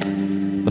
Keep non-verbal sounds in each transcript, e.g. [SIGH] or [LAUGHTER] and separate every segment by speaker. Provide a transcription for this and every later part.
Speaker 1: The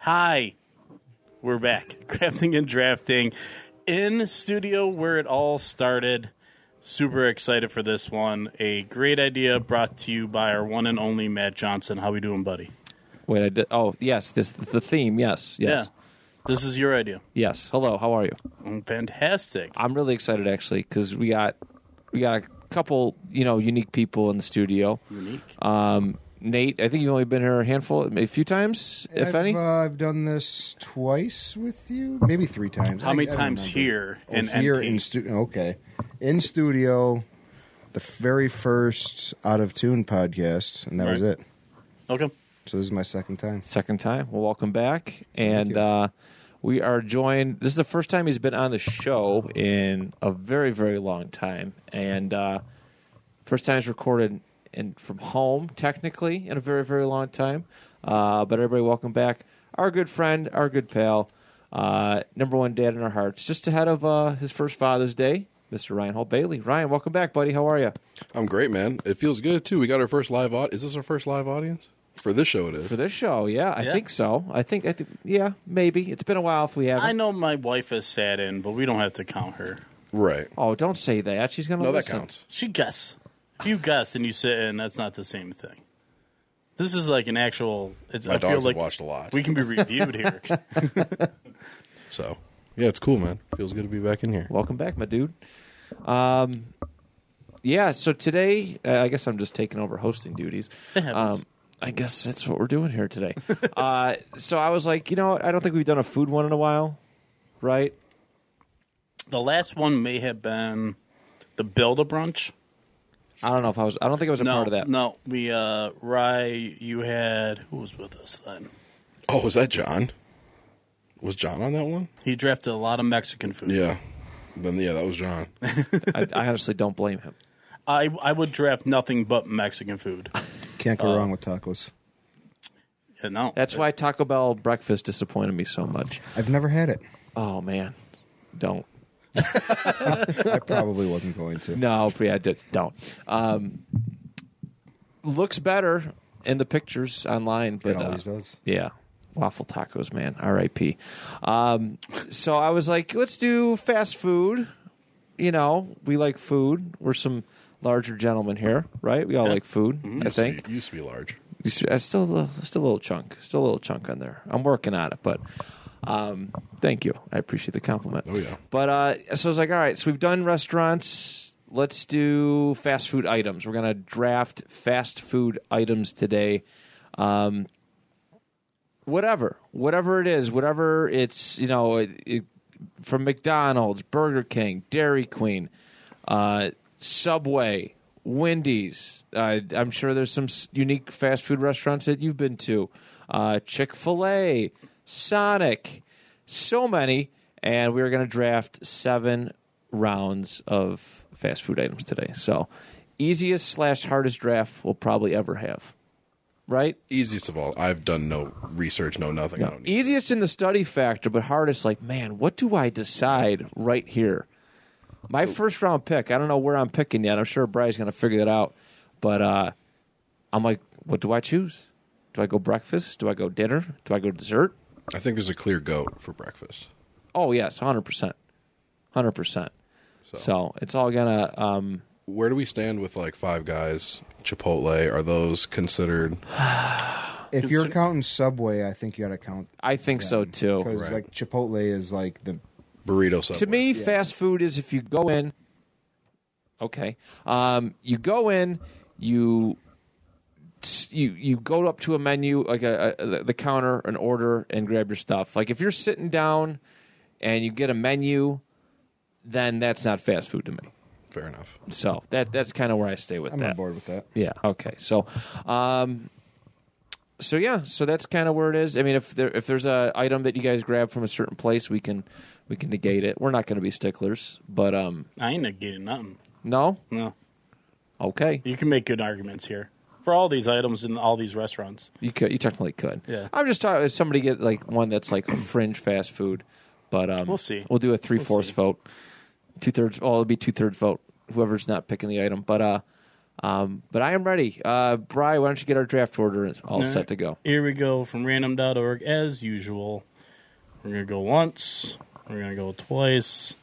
Speaker 2: Hi, we're back. [LAUGHS] Crafting and drafting in studio where it all started. Super excited for this one. A great idea brought to you by our one and only Matt Johnson. How we doing, buddy?
Speaker 1: Wait, I did. Oh, yes, this the theme. Yes, yes,
Speaker 2: This is your idea.
Speaker 1: yes. Hello, how are you?
Speaker 2: Mm, Fantastic.
Speaker 1: I'm really excited actually because we got we got a couple you know unique people in the studio.
Speaker 2: Unique.
Speaker 1: Um, Nate, I think you've only been here a handful, a few times, if
Speaker 3: I've,
Speaker 1: any.
Speaker 3: uh, I've done this twice with you, maybe three times.
Speaker 2: How
Speaker 3: I-
Speaker 2: many
Speaker 3: I don't
Speaker 2: times
Speaker 3: remember.
Speaker 2: here
Speaker 3: Oh,
Speaker 2: in
Speaker 3: here
Speaker 2: NT?
Speaker 3: in studio? Okay, in studio, the very first out of tune podcast, and that was
Speaker 2: Right.
Speaker 3: it.
Speaker 2: Okay.
Speaker 3: So this is my second time.
Speaker 1: Second time. Well, welcome back, and uh, we are joined. This is the first time he's been on the show in a very very long time, and uh, first time he's recorded in from home technically in a very very long time. Uh, but everybody, welcome back. Our good friend, our good pal, uh, number one dad in our hearts, just ahead of uh, his first Father's Day, Mr. Ryan Holt Bailey. Ryan, welcome back, buddy. How are you?
Speaker 4: I'm great, man. It feels good too. We got our first live audience. Is this our first live audience for this show? It is.
Speaker 1: For this show, yeah, I
Speaker 2: Yeah.
Speaker 1: think so. I think, I think, yeah, maybe. It's been a while if we haven't.
Speaker 2: I know my wife is sat in, but we don't have to count her.
Speaker 4: right.
Speaker 1: Oh, don't say that. She's gonna
Speaker 4: No, that
Speaker 1: listen.
Speaker 4: counts.
Speaker 2: She guess. If you guess and you sit in, that's not the same thing. This is like an actual. It's,
Speaker 4: My
Speaker 2: I feel
Speaker 4: dogs
Speaker 2: like
Speaker 4: have watched a lot,
Speaker 2: we can be reviewed
Speaker 4: [LAUGHS]
Speaker 2: here.
Speaker 4: so yeah, it's cool, man. Feels good to be back in here.
Speaker 1: Welcome back, my dude. Um, yeah. So today, uh, I guess I'm just taking over hosting
Speaker 2: [LAUGHS]
Speaker 1: duties.
Speaker 2: It happens.
Speaker 1: Um, I guess that's what we're doing here today. [LAUGHS] uh, so I was like, you know, what? I don't think we've done a food one in a while, right?
Speaker 2: The last one may have been the build a brunch.
Speaker 1: I don't know if I was. I don't think I was a
Speaker 2: No,
Speaker 1: part of that.
Speaker 2: no, we uh, Rye, you had who was with us then?
Speaker 4: Oh, was that John? Was John on that one?
Speaker 2: He drafted a lot of Mexican food.
Speaker 4: Yeah. Then yeah, that was John.
Speaker 1: I, I honestly don't blame him.
Speaker 2: I I would draft nothing but Mexican food.
Speaker 3: Can't
Speaker 2: Uh,
Speaker 3: go wrong with tacos.
Speaker 2: Yeah, no,
Speaker 1: That's why Taco Bell breakfast disappointed me so much.
Speaker 3: I've never had it.
Speaker 1: Oh man, don't.
Speaker 3: I probably wasn't going
Speaker 2: [LAUGHS]
Speaker 1: [LAUGHS]
Speaker 3: to.
Speaker 1: No, yeah, just don't. Um, looks better in the pictures online, but
Speaker 3: it always
Speaker 1: uh,
Speaker 3: does.
Speaker 1: yeah, waffle tacos, man. R.I.P. Um, so I was like, let's do fast food. You know, we like food. We're some larger gentlemen here, right? We all like food. I
Speaker 4: Used to
Speaker 1: think
Speaker 4: be- used to be large.
Speaker 1: You see, I still uh, still a little chunk, still a little chunk on there. I'm working on it, but um, thank you. I appreciate the compliment.
Speaker 4: Oh, yeah.
Speaker 1: But uh, so I was like, all right, so we've done restaurants. Let's do fast food items. We're gonna draft fast food items today. Um, whatever, whatever it is, whatever it's you know, it, it, from McDonald's, Burger King, Dairy Queen, uh, Subway, Wendy's. Uh, I'm sure there's some s- unique fast food restaurants that you've been to. Uh, Chick Fil A, Sonic, so many, and we are going to draft seven rounds of fast food items today. So, easiest slash hardest draft we'll probably ever have. Right?
Speaker 4: Easiest of all, I've done no research, no nothing. I don't need
Speaker 1: Easiest in the study factor, but hardest, like, man, what do I decide right here? My first round pick, I don't know where I'm picking yet. I'm sure Bry's going to figure that out. But uh, I'm like, what do I choose? Do I go breakfast? Do I go dinner? Do I go dessert?
Speaker 4: I think there's a clear goat for breakfast.
Speaker 1: Oh, yes, 100%. 100%. So, it's all going to. Um,
Speaker 4: Where do we stand with like Five Guys, Chipotle? Are those considered?
Speaker 3: If you're counting Subway, I think you got to count
Speaker 1: I think so too.
Speaker 3: because
Speaker 4: Right.
Speaker 3: like Chipotle is like the
Speaker 4: Burrito Subway.
Speaker 1: To me, fast food is if you go in. Okay. Um, you go in, you s- you you go up to a menu like a, a the- the counter and order and grab your stuff. Like if you're sitting down and you get a menu, then that's not fast food to me.
Speaker 4: Fair enough.
Speaker 1: So that that's kind of where I stay with
Speaker 3: I'm
Speaker 1: that.
Speaker 3: on board with that.
Speaker 1: Yeah. Okay. So, um, so yeah. So that's kind of where it is. I mean, if there if there's a item that you guys grab from a certain place, we can we can negate it. We're not going to be sticklers, but um,
Speaker 2: I ain't negating nothing.
Speaker 1: no.
Speaker 2: No,
Speaker 1: Okay.
Speaker 2: you can make good arguments here for all these items in all these restaurants.
Speaker 1: You could. You technically could.
Speaker 2: Yeah.
Speaker 1: I'm just talking. If somebody get like one that's like a fringe fast food, but um,
Speaker 2: We'll see.
Speaker 1: We'll do a three fourths
Speaker 2: see.
Speaker 1: vote. Two thirds. Oh, it'll be two thirds vote. Whoever's not picking the item, but uh. Um, but I am ready. Uh, Bry, why don't you get our draft order all set to go?
Speaker 2: Here we go from random.org as usual. We're going to go once, we're going to go twice,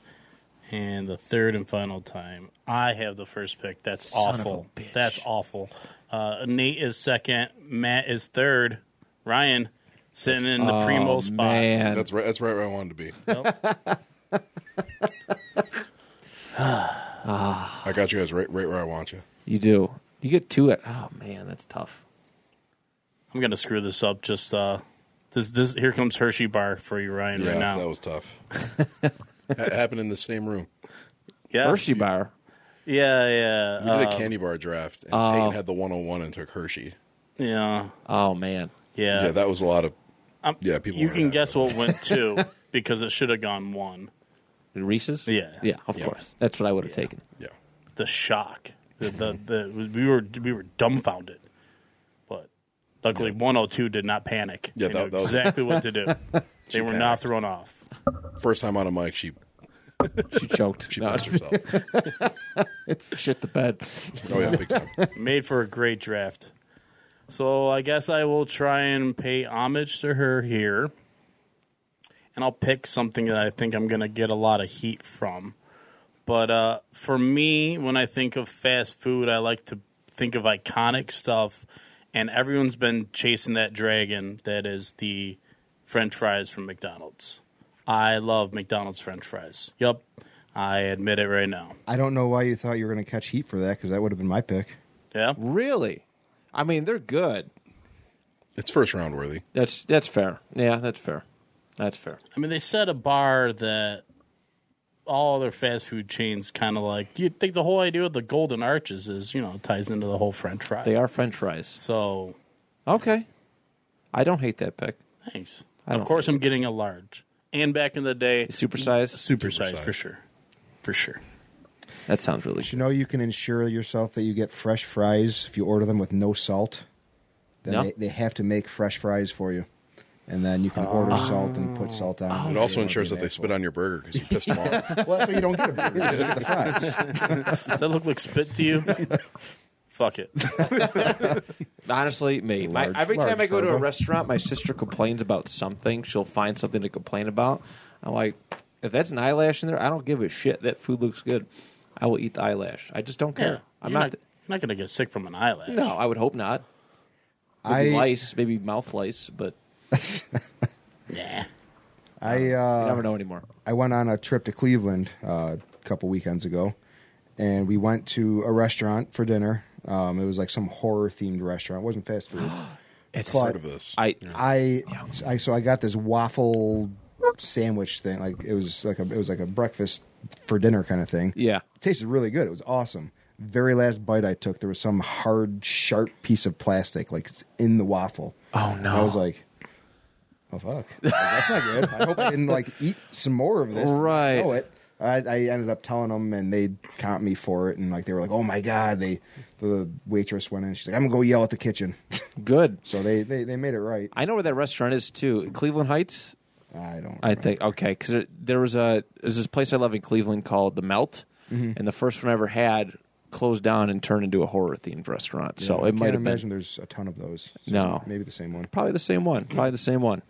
Speaker 2: and the third and final time. I have the first pick. That's
Speaker 1: Son of a
Speaker 2: awful.
Speaker 1: bitch.
Speaker 2: That's awful. Uh, Nate is second, Matt is third, Ryan sitting in the primo spot.
Speaker 1: Oh, Man.
Speaker 4: That's right. That's right where I wanted to be. I got you guys right, right where I want you.
Speaker 1: You do. You get two at. Oh man, that's tough.
Speaker 2: I'm going to screw this up just uh this this here comes Hershey bar for you Ryan
Speaker 4: yeah,
Speaker 2: right now.
Speaker 4: that was tough. it happened in the same room.
Speaker 2: yeah.
Speaker 1: Hershey bar.
Speaker 2: Yeah, yeah.
Speaker 4: We did
Speaker 2: uh,
Speaker 4: a candy bar draft, and Peyton had the 101 and took Hershey.
Speaker 2: yeah.
Speaker 1: Oh man.
Speaker 2: Yeah.
Speaker 4: Yeah, that was a lot of.
Speaker 2: I'm-
Speaker 4: yeah, people.
Speaker 2: Um, You
Speaker 4: weren't
Speaker 2: can
Speaker 4: happy
Speaker 2: guess
Speaker 4: with
Speaker 2: what
Speaker 4: [LAUGHS]
Speaker 2: went two because it should have gone one.
Speaker 1: Reese's.
Speaker 2: Yeah.
Speaker 1: Yeah. Of
Speaker 4: Yeah.
Speaker 1: course. That's what I would have taken.
Speaker 4: it. Yeah,
Speaker 2: The shock, the, the, the we were we were dumbfounded, but luckily 102 did not panic.
Speaker 4: Yeah,
Speaker 2: They
Speaker 4: that-
Speaker 2: knew
Speaker 4: that was-
Speaker 2: exactly what
Speaker 4: [LAUGHS]
Speaker 2: to do. They were not
Speaker 4: panicked.
Speaker 2: thrown off.
Speaker 4: first time on a mic, she
Speaker 1: She choked.
Speaker 4: [LAUGHS] she
Speaker 1: No,
Speaker 4: pissed herself.
Speaker 1: shit the bed.
Speaker 4: Oh yeah, big time.
Speaker 2: Made for a great draft. So I guess I will try and pay homage to her here, and I'll pick something that I think I'm going to get a lot of heat from. But uh, for me, when I think of fast food, I like to think of iconic stuff, and everyone's been chasing that dragon that is the French fries from McDonald's. I love McDonald's French fries. Yup, I admit it right now.
Speaker 3: I don't know why you thought you were going to catch heat for that because that would have been my pick.
Speaker 2: Yeah,
Speaker 1: Really? I mean, they're good.
Speaker 4: It's first round worthy.
Speaker 1: That's that's fair. Yeah, that's fair. That's fair.
Speaker 2: I mean, they set a bar that all other fast food chains kind of like. Do you think the whole idea of the Golden Arches is, you know, ties into the whole French fry?
Speaker 1: They are French fries.
Speaker 2: So,
Speaker 1: Okay. I don't hate that pick.
Speaker 2: thanks.
Speaker 1: I don't
Speaker 2: Of course, I'm getting a large. And back in the day,
Speaker 1: Super size.
Speaker 2: super, size, for sure. For sure.
Speaker 1: That sounds really
Speaker 3: But you
Speaker 1: good.
Speaker 3: know you can ensure yourself that you get fresh fries if you order them with no salt. Then
Speaker 1: No.
Speaker 3: they, they have to make fresh fries for you. And then you can order salt and put salt on.
Speaker 4: Ah. Oh. It also ensures that they spit on your burger because you pissed them
Speaker 3: [LAUGHS]
Speaker 4: off.
Speaker 3: Well, that's why you don't get a
Speaker 4: [LAUGHS]
Speaker 3: burger. You just get the fries.
Speaker 2: Does that look like spit
Speaker 1: [LAUGHS]
Speaker 2: to you? Fuck it.
Speaker 1: Honestly, me. My,
Speaker 3: Large-
Speaker 1: every time
Speaker 3: large
Speaker 1: I go to a
Speaker 3: photo.
Speaker 1: restaurant, my sister complains about something. She'll find something to complain about. I'm like, if that's an eyelash in there, I don't give a shit. That food looks good. I will eat the eyelash. I just don't care.
Speaker 2: Yeah.
Speaker 1: I'm
Speaker 2: You're
Speaker 1: not.
Speaker 2: you're not going to get sick from an eyelash.
Speaker 1: No, I would hope not.
Speaker 3: I-
Speaker 1: Maybe lice, maybe mouth lice, but
Speaker 2: Nah.
Speaker 3: I
Speaker 1: you
Speaker 3: uh,
Speaker 1: never know anymore.
Speaker 3: I went on a trip to Cleveland uh, a couple weekends ago, and we went to a restaurant for dinner. Um, it was like some horror themed restaurant. It wasn't fast
Speaker 4: [GASPS]
Speaker 3: food.
Speaker 1: It's
Speaker 3: But-
Speaker 4: Part of this.
Speaker 1: I.
Speaker 3: I, I so I got this waffle sandwich thing. Like it was like a it was like a breakfast for dinner kind of thing.
Speaker 1: Yeah.
Speaker 3: It tasted really good. It was awesome. Very last bite I took, there was some hard, sharp piece of plastic like in the waffle.
Speaker 1: Oh,
Speaker 3: And I was like, "Oh fuck, [LAUGHS] Like, that's not good." I hope I didn't like eat some more of this.
Speaker 1: Right.
Speaker 3: Know it. I, I ended up telling them, and they caught me for it, and like they were like, "Oh my god!" They the waitress went in. She's like, "I'm gonna go yell at the kitchen." [LAUGHS]
Speaker 1: Good.
Speaker 3: so they, they they made it right.
Speaker 1: I know where that restaurant is too. Cleveland Heights.
Speaker 3: I don't.
Speaker 1: I think okay because there was a there's this place I love in Cleveland called the Melt,
Speaker 3: Mm-hmm.
Speaker 1: and the first one I ever had closed down and turned into a horror themed restaurant. so it might
Speaker 3: I can't
Speaker 1: have been
Speaker 3: imagine there's a ton of those. So
Speaker 1: No.
Speaker 3: maybe the same one.
Speaker 1: probably the same one. Probably the same one.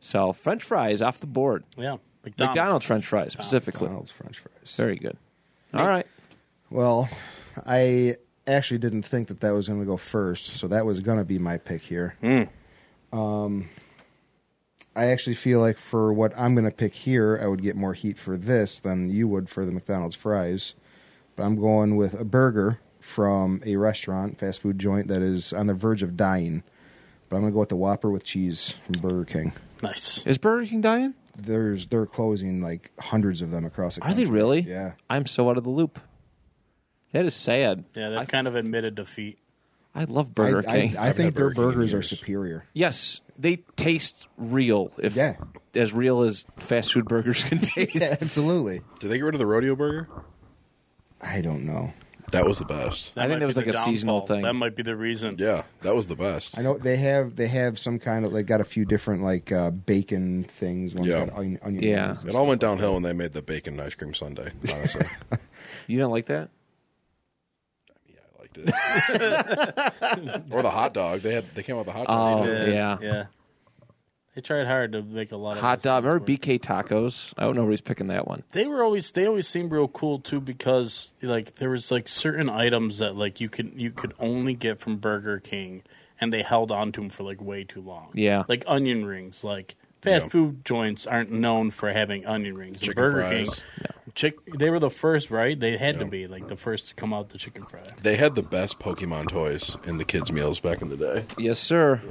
Speaker 1: So French fries off the board.
Speaker 2: Yeah. McDonald's.
Speaker 1: McDonald's, French fries specifically.
Speaker 3: McDonald's French fries.
Speaker 1: Very good. All right.
Speaker 3: Well, I actually didn't think that that was going to go first, so that was going to be my pick here. Um, I actually feel like for what I'm going to pick here, I would get more heat for this than you would for the McDonald's fries. But I'm going with a burger from a restaurant, fast food joint that is on the verge of dying. But I'm gonna go with the Whopper with cheese from Burger King.
Speaker 2: Nice.
Speaker 1: Is Burger King dying?
Speaker 3: There's they're closing like hundreds of them across the
Speaker 1: Are
Speaker 3: country.
Speaker 1: they really?
Speaker 3: Yeah.
Speaker 1: I'm so out of the loop. That is sad.
Speaker 2: Yeah,
Speaker 1: I,
Speaker 2: they've kind of admitted defeat.
Speaker 1: I love Burger
Speaker 3: I, I-
Speaker 1: King.
Speaker 3: I,
Speaker 4: I've
Speaker 3: think
Speaker 4: had
Speaker 3: their
Speaker 4: Burger King in
Speaker 3: burgers are
Speaker 4: years.
Speaker 3: superior.
Speaker 4: [LAUGHS]
Speaker 1: yes, they taste real. If
Speaker 3: Yeah.
Speaker 1: as real as fast food burgers [LAUGHS] can taste.
Speaker 3: absolutely.
Speaker 4: Did they get rid of the rodeo burger?
Speaker 3: I don't know.
Speaker 4: That was the best.
Speaker 1: I think
Speaker 2: might
Speaker 1: that was
Speaker 2: be
Speaker 1: like
Speaker 2: the
Speaker 1: a seasonal thing.
Speaker 2: That might be the reason.
Speaker 4: Yeah, that was the best.
Speaker 3: I know they have they have some kind of they got a few different like uh, bacon things. One
Speaker 4: Yeah.
Speaker 3: got onion, onion
Speaker 1: Yeah.
Speaker 3: rings and
Speaker 4: It all went downhill when they made the bacon ice cream sundae. Honestly,
Speaker 1: You don't like that?
Speaker 4: yeah, I liked it. [LAUGHS] or the hot dog. They had. They came out with the hot dog.
Speaker 1: Oh,
Speaker 4: They did.
Speaker 1: Yeah.
Speaker 2: Yeah. They tried hard to make a lot of
Speaker 1: Hot
Speaker 2: those
Speaker 1: dog.
Speaker 2: things
Speaker 1: Remember
Speaker 2: work.
Speaker 1: BK tacos? I don't know where he's picking that one.
Speaker 2: They were always they always seemed real cool too because like there was like certain items that like you could you could only get from Burger King and they held on to them for like way too long.
Speaker 1: Yeah.
Speaker 2: Like onion rings, like fast
Speaker 4: Yeah.
Speaker 2: food joints aren't known for having onion rings. And
Speaker 4: Chicken
Speaker 2: Burger
Speaker 4: fries.
Speaker 2: King Chick, they were the first, right? They had to be like the first to come out the chicken fry.
Speaker 4: They had the best Pokemon toys in the kids' meals back in the day.
Speaker 1: Yes, sir.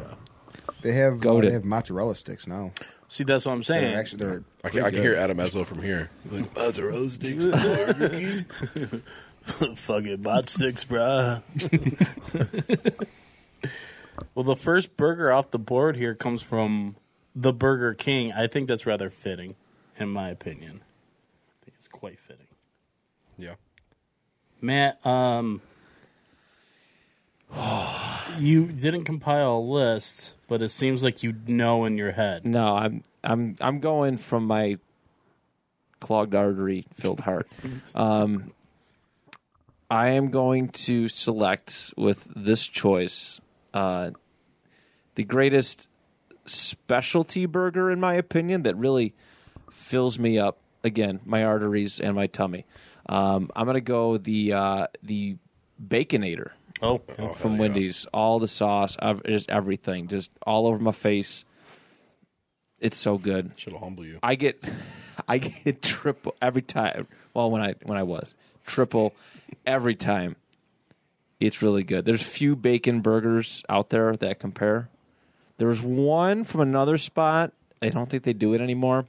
Speaker 3: They have uh,
Speaker 1: Goated.
Speaker 3: they have mozzarella sticks now.
Speaker 2: See, that's what I'm saying.
Speaker 3: They're actually they're
Speaker 4: I can, I can hear Adam Ezzo from here. Like, mozzarella sticks. Burger King."
Speaker 2: Fucking bot sticks, bruh. [LAUGHS] well, the first burger off the board here comes from the Burger King. I think that's rather fitting, in my opinion. I think it's quite fitting.
Speaker 4: yeah.
Speaker 2: Matt, um, [SIGHS] you didn't compile a list, but it seems like you know in your head.
Speaker 1: No, I'm I'm I'm going from my clogged artery filled heart. Um, I am going to select with this choice uh, the greatest specialty burger in my opinion that really fills me up again my arteries and my tummy. Um, I'm gonna go the uh, the baconator
Speaker 2: Oh,
Speaker 1: from
Speaker 4: hell yeah.
Speaker 1: Wendy's. All the sauce, ev- just everything, just all over my face. It's so good.
Speaker 4: Shit'll humble you.
Speaker 1: I get, [LAUGHS] I get triple every time. Well, when I when I was triple every time. It's really good. There's few bacon burgers out there that compare. There's one from another spot. I don't think they do it anymore,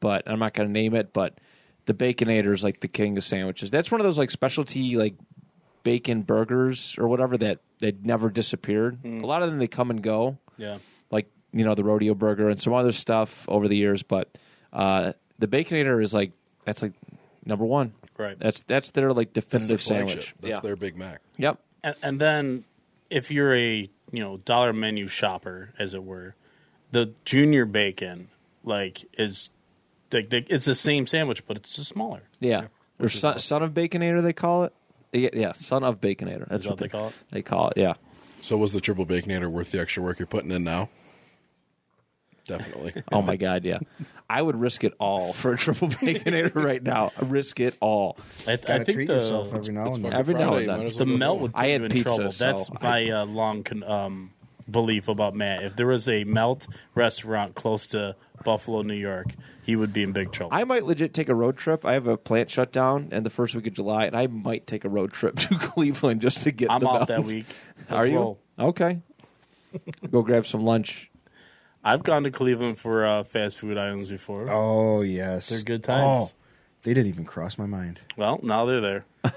Speaker 1: but I'm not going to name it. But the Baconator is like the king of sandwiches. That's one of those like specialty like bacon burgers or whatever that that never disappeared. A lot of them they come and go
Speaker 2: yeah.
Speaker 1: like you know the rodeo burger and some other stuff over the years, but uh, the baconator is like that's like number one.
Speaker 2: Right.
Speaker 1: That's that's their like
Speaker 4: That's their
Speaker 1: definitive sandwich.
Speaker 4: flagship. That's
Speaker 1: yeah.
Speaker 4: their Big Mac.
Speaker 1: Yep.
Speaker 2: And, and then, if you're a you know dollar menu shopper, as it were, the junior bacon like is like they, it's the same sandwich, but it's just smaller.
Speaker 1: Yeah. Or son, son of baconator they call it. Yeah, yeah, son of baconator. That's
Speaker 2: Is that what they call it?
Speaker 1: They call it. Yeah.
Speaker 4: So was the triple baconator worth the extra work you're putting in now? Definitely.
Speaker 1: Oh my god. Yeah. [LAUGHS] I would risk it all for a
Speaker 4: [LAUGHS]
Speaker 1: triple baconator right now. Risk it all.
Speaker 2: I, th-
Speaker 3: gotta
Speaker 2: I think
Speaker 3: treat
Speaker 2: the
Speaker 3: yourself every now and then.
Speaker 1: Every now and then.
Speaker 2: the melt would put
Speaker 1: I had
Speaker 2: you in
Speaker 1: pizza,
Speaker 2: trouble.
Speaker 1: so
Speaker 2: That's my uh, long con- um, belief about Matt. If there was a melt restaurant close to Buffalo, New York, he would be in big trouble.
Speaker 1: I might legit take a road trip. I have a plant shutdown and the first week of July, and I might take a road trip [LAUGHS] to Cleveland just to get.
Speaker 2: I'm
Speaker 1: the
Speaker 2: off that
Speaker 1: mountains.
Speaker 2: week. Let's
Speaker 1: Are you
Speaker 2: roll.
Speaker 1: okay? Go grab some lunch.
Speaker 2: I've gone to Cleveland for uh, fast food items before.
Speaker 3: Oh yes, Oh,
Speaker 2: They're good times.
Speaker 3: they didn't even cross my mind. [LAUGHS]
Speaker 2: Well, now they're there. [LAUGHS]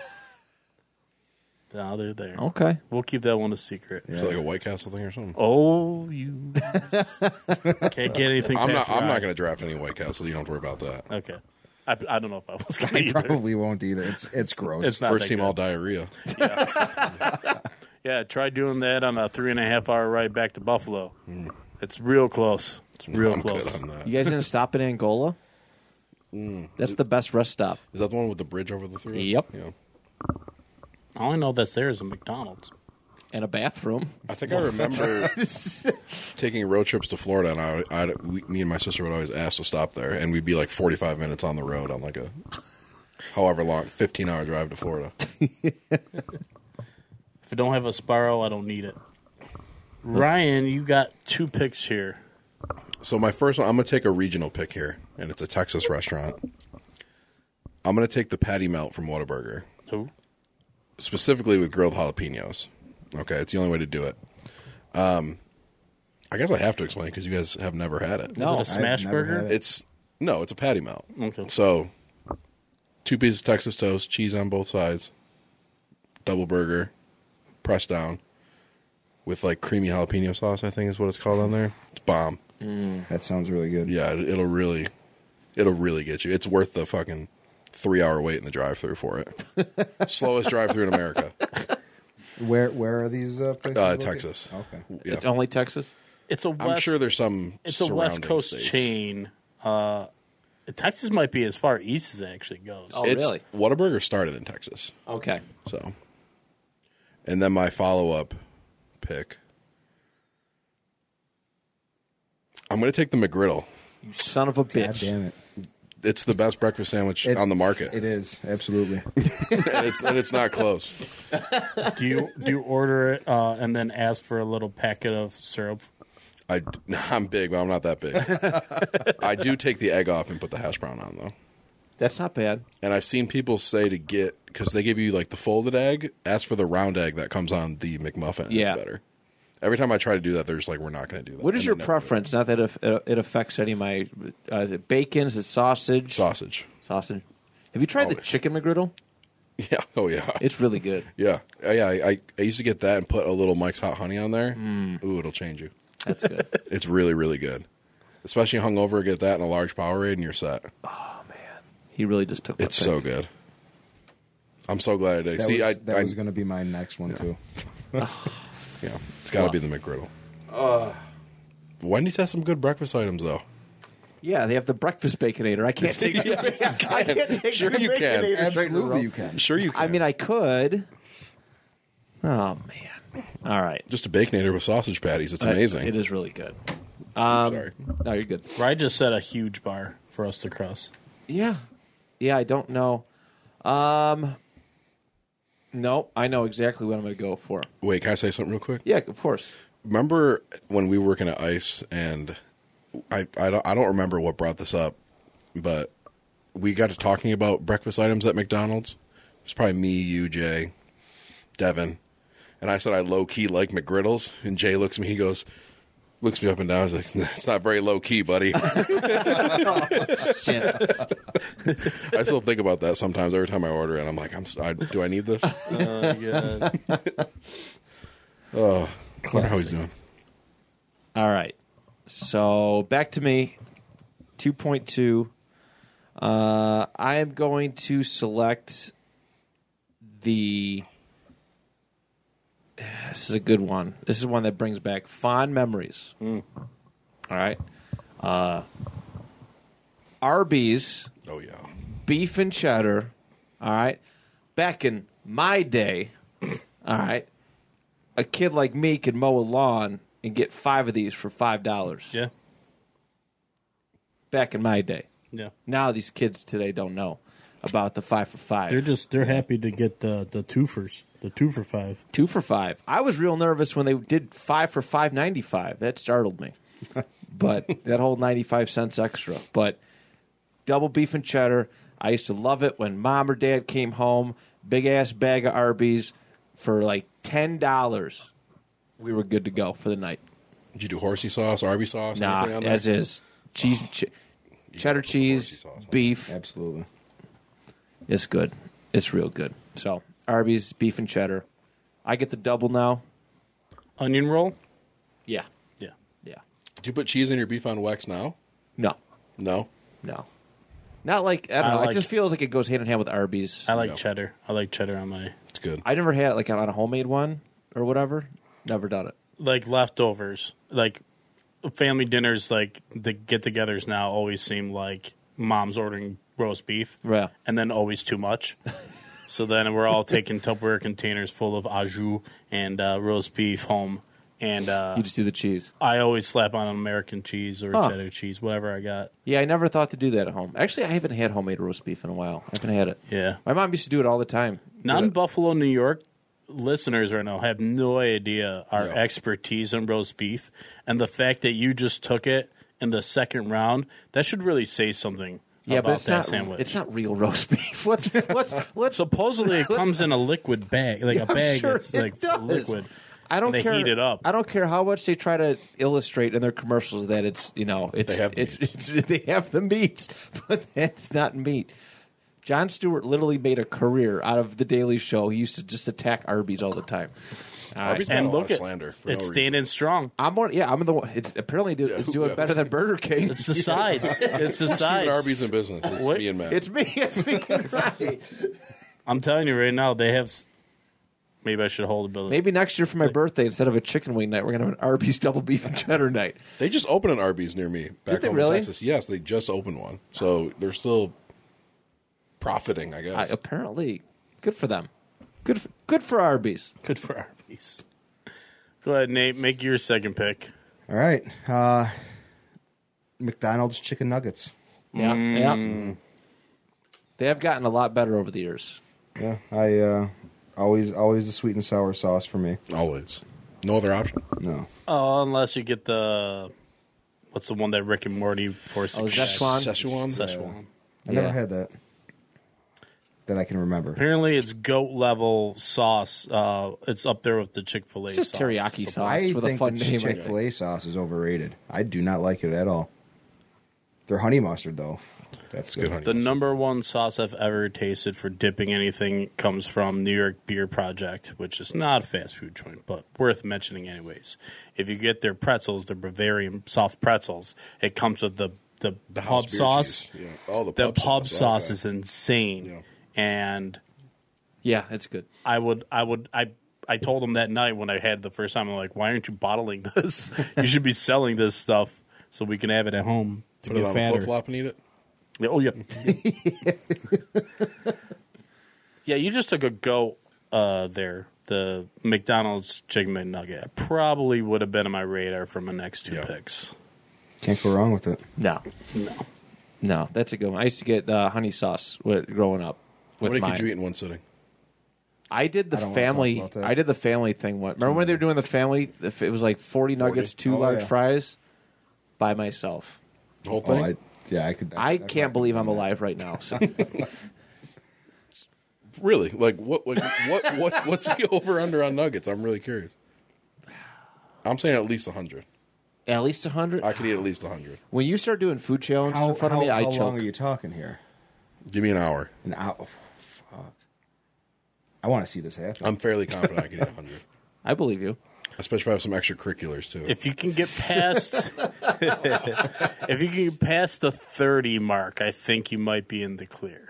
Speaker 2: now they're there.
Speaker 1: Okay.
Speaker 2: We'll keep that one a secret.
Speaker 4: Is that like a White Castle thing or something?
Speaker 2: Oh, you can't get anything.
Speaker 4: I'm
Speaker 2: past
Speaker 4: not.
Speaker 2: your
Speaker 4: I'm
Speaker 2: eye.
Speaker 4: not going to draft any White Castle. You don't have to worry about that.
Speaker 2: Okay, I, I don't know if I was gonna.
Speaker 3: I
Speaker 2: either.
Speaker 3: probably won't either. It's it's gross.
Speaker 2: It's not that
Speaker 4: First team
Speaker 2: good.
Speaker 4: all diarrhea.
Speaker 2: Yeah, try doing that on a three and a half hour ride back to Buffalo. It's real close. It's real
Speaker 4: I'm
Speaker 2: close.
Speaker 4: good on that.
Speaker 1: You guys didn't stop in Angola?
Speaker 4: Mm.
Speaker 1: That's the best rest stop.
Speaker 4: Is that the one with the bridge over the through?
Speaker 1: Yep.
Speaker 4: Yeah.
Speaker 2: All I know that's there is a McDonald's.
Speaker 1: And a bathroom.
Speaker 4: I think I remember taking road trips to Florida, and I, I we, me and my sister would always ask to stop there, and we'd be like 45 minutes on the road on like a however long, 15 hour drive to Florida.
Speaker 2: If I don't have a Sparrow, I don't need it. Ryan, you got two picks here.
Speaker 4: So my first one, I'm gonna take a regional pick here, and it's a Texas restaurant. I'm gonna take the patty melt from Whataburger.
Speaker 2: Who?
Speaker 4: specifically with grilled jalapenos. Okay, it's the only way to do it. Um, I guess I have to explain because you guys have never had it.
Speaker 2: Is
Speaker 1: No,
Speaker 2: it a
Speaker 1: I've
Speaker 2: smash
Speaker 3: never
Speaker 2: burger?
Speaker 3: had it.
Speaker 4: It's no, it's a patty melt.
Speaker 2: Okay.
Speaker 4: So two pieces of Texas toast, cheese on both sides, double burger, pressed down with like creamy jalapeno sauce. I think is what it's called on there. It's bomb.
Speaker 3: That sounds really good.
Speaker 4: Yeah, it, it'll really, it'll really get you. It's worth the fucking three hour wait in the drive through for it. [LAUGHS] Slowest drive through in America.
Speaker 2: [LAUGHS]
Speaker 3: Where where are these uh, places?
Speaker 4: Uh,
Speaker 3: located?
Speaker 4: Texas.
Speaker 3: Okay.
Speaker 4: Yeah.
Speaker 1: It's only Texas.
Speaker 2: It's a West,
Speaker 4: I'm sure there's some.
Speaker 2: it's a West
Speaker 4: surrounding
Speaker 2: Coast
Speaker 4: states.
Speaker 2: chain. Uh, Texas might be as far east as it actually goes.
Speaker 1: Oh.
Speaker 4: It's
Speaker 1: really?
Speaker 4: Whataburger started in Texas.
Speaker 1: Okay.
Speaker 4: So, and then my follow up pick. I'm going to take the McGriddle.
Speaker 1: You son of a
Speaker 3: God
Speaker 1: bitch.
Speaker 3: damn it.
Speaker 4: It's the best breakfast sandwich
Speaker 3: It-
Speaker 4: on the
Speaker 3: [LAUGHS]
Speaker 4: market,
Speaker 3: It is absolutely.
Speaker 4: [LAUGHS] and, it's, and it's not close.
Speaker 2: Do you do you order it uh, and then ask for a little packet of syrup?
Speaker 4: I, [LAUGHS] am big, but I'm not that
Speaker 3: [LAUGHS]
Speaker 4: big. I do take the egg off and put the hash brown on though.
Speaker 1: That's not bad.
Speaker 4: And I've seen people say to get because they give you like the folded egg. Ask for the round egg that comes on the McMuffin.
Speaker 1: Yeah.
Speaker 4: It's better. Every time I try to do that, they're just like, "We're not going to do that."
Speaker 1: What is
Speaker 4: And
Speaker 1: your
Speaker 4: they never do.
Speaker 1: preference? Not that it, it affects any of my. Uh, is it bacon? Is it sausage?
Speaker 4: Sausage. [LAUGHS]
Speaker 1: sausage. Have you tried the
Speaker 4: Always.
Speaker 1: chicken McGriddle?
Speaker 4: Yeah. Oh yeah.
Speaker 1: It's really good.
Speaker 4: Yeah, Uh, yeah. I, I, I used to get that and put a little Mike's Hot Honey on there. Ooh, it'll change you.
Speaker 1: Mm. That's good.
Speaker 4: [LAUGHS] It's really, really good. Especially hungover, get that and a large Powerade, and you're set.
Speaker 1: Oh, he really just took. my
Speaker 4: It's
Speaker 1: pick.
Speaker 4: so good. I'm so glad I did.
Speaker 3: That
Speaker 4: See,
Speaker 3: was,
Speaker 4: I,
Speaker 3: that
Speaker 4: I
Speaker 3: was going to be my next one too.
Speaker 4: yeah, it's got to be the McGriddle. Wendy's has some good breakfast items though.
Speaker 1: Yeah, they have the breakfast baconator. I
Speaker 4: [LAUGHS]
Speaker 1: can't take. two I can't take.
Speaker 4: Sure
Speaker 1: two
Speaker 4: you can.
Speaker 1: Baconators right in a row.
Speaker 3: Absolutely, you can.
Speaker 4: Sure, you. Can.
Speaker 1: I mean, I could. Oh man! All right,
Speaker 4: just a baconator with sausage patties. It's amazing.
Speaker 1: It is really good.
Speaker 4: Sorry.
Speaker 1: No, you're good.
Speaker 2: Rye just set a huge bar for us to cross.
Speaker 1: Yeah, yeah. I don't know. Um, no, I know exactly what I'm going to go for.
Speaker 4: Wait, can I say something real quick?
Speaker 1: Yeah, of course.
Speaker 4: remember when we were working at Ice and I I don't, I don't remember what brought this up, but we got to talking about breakfast items at McDonald's. It was probably me, you, Jay, Devin, and I said I low key like McGriddles, and Jay looks at me, he goes. Looks me up and down. He's like, "It's not very low key, buddy." I still think about that sometimes. Every time I order it, I'm like, "I'm. s- I, do I need this?" I Oh, wonder how he's doing.
Speaker 1: All right. So back to me. 2.2. Uh, I am going to select the. This is a good one. This is one that brings back fond memories. All right. Uh, Arby's
Speaker 4: Oh yeah,
Speaker 1: beef and cheddar. All right. Back in my day, [CLEARS THROAT] all right, a kid like me could mow a lawn and get five of these for five dollars.
Speaker 2: Yeah,
Speaker 1: Back in my day.
Speaker 2: yeah.
Speaker 1: Now these kids today don't know about the five for 5
Speaker 2: They're just they're happy to get the the twofers, the two for five.
Speaker 1: two for five. I was real nervous when they did five for five ninety five. That startled [LAUGHS] me. but that whole ninety five cents extra. But double beef and cheddar. I used to love it when mom or dad came home, big ass bag of Arby's for like ten dollars. We were good to go for the night.
Speaker 4: Did you do horsey sauce, Arby sauce?
Speaker 1: Nah,
Speaker 4: anything on there?
Speaker 1: as is cheese, che- cheddar
Speaker 4: put the horsey
Speaker 1: cheese,
Speaker 4: sauce on.
Speaker 1: beef.
Speaker 3: Absolutely.
Speaker 1: It's good. It's real good. So Arby's beef and cheddar. I get the double now.
Speaker 2: Onion roll.
Speaker 1: Yeah,
Speaker 2: Yeah,
Speaker 1: yeah.
Speaker 4: Do you put cheese in your beef on wax now?
Speaker 1: No,
Speaker 4: No.
Speaker 1: No. Not like I don't
Speaker 2: I
Speaker 1: know.
Speaker 2: like-
Speaker 1: it just feels like it goes hand in hand with Arby's.
Speaker 2: I like
Speaker 4: No.
Speaker 2: cheddar. I like cheddar on my
Speaker 4: It's good.
Speaker 1: I never had it like on a homemade one or whatever. Never done it.
Speaker 2: like leftovers, like family dinners, like the get-togethers now always seem like mom's ordering roast beef,
Speaker 1: Yeah.
Speaker 2: and then always
Speaker 1: [LAUGHS]
Speaker 2: too much. so then we're all taking Tupperware containers full of au jus and uh, roast beef home, and uh,
Speaker 1: You just do the cheese.
Speaker 2: I always slap on American cheese or
Speaker 1: Huh.
Speaker 2: cheddar cheese, whatever I got.
Speaker 1: Yeah, I never thought to do that at home. Actually, I haven't had homemade roast beef in a while. I haven't had it.
Speaker 2: Yeah,
Speaker 1: My mom used to do it all the time.
Speaker 2: non Buffalo, New York listeners right now have no idea our
Speaker 4: Yeah.
Speaker 2: expertise in roast beef and the fact that you just took it in the second round. That should really say something
Speaker 1: Yeah, but
Speaker 2: about
Speaker 1: it's
Speaker 2: that
Speaker 1: not
Speaker 2: sandwich.
Speaker 1: it's not real roast [LAUGHS] beef. Let's let's let's [LAUGHS]
Speaker 2: Supposedly, it comes in a liquid bag, like a
Speaker 1: I'm
Speaker 2: bag
Speaker 1: sure
Speaker 2: that's
Speaker 1: it
Speaker 2: like
Speaker 1: does.
Speaker 2: liquid.
Speaker 1: I don't
Speaker 2: and they
Speaker 1: care.
Speaker 2: heat it up.
Speaker 1: I don't care how much they try to illustrate in their commercials that it's you know it's
Speaker 4: They have the
Speaker 1: it's,
Speaker 4: meats.
Speaker 1: it's- [LAUGHS] they have the meats, but that's not meat. John Stewart literally made a career out of the Daily Show. He used to just attack Arby's all the time. All right.
Speaker 4: Arby's got
Speaker 2: and
Speaker 4: a lot
Speaker 2: look,
Speaker 4: of
Speaker 2: at,
Speaker 4: slander.
Speaker 2: it's
Speaker 4: for no reason.
Speaker 2: standing strong.
Speaker 1: I'm one. Yeah, I'm the one. It's apparently do,
Speaker 4: Yeah,
Speaker 1: it's
Speaker 4: who-
Speaker 1: doing
Speaker 4: yeah.
Speaker 1: better than Burger King.
Speaker 2: It's the sides. It's the
Speaker 4: Even
Speaker 2: sides.
Speaker 4: Arby's in business. It's
Speaker 2: What?
Speaker 4: me and
Speaker 1: [LAUGHS]
Speaker 4: Matt.
Speaker 1: It's me. It's
Speaker 4: [LAUGHS]
Speaker 1: me. right.
Speaker 2: I'm telling you right now, they have. s- Maybe I should hold a bill.
Speaker 1: Maybe next year for my birthday, instead of a chicken wing night, we're gonna have an Arby's double beef and cheddar night.
Speaker 4: They just opened an Arby's near me back
Speaker 1: they
Speaker 4: home
Speaker 1: really?
Speaker 4: in Texas. Yes, they just opened one, so they're still profiting. I
Speaker 1: I,
Speaker 4: guess.
Speaker 1: apparently, good for them. Good, for, good for Arby's.
Speaker 2: Good for Arby's. Go ahead, Nate. Make your second pick.
Speaker 3: All right. Uh, McDonald's chicken nuggets.
Speaker 1: Yeah, yeah. Mm. They have gotten a lot better over the years.
Speaker 3: Yeah, I uh, always always the sweet and sour sauce for me.
Speaker 4: Always, no other option.
Speaker 3: No,
Speaker 2: Oh, unless you get the what's the one that Rick and Morty forced
Speaker 1: Oh,
Speaker 2: to
Speaker 1: Zech-
Speaker 2: catch?
Speaker 1: Szechuan?
Speaker 4: Szechuan?
Speaker 2: Szechuan.
Speaker 3: I
Speaker 1: Yeah.
Speaker 3: never had that that I can remember.
Speaker 2: Apparently, it's goat level sauce. Uh, it's up there with the Chick Fil A.
Speaker 1: It's just teriyaki sauce
Speaker 3: I
Speaker 1: with a
Speaker 3: think
Speaker 1: fun
Speaker 3: the
Speaker 1: name.
Speaker 3: Chick Fil A sauce is overrated. I do not like it at all. Their honey mustard though, that's
Speaker 4: Good
Speaker 3: good.
Speaker 4: honey.
Speaker 2: The number one sauce I've ever tasted for dipping anything comes from New York Beer Project, which is not a fast food joint, but worth mentioning anyways. If you get their pretzels, their Bavarian soft pretzels, it comes with the the, pub
Speaker 4: house beer
Speaker 2: sauce.
Speaker 4: cheese. Yeah. Oh, the
Speaker 2: The
Speaker 4: pub
Speaker 2: pub,
Speaker 4: sauce,
Speaker 2: sauce
Speaker 4: okay.
Speaker 2: is insane,
Speaker 4: Yeah.
Speaker 2: and
Speaker 1: Yeah, it's good.
Speaker 2: I would, I would, I, I told them that night when I had it the first time, I'm like, why aren't you bottling [LAUGHS] this? you should be selling this stuff so we can have it at home to
Speaker 4: Put it
Speaker 2: get
Speaker 4: on
Speaker 2: fatter.
Speaker 4: flip flop and eat it.
Speaker 2: Yeah,
Speaker 1: [LAUGHS]
Speaker 2: Oh yeah. yeah, you just took a goat uh, there. The McDonald's chicken McNugget probably would have been on my radar for my next two
Speaker 4: Yeah.
Speaker 2: picks.
Speaker 3: Can't go wrong with it.
Speaker 1: No, no, no. That's a good one. I used to get uh, honey sauce with, growing up
Speaker 4: What
Speaker 1: with
Speaker 4: many
Speaker 1: mine.
Speaker 4: could you eat in one sitting?
Speaker 1: I did the
Speaker 3: don't wanna talk
Speaker 1: family.
Speaker 3: about that.
Speaker 1: I did the family thing. One. Remember when they were doing the family? the f- It was like forty nuggets, two
Speaker 3: Oh,
Speaker 1: large
Speaker 3: yeah.
Speaker 1: fries, by myself.
Speaker 4: The whole
Speaker 3: Oh,
Speaker 4: thing.
Speaker 3: I, yeah, I could.
Speaker 1: I
Speaker 3: could-
Speaker 1: can't believe I'm alive right now.
Speaker 3: [LAUGHS]
Speaker 1: So.
Speaker 4: Really? Like what? Like, what? What? What's the over under on nuggets? I'm really curious. I'm saying at least hundred.
Speaker 1: at least hundred.
Speaker 4: I could eat at least hundred.
Speaker 1: When you start doing food challenges
Speaker 3: How,
Speaker 1: in front
Speaker 3: how,
Speaker 1: of me, I
Speaker 3: how long
Speaker 1: choke.
Speaker 3: are you talking here?
Speaker 4: Give me an hour.
Speaker 3: An hour. oh, fuck. I want to see this happen.
Speaker 4: I'm fairly confident I could eat hundred, [LAUGHS]
Speaker 1: I believe you.
Speaker 4: especially if I have some extracurriculars too.
Speaker 2: If you can get past, [LAUGHS] if you can get past the thirty mark, I think you might be in the clear.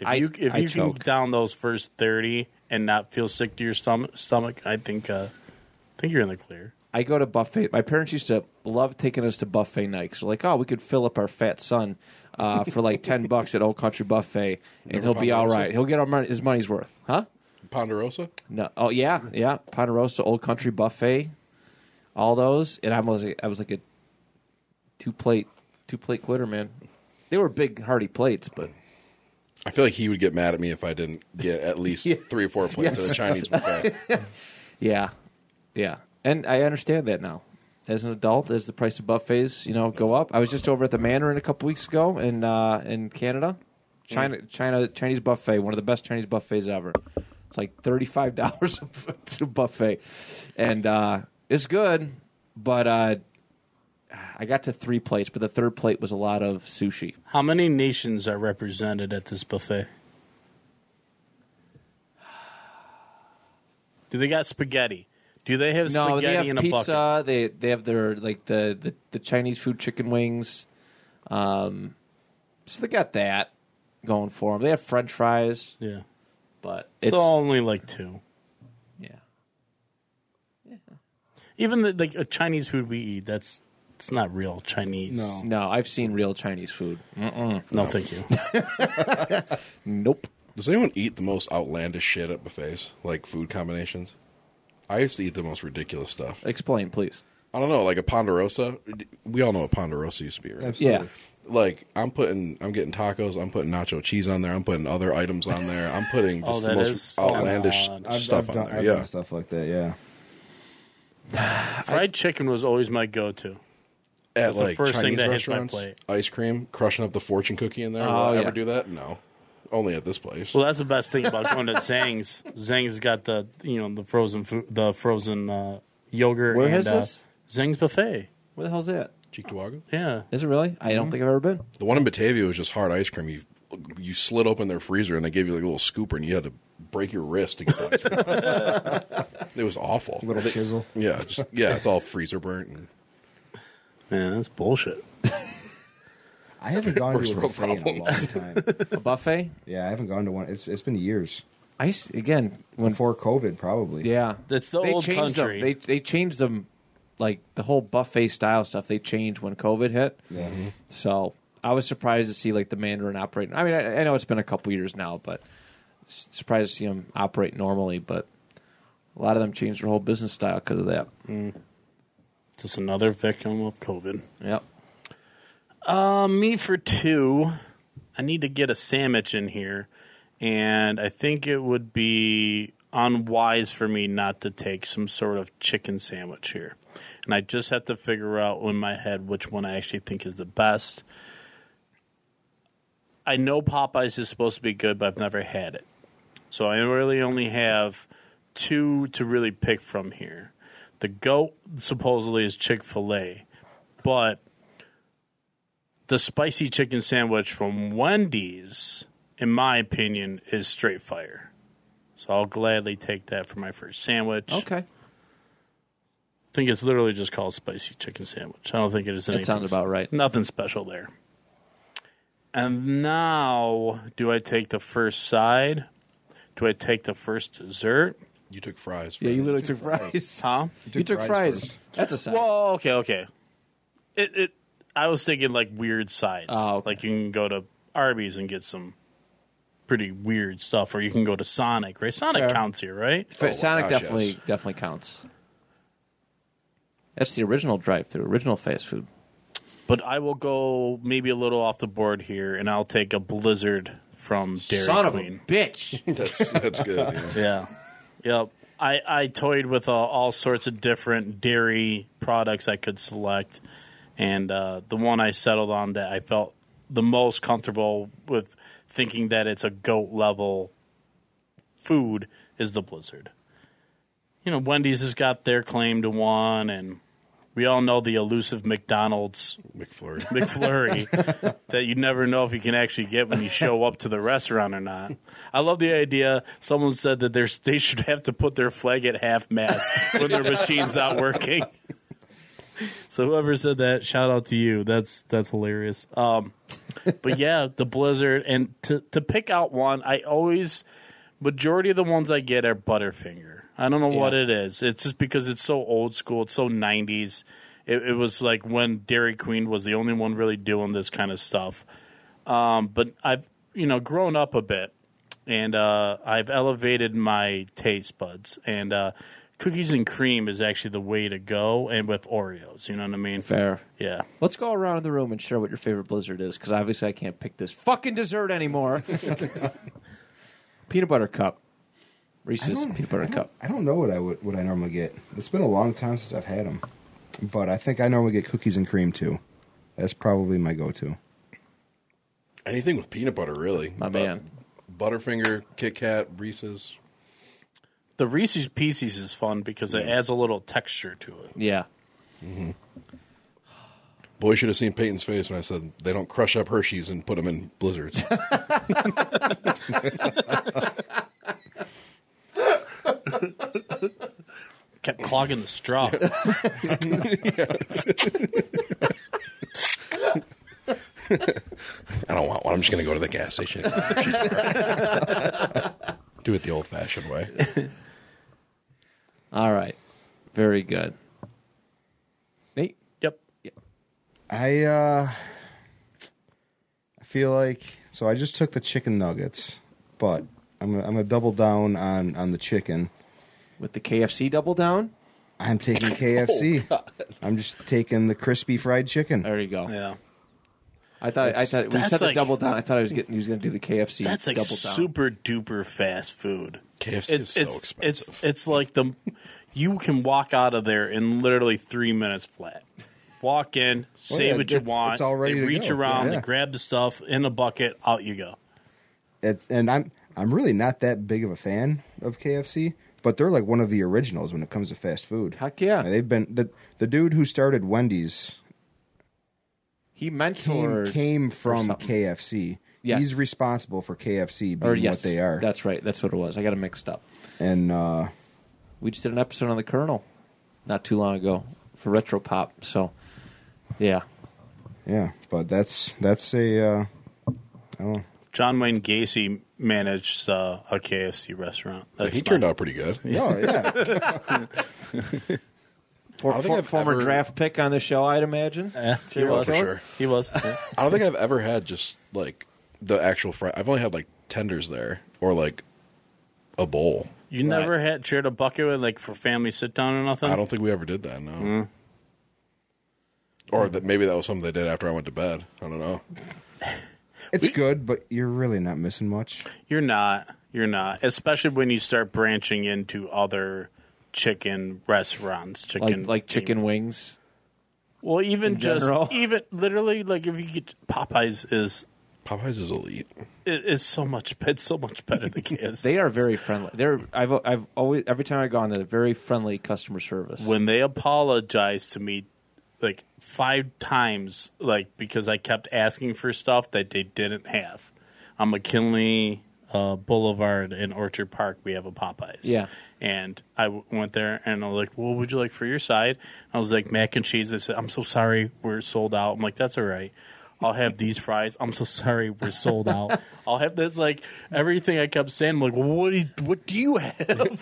Speaker 2: If
Speaker 1: I-
Speaker 2: you if
Speaker 1: I
Speaker 2: you
Speaker 1: choke.
Speaker 2: can down those first thirty and not feel sick to your stomach, stomach I think uh, I think you're in the clear.
Speaker 1: I go to buffet. My parents used to love taking us to buffet nights. They're like, oh, we could fill up our fat son uh, for like ten bucks at Old Country Buffet, and
Speaker 4: Never
Speaker 1: he'll be
Speaker 4: Ponderosa?
Speaker 1: all right. He'll get our money, his money's worth, huh?
Speaker 4: Ponderosa.
Speaker 1: No, oh yeah, yeah, Ponderosa, Old Country Buffet, all those, and I was I was like a two plate two plate quitter, man. They were big hearty plates, but
Speaker 4: I feel like he would get mad at me if I didn't get at least three or four plates of the Chinese buffet.
Speaker 1: yeah, yeah, and I understand that now. As an adult, as the price of buffets, you know, go up. I was just over at the Mandarin a couple weeks ago in uh, in Canada, China, China Chinese buffet, one of the best Chinese buffets ever. It's like thirty five [LAUGHS] dollars a buffet, and uh, it's good, but uh, I got to three plates, but the third plate was a lot of sushi.
Speaker 2: How many nations are represented at this buffet? Do they got spaghetti? Do they have spaghetti
Speaker 1: No, they have
Speaker 2: in a
Speaker 1: pizza.
Speaker 2: bucket?
Speaker 1: They they have their like the, the, the Chinese food chicken wings. Um, so they got that going for them. They have French fries,
Speaker 2: Yeah.
Speaker 1: but
Speaker 2: It's
Speaker 1: it's
Speaker 2: only like two.
Speaker 1: yeah.
Speaker 2: Even the, like a Chinese food we eat, that's it's not real Chinese.
Speaker 3: No.
Speaker 1: No, I've seen real Chinese food.
Speaker 2: No, thank you.
Speaker 1: Nope.
Speaker 4: Does anyone eat the most outlandish shit at buffets, like food combinations? I used to eat the most ridiculous stuff.
Speaker 1: Explain, please.
Speaker 4: I don't know, like a Ponderosa. We all know what Ponderosa used to be, right?
Speaker 1: Yeah,
Speaker 4: Like I'm putting, I'm getting tacos. I'm putting nacho cheese on there. I'm putting other items on there. I'm
Speaker 2: [LAUGHS]
Speaker 4: putting
Speaker 2: Oh,
Speaker 4: just the
Speaker 2: that
Speaker 4: most
Speaker 2: is-
Speaker 4: outlandish
Speaker 2: Come on.
Speaker 3: I've,
Speaker 4: stuff
Speaker 3: I've
Speaker 4: on
Speaker 3: done,
Speaker 4: there.
Speaker 3: I've
Speaker 4: yeah,
Speaker 3: done stuff like that. Yeah.
Speaker 2: Fried chicken was always my go to.
Speaker 4: at
Speaker 2: That's the
Speaker 4: like
Speaker 2: first thing
Speaker 4: Chinese
Speaker 2: that hits my
Speaker 4: restaurants,
Speaker 2: plate.
Speaker 4: ice cream, crushing up the fortune cookie in there. Will
Speaker 1: Oh,
Speaker 4: I
Speaker 1: yeah.
Speaker 4: ever do that? No, only at this place.
Speaker 2: Well, that's the best thing about going to Zhang's. [LAUGHS] Zhang's got the you know the frozen food, the frozen uh, yogurt.
Speaker 1: Where
Speaker 2: and,
Speaker 1: is
Speaker 2: uh,
Speaker 1: this?
Speaker 2: Zhang's buffet.
Speaker 1: Where the hell's that?
Speaker 4: Cheektowaga.
Speaker 2: Yeah,
Speaker 1: Is it really? I don't think I've ever been.
Speaker 4: The one in Batavia was just hard ice cream. You you slid open their freezer and they gave you like a little scooper and you had to break your wrist to get the ice cream.
Speaker 2: [LAUGHS]
Speaker 4: out. it was awful.
Speaker 3: Little
Speaker 4: They- [LAUGHS]
Speaker 3: chisel.
Speaker 4: Yeah, just, yeah, it's all freezer burnt. And
Speaker 2: man, that's bullshit.
Speaker 3: I haven't gone
Speaker 4: First
Speaker 3: to a
Speaker 4: world
Speaker 3: buffet in a long time.
Speaker 4: [LAUGHS]
Speaker 1: A buffet?
Speaker 3: yeah, I haven't gone to one. It's it's been years
Speaker 1: I used, again when
Speaker 3: before COVID, probably.
Speaker 1: yeah,
Speaker 2: That's the
Speaker 1: they
Speaker 2: old
Speaker 1: changed
Speaker 2: country.
Speaker 1: Them. They they changed them like the whole buffet style stuff. They changed when COVID hit.
Speaker 3: Yeah.
Speaker 1: So I was surprised to see like the Mandarin operating. I mean, I, I know it's been a couple years now, but s- surprised to see them operate normally. But a lot of them changed their whole business style because of that.
Speaker 2: Just another victim of COVID. Um,
Speaker 1: Yep.
Speaker 2: me for two. I need to get a sandwich in here, and I think it would be unwise for me not to take some sort of chicken sandwich here. And I just have to figure out in my head which one I actually think is the best. I know Popeyes is supposed to be good, but I've never had it. So I really only have two to really pick from here. The goat supposedly is Chick fil A, but the spicy chicken sandwich from Wendy's, in my opinion, is straight fire. So I'll gladly take that for my first sandwich.
Speaker 1: Okay.
Speaker 2: I think it's literally just called spicy chicken sandwich. I don't think it is anything.
Speaker 1: sounds about right.
Speaker 2: Nothing special there. And now, do I take the first side? Do I take the first dessert?
Speaker 4: you took fries.
Speaker 1: Yeah,
Speaker 4: for
Speaker 1: you
Speaker 4: it.
Speaker 1: literally took fries.
Speaker 2: Huh?
Speaker 1: [LAUGHS] You took
Speaker 3: fries
Speaker 1: fries. That's a side.
Speaker 2: Well, okay, okay. It, it. I was thinking like weird sides.
Speaker 1: Oh, okay.
Speaker 2: Like you can go to Arby's and get some pretty weird stuff, or you can go to Sonic. Right? Sonic
Speaker 1: Fair.
Speaker 2: counts here, right?
Speaker 1: But
Speaker 4: Oh,
Speaker 1: Sonic
Speaker 4: gosh,
Speaker 1: definitely
Speaker 4: yes.
Speaker 1: definitely counts. That's the original drive-through, original fast food.
Speaker 2: But I will go maybe a little off the board here, and I'll take a Blizzard from Dairy
Speaker 1: Son
Speaker 2: Queen.
Speaker 1: of a bitch. [LAUGHS]
Speaker 4: That's that's good.
Speaker 2: Yeah.
Speaker 4: yeah.
Speaker 2: Yep. I, I toyed with uh, all sorts of different dairy products I could select. And uh, the one I settled on that I felt the most comfortable with thinking that it's a goat level food is the Blizzard. You know, Wendy's has got their claim to one, and we all know the elusive McDonald's [LAUGHS]
Speaker 4: McFlurry.
Speaker 2: McFlurry that you never know if you can actually get when you show up to the restaurant or not. I love the idea. Someone said that there's, they should have to put their flag at half mast when their machine's not working. [LAUGHS] So whoever said that, shout out to you. That's that's hilarious. Um, but yeah, the Blizzard and to to pick out one, I always majority of the ones I get are Butterfinger. I don't know what it is. It's just because it's so old school. It's so '90s. It, it was like when Dairy Queen was the only one really doing this kind of stuff. Um, but I've you know grown up a bit, and uh, I've elevated my taste buds. And uh, cookies and cream is actually the way to go, and with Oreos. You know what I mean?
Speaker 1: Fair.
Speaker 2: Yeah.
Speaker 1: Let's go around the room and share what your favorite Blizzard is, because obviously I can't pick this fucking dessert
Speaker 2: [LAUGHS]
Speaker 1: anymore. peanut butter cup, Reese's peanut butter cup.
Speaker 3: I don't know what I would what I normally get. It's been a long time since I've had them, but I think I normally get cookies and cream too. That's probably my go-to.
Speaker 4: Anything with peanut butter, really.
Speaker 1: My
Speaker 4: Bu-
Speaker 1: man.
Speaker 4: Butterfinger, Kit Kat, Reese's.
Speaker 2: The Reese's Pieces is fun because it adds a little texture to it.
Speaker 1: Yeah.
Speaker 4: Boy, you should have seen Peyton's face when I said they don't crush up Hershey's and put them in blizzards.
Speaker 2: Kept clogging the straw.
Speaker 4: I don't want one. I'm just going to go to the gas station. Do it the old fashioned way.
Speaker 1: All right. Very good. Nate.
Speaker 2: yep.
Speaker 3: I uh, I feel like so I just took the chicken nuggets, but I'm gonna, I'm gonna double down on on the chicken.
Speaker 1: With the KFC double down. [LAUGHS]
Speaker 3: I'm
Speaker 1: Oh,
Speaker 3: taking KFC. I'm just taking the crispy fried chicken.
Speaker 1: There you go.
Speaker 2: Yeah.
Speaker 1: I thought I thought we
Speaker 2: That's
Speaker 1: said the
Speaker 2: like-
Speaker 1: double down. I thought I was getting he was going to do the KFC
Speaker 2: That's like
Speaker 1: double down.
Speaker 2: super duper fast food.
Speaker 4: KFC
Speaker 2: It-
Speaker 4: is so expensive.
Speaker 2: It's, it's like the you can walk out of there in literally three minutes flat. walk in, say
Speaker 3: yeah,
Speaker 2: what you
Speaker 3: it's-
Speaker 2: want.
Speaker 3: it's all ready
Speaker 2: they
Speaker 3: to
Speaker 2: reach
Speaker 3: go.
Speaker 2: around,
Speaker 3: Yeah.
Speaker 2: they grab the stuff in a bucket, out you go.
Speaker 3: It's, and I'm I'm really not that big of a fan of KFC, but they're like one of the originals when it comes to fast food.
Speaker 1: Heck yeah.
Speaker 3: they've been the the dude who started Wendy's
Speaker 1: He
Speaker 3: came,
Speaker 1: mentored
Speaker 3: came from
Speaker 1: something.
Speaker 3: KFC.
Speaker 1: Yes.
Speaker 3: He's responsible for KFC being
Speaker 1: or yes,
Speaker 3: what they are.
Speaker 1: That's right. That's what it was. I got it mixed up.
Speaker 3: and uh,
Speaker 1: We just did an episode on the Colonel not too long ago for Retro Pop. So, yeah,
Speaker 3: yeah, but that's that's a uh, I don't know.
Speaker 2: John Wayne Gacy managed uh, a KFC restaurant. That's
Speaker 4: he
Speaker 2: my-
Speaker 4: turned out pretty good.
Speaker 3: No,
Speaker 1: [LAUGHS]
Speaker 3: yeah.
Speaker 1: For,
Speaker 4: I don't think
Speaker 1: for-
Speaker 4: I've
Speaker 1: former
Speaker 4: ever-
Speaker 1: draft pick on the show, I'd imagine.
Speaker 2: Yeah, he
Speaker 1: Serial
Speaker 2: was.
Speaker 4: for
Speaker 1: killer?
Speaker 4: sure.
Speaker 2: He was. yeah.
Speaker 4: I don't think I've ever had just like the actual fry. I've only had like tenders there or like a bowl.
Speaker 2: You never had shared a bucket with like for family sit down or nothing.
Speaker 4: I don't think we ever did that. No. Or that maybe that was something they did after I went to bed. I don't know.
Speaker 3: it's good, but you're really not missing much.
Speaker 2: You're not. You're not. Especially when you start branching into other chicken restaurants, chicken
Speaker 1: Like like chicken wings.
Speaker 2: Well, even just
Speaker 1: general. [LAUGHS]
Speaker 2: even literally like if you get Popeyes is
Speaker 4: Popeyes is elite.
Speaker 2: it is so much it's so much
Speaker 1: [LAUGHS]
Speaker 2: better than KFC.
Speaker 1: They are very friendly. They're I've I've always every time I go on there, they're very friendly customer service.
Speaker 2: when they apologized to me like five times like because I kept asking for stuff that they didn't have. On McKinley uh, Boulevard in Orchard Park, we have a Popeyes.
Speaker 1: Yeah.
Speaker 2: And I w- went there and I was like, What would you like for your side? I was like, Mac and cheese. They said, I'm so sorry, we're sold out. I'm like, That's all right. I'll have these fries. I'm so sorry, we're sold out. I'll have this like everything I kept saying. I'm like, what do you, what do you have?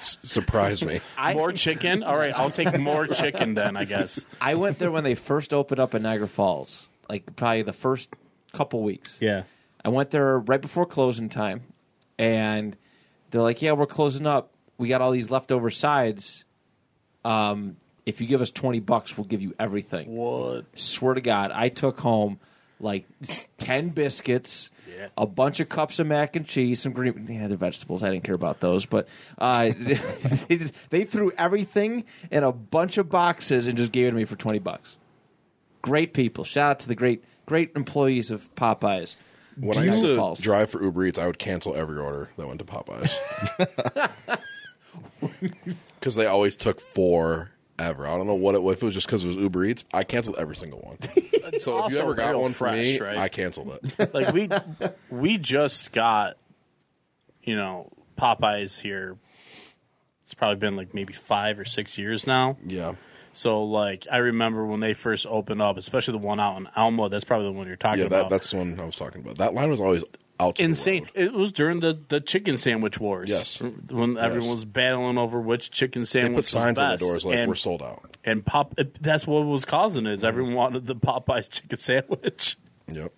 Speaker 2: [LAUGHS]
Speaker 4: Surprised me.
Speaker 2: more chicken? All right, I'll take [LAUGHS] more chicken then, I guess.
Speaker 1: I went there when they first opened up in Niagara Falls, like probably the first couple weeks.
Speaker 2: Yeah.
Speaker 1: I went there right before closing time, and they're like, "Yeah, we're closing up. We got all these leftover sides. Um, if you give us twenty bucks, we'll give you everything."
Speaker 2: What?
Speaker 1: Swear to God, I took home like s- ten biscuits,
Speaker 2: Yeah.
Speaker 1: a bunch of cups of mac and cheese, some green. Yeah, the vegetables. I didn't care about those, but uh, [LAUGHS] they, just- they threw everything in a bunch of boxes and just gave it to me for twenty bucks. Great people. Shout out to the great great employees of Popeyes.
Speaker 4: When
Speaker 1: Do
Speaker 4: I used
Speaker 1: you-
Speaker 4: to
Speaker 1: False.
Speaker 4: drive for Uber Eats, I would cancel every order that went to Popeyes
Speaker 2: [LAUGHS]
Speaker 4: because they always took forever. I don't know what it was. If it was just because it was Uber Eats, I canceled every single
Speaker 2: [LAUGHS]
Speaker 4: one. So if
Speaker 2: also
Speaker 4: you ever got
Speaker 2: real
Speaker 4: one for
Speaker 2: fresh,
Speaker 4: me,
Speaker 2: right?
Speaker 4: I canceled
Speaker 2: [LAUGHS]
Speaker 4: it.
Speaker 2: Like we we just got you know Popeyes here. It's probably been like maybe 5 or 6 years now.
Speaker 4: Yeah,
Speaker 2: So like I remember when they first opened up, especially the one out in Alma, that's probably the one you're talking
Speaker 4: yeah. That,
Speaker 2: about.
Speaker 4: that's the one I was talking about. That line was always out. to the
Speaker 2: insane.
Speaker 4: road.
Speaker 2: It was during the, the chicken sandwich wars.
Speaker 4: Yes.
Speaker 2: When everyone was battling over which chicken
Speaker 4: They
Speaker 2: sandwich
Speaker 4: put signs
Speaker 2: was
Speaker 4: on the
Speaker 2: best.
Speaker 4: doors like
Speaker 2: and,
Speaker 4: "We're sold out."
Speaker 2: and pop that's what was causing it is everyone wanted the Popeyes chicken sandwich. [LAUGHS]
Speaker 4: Yep.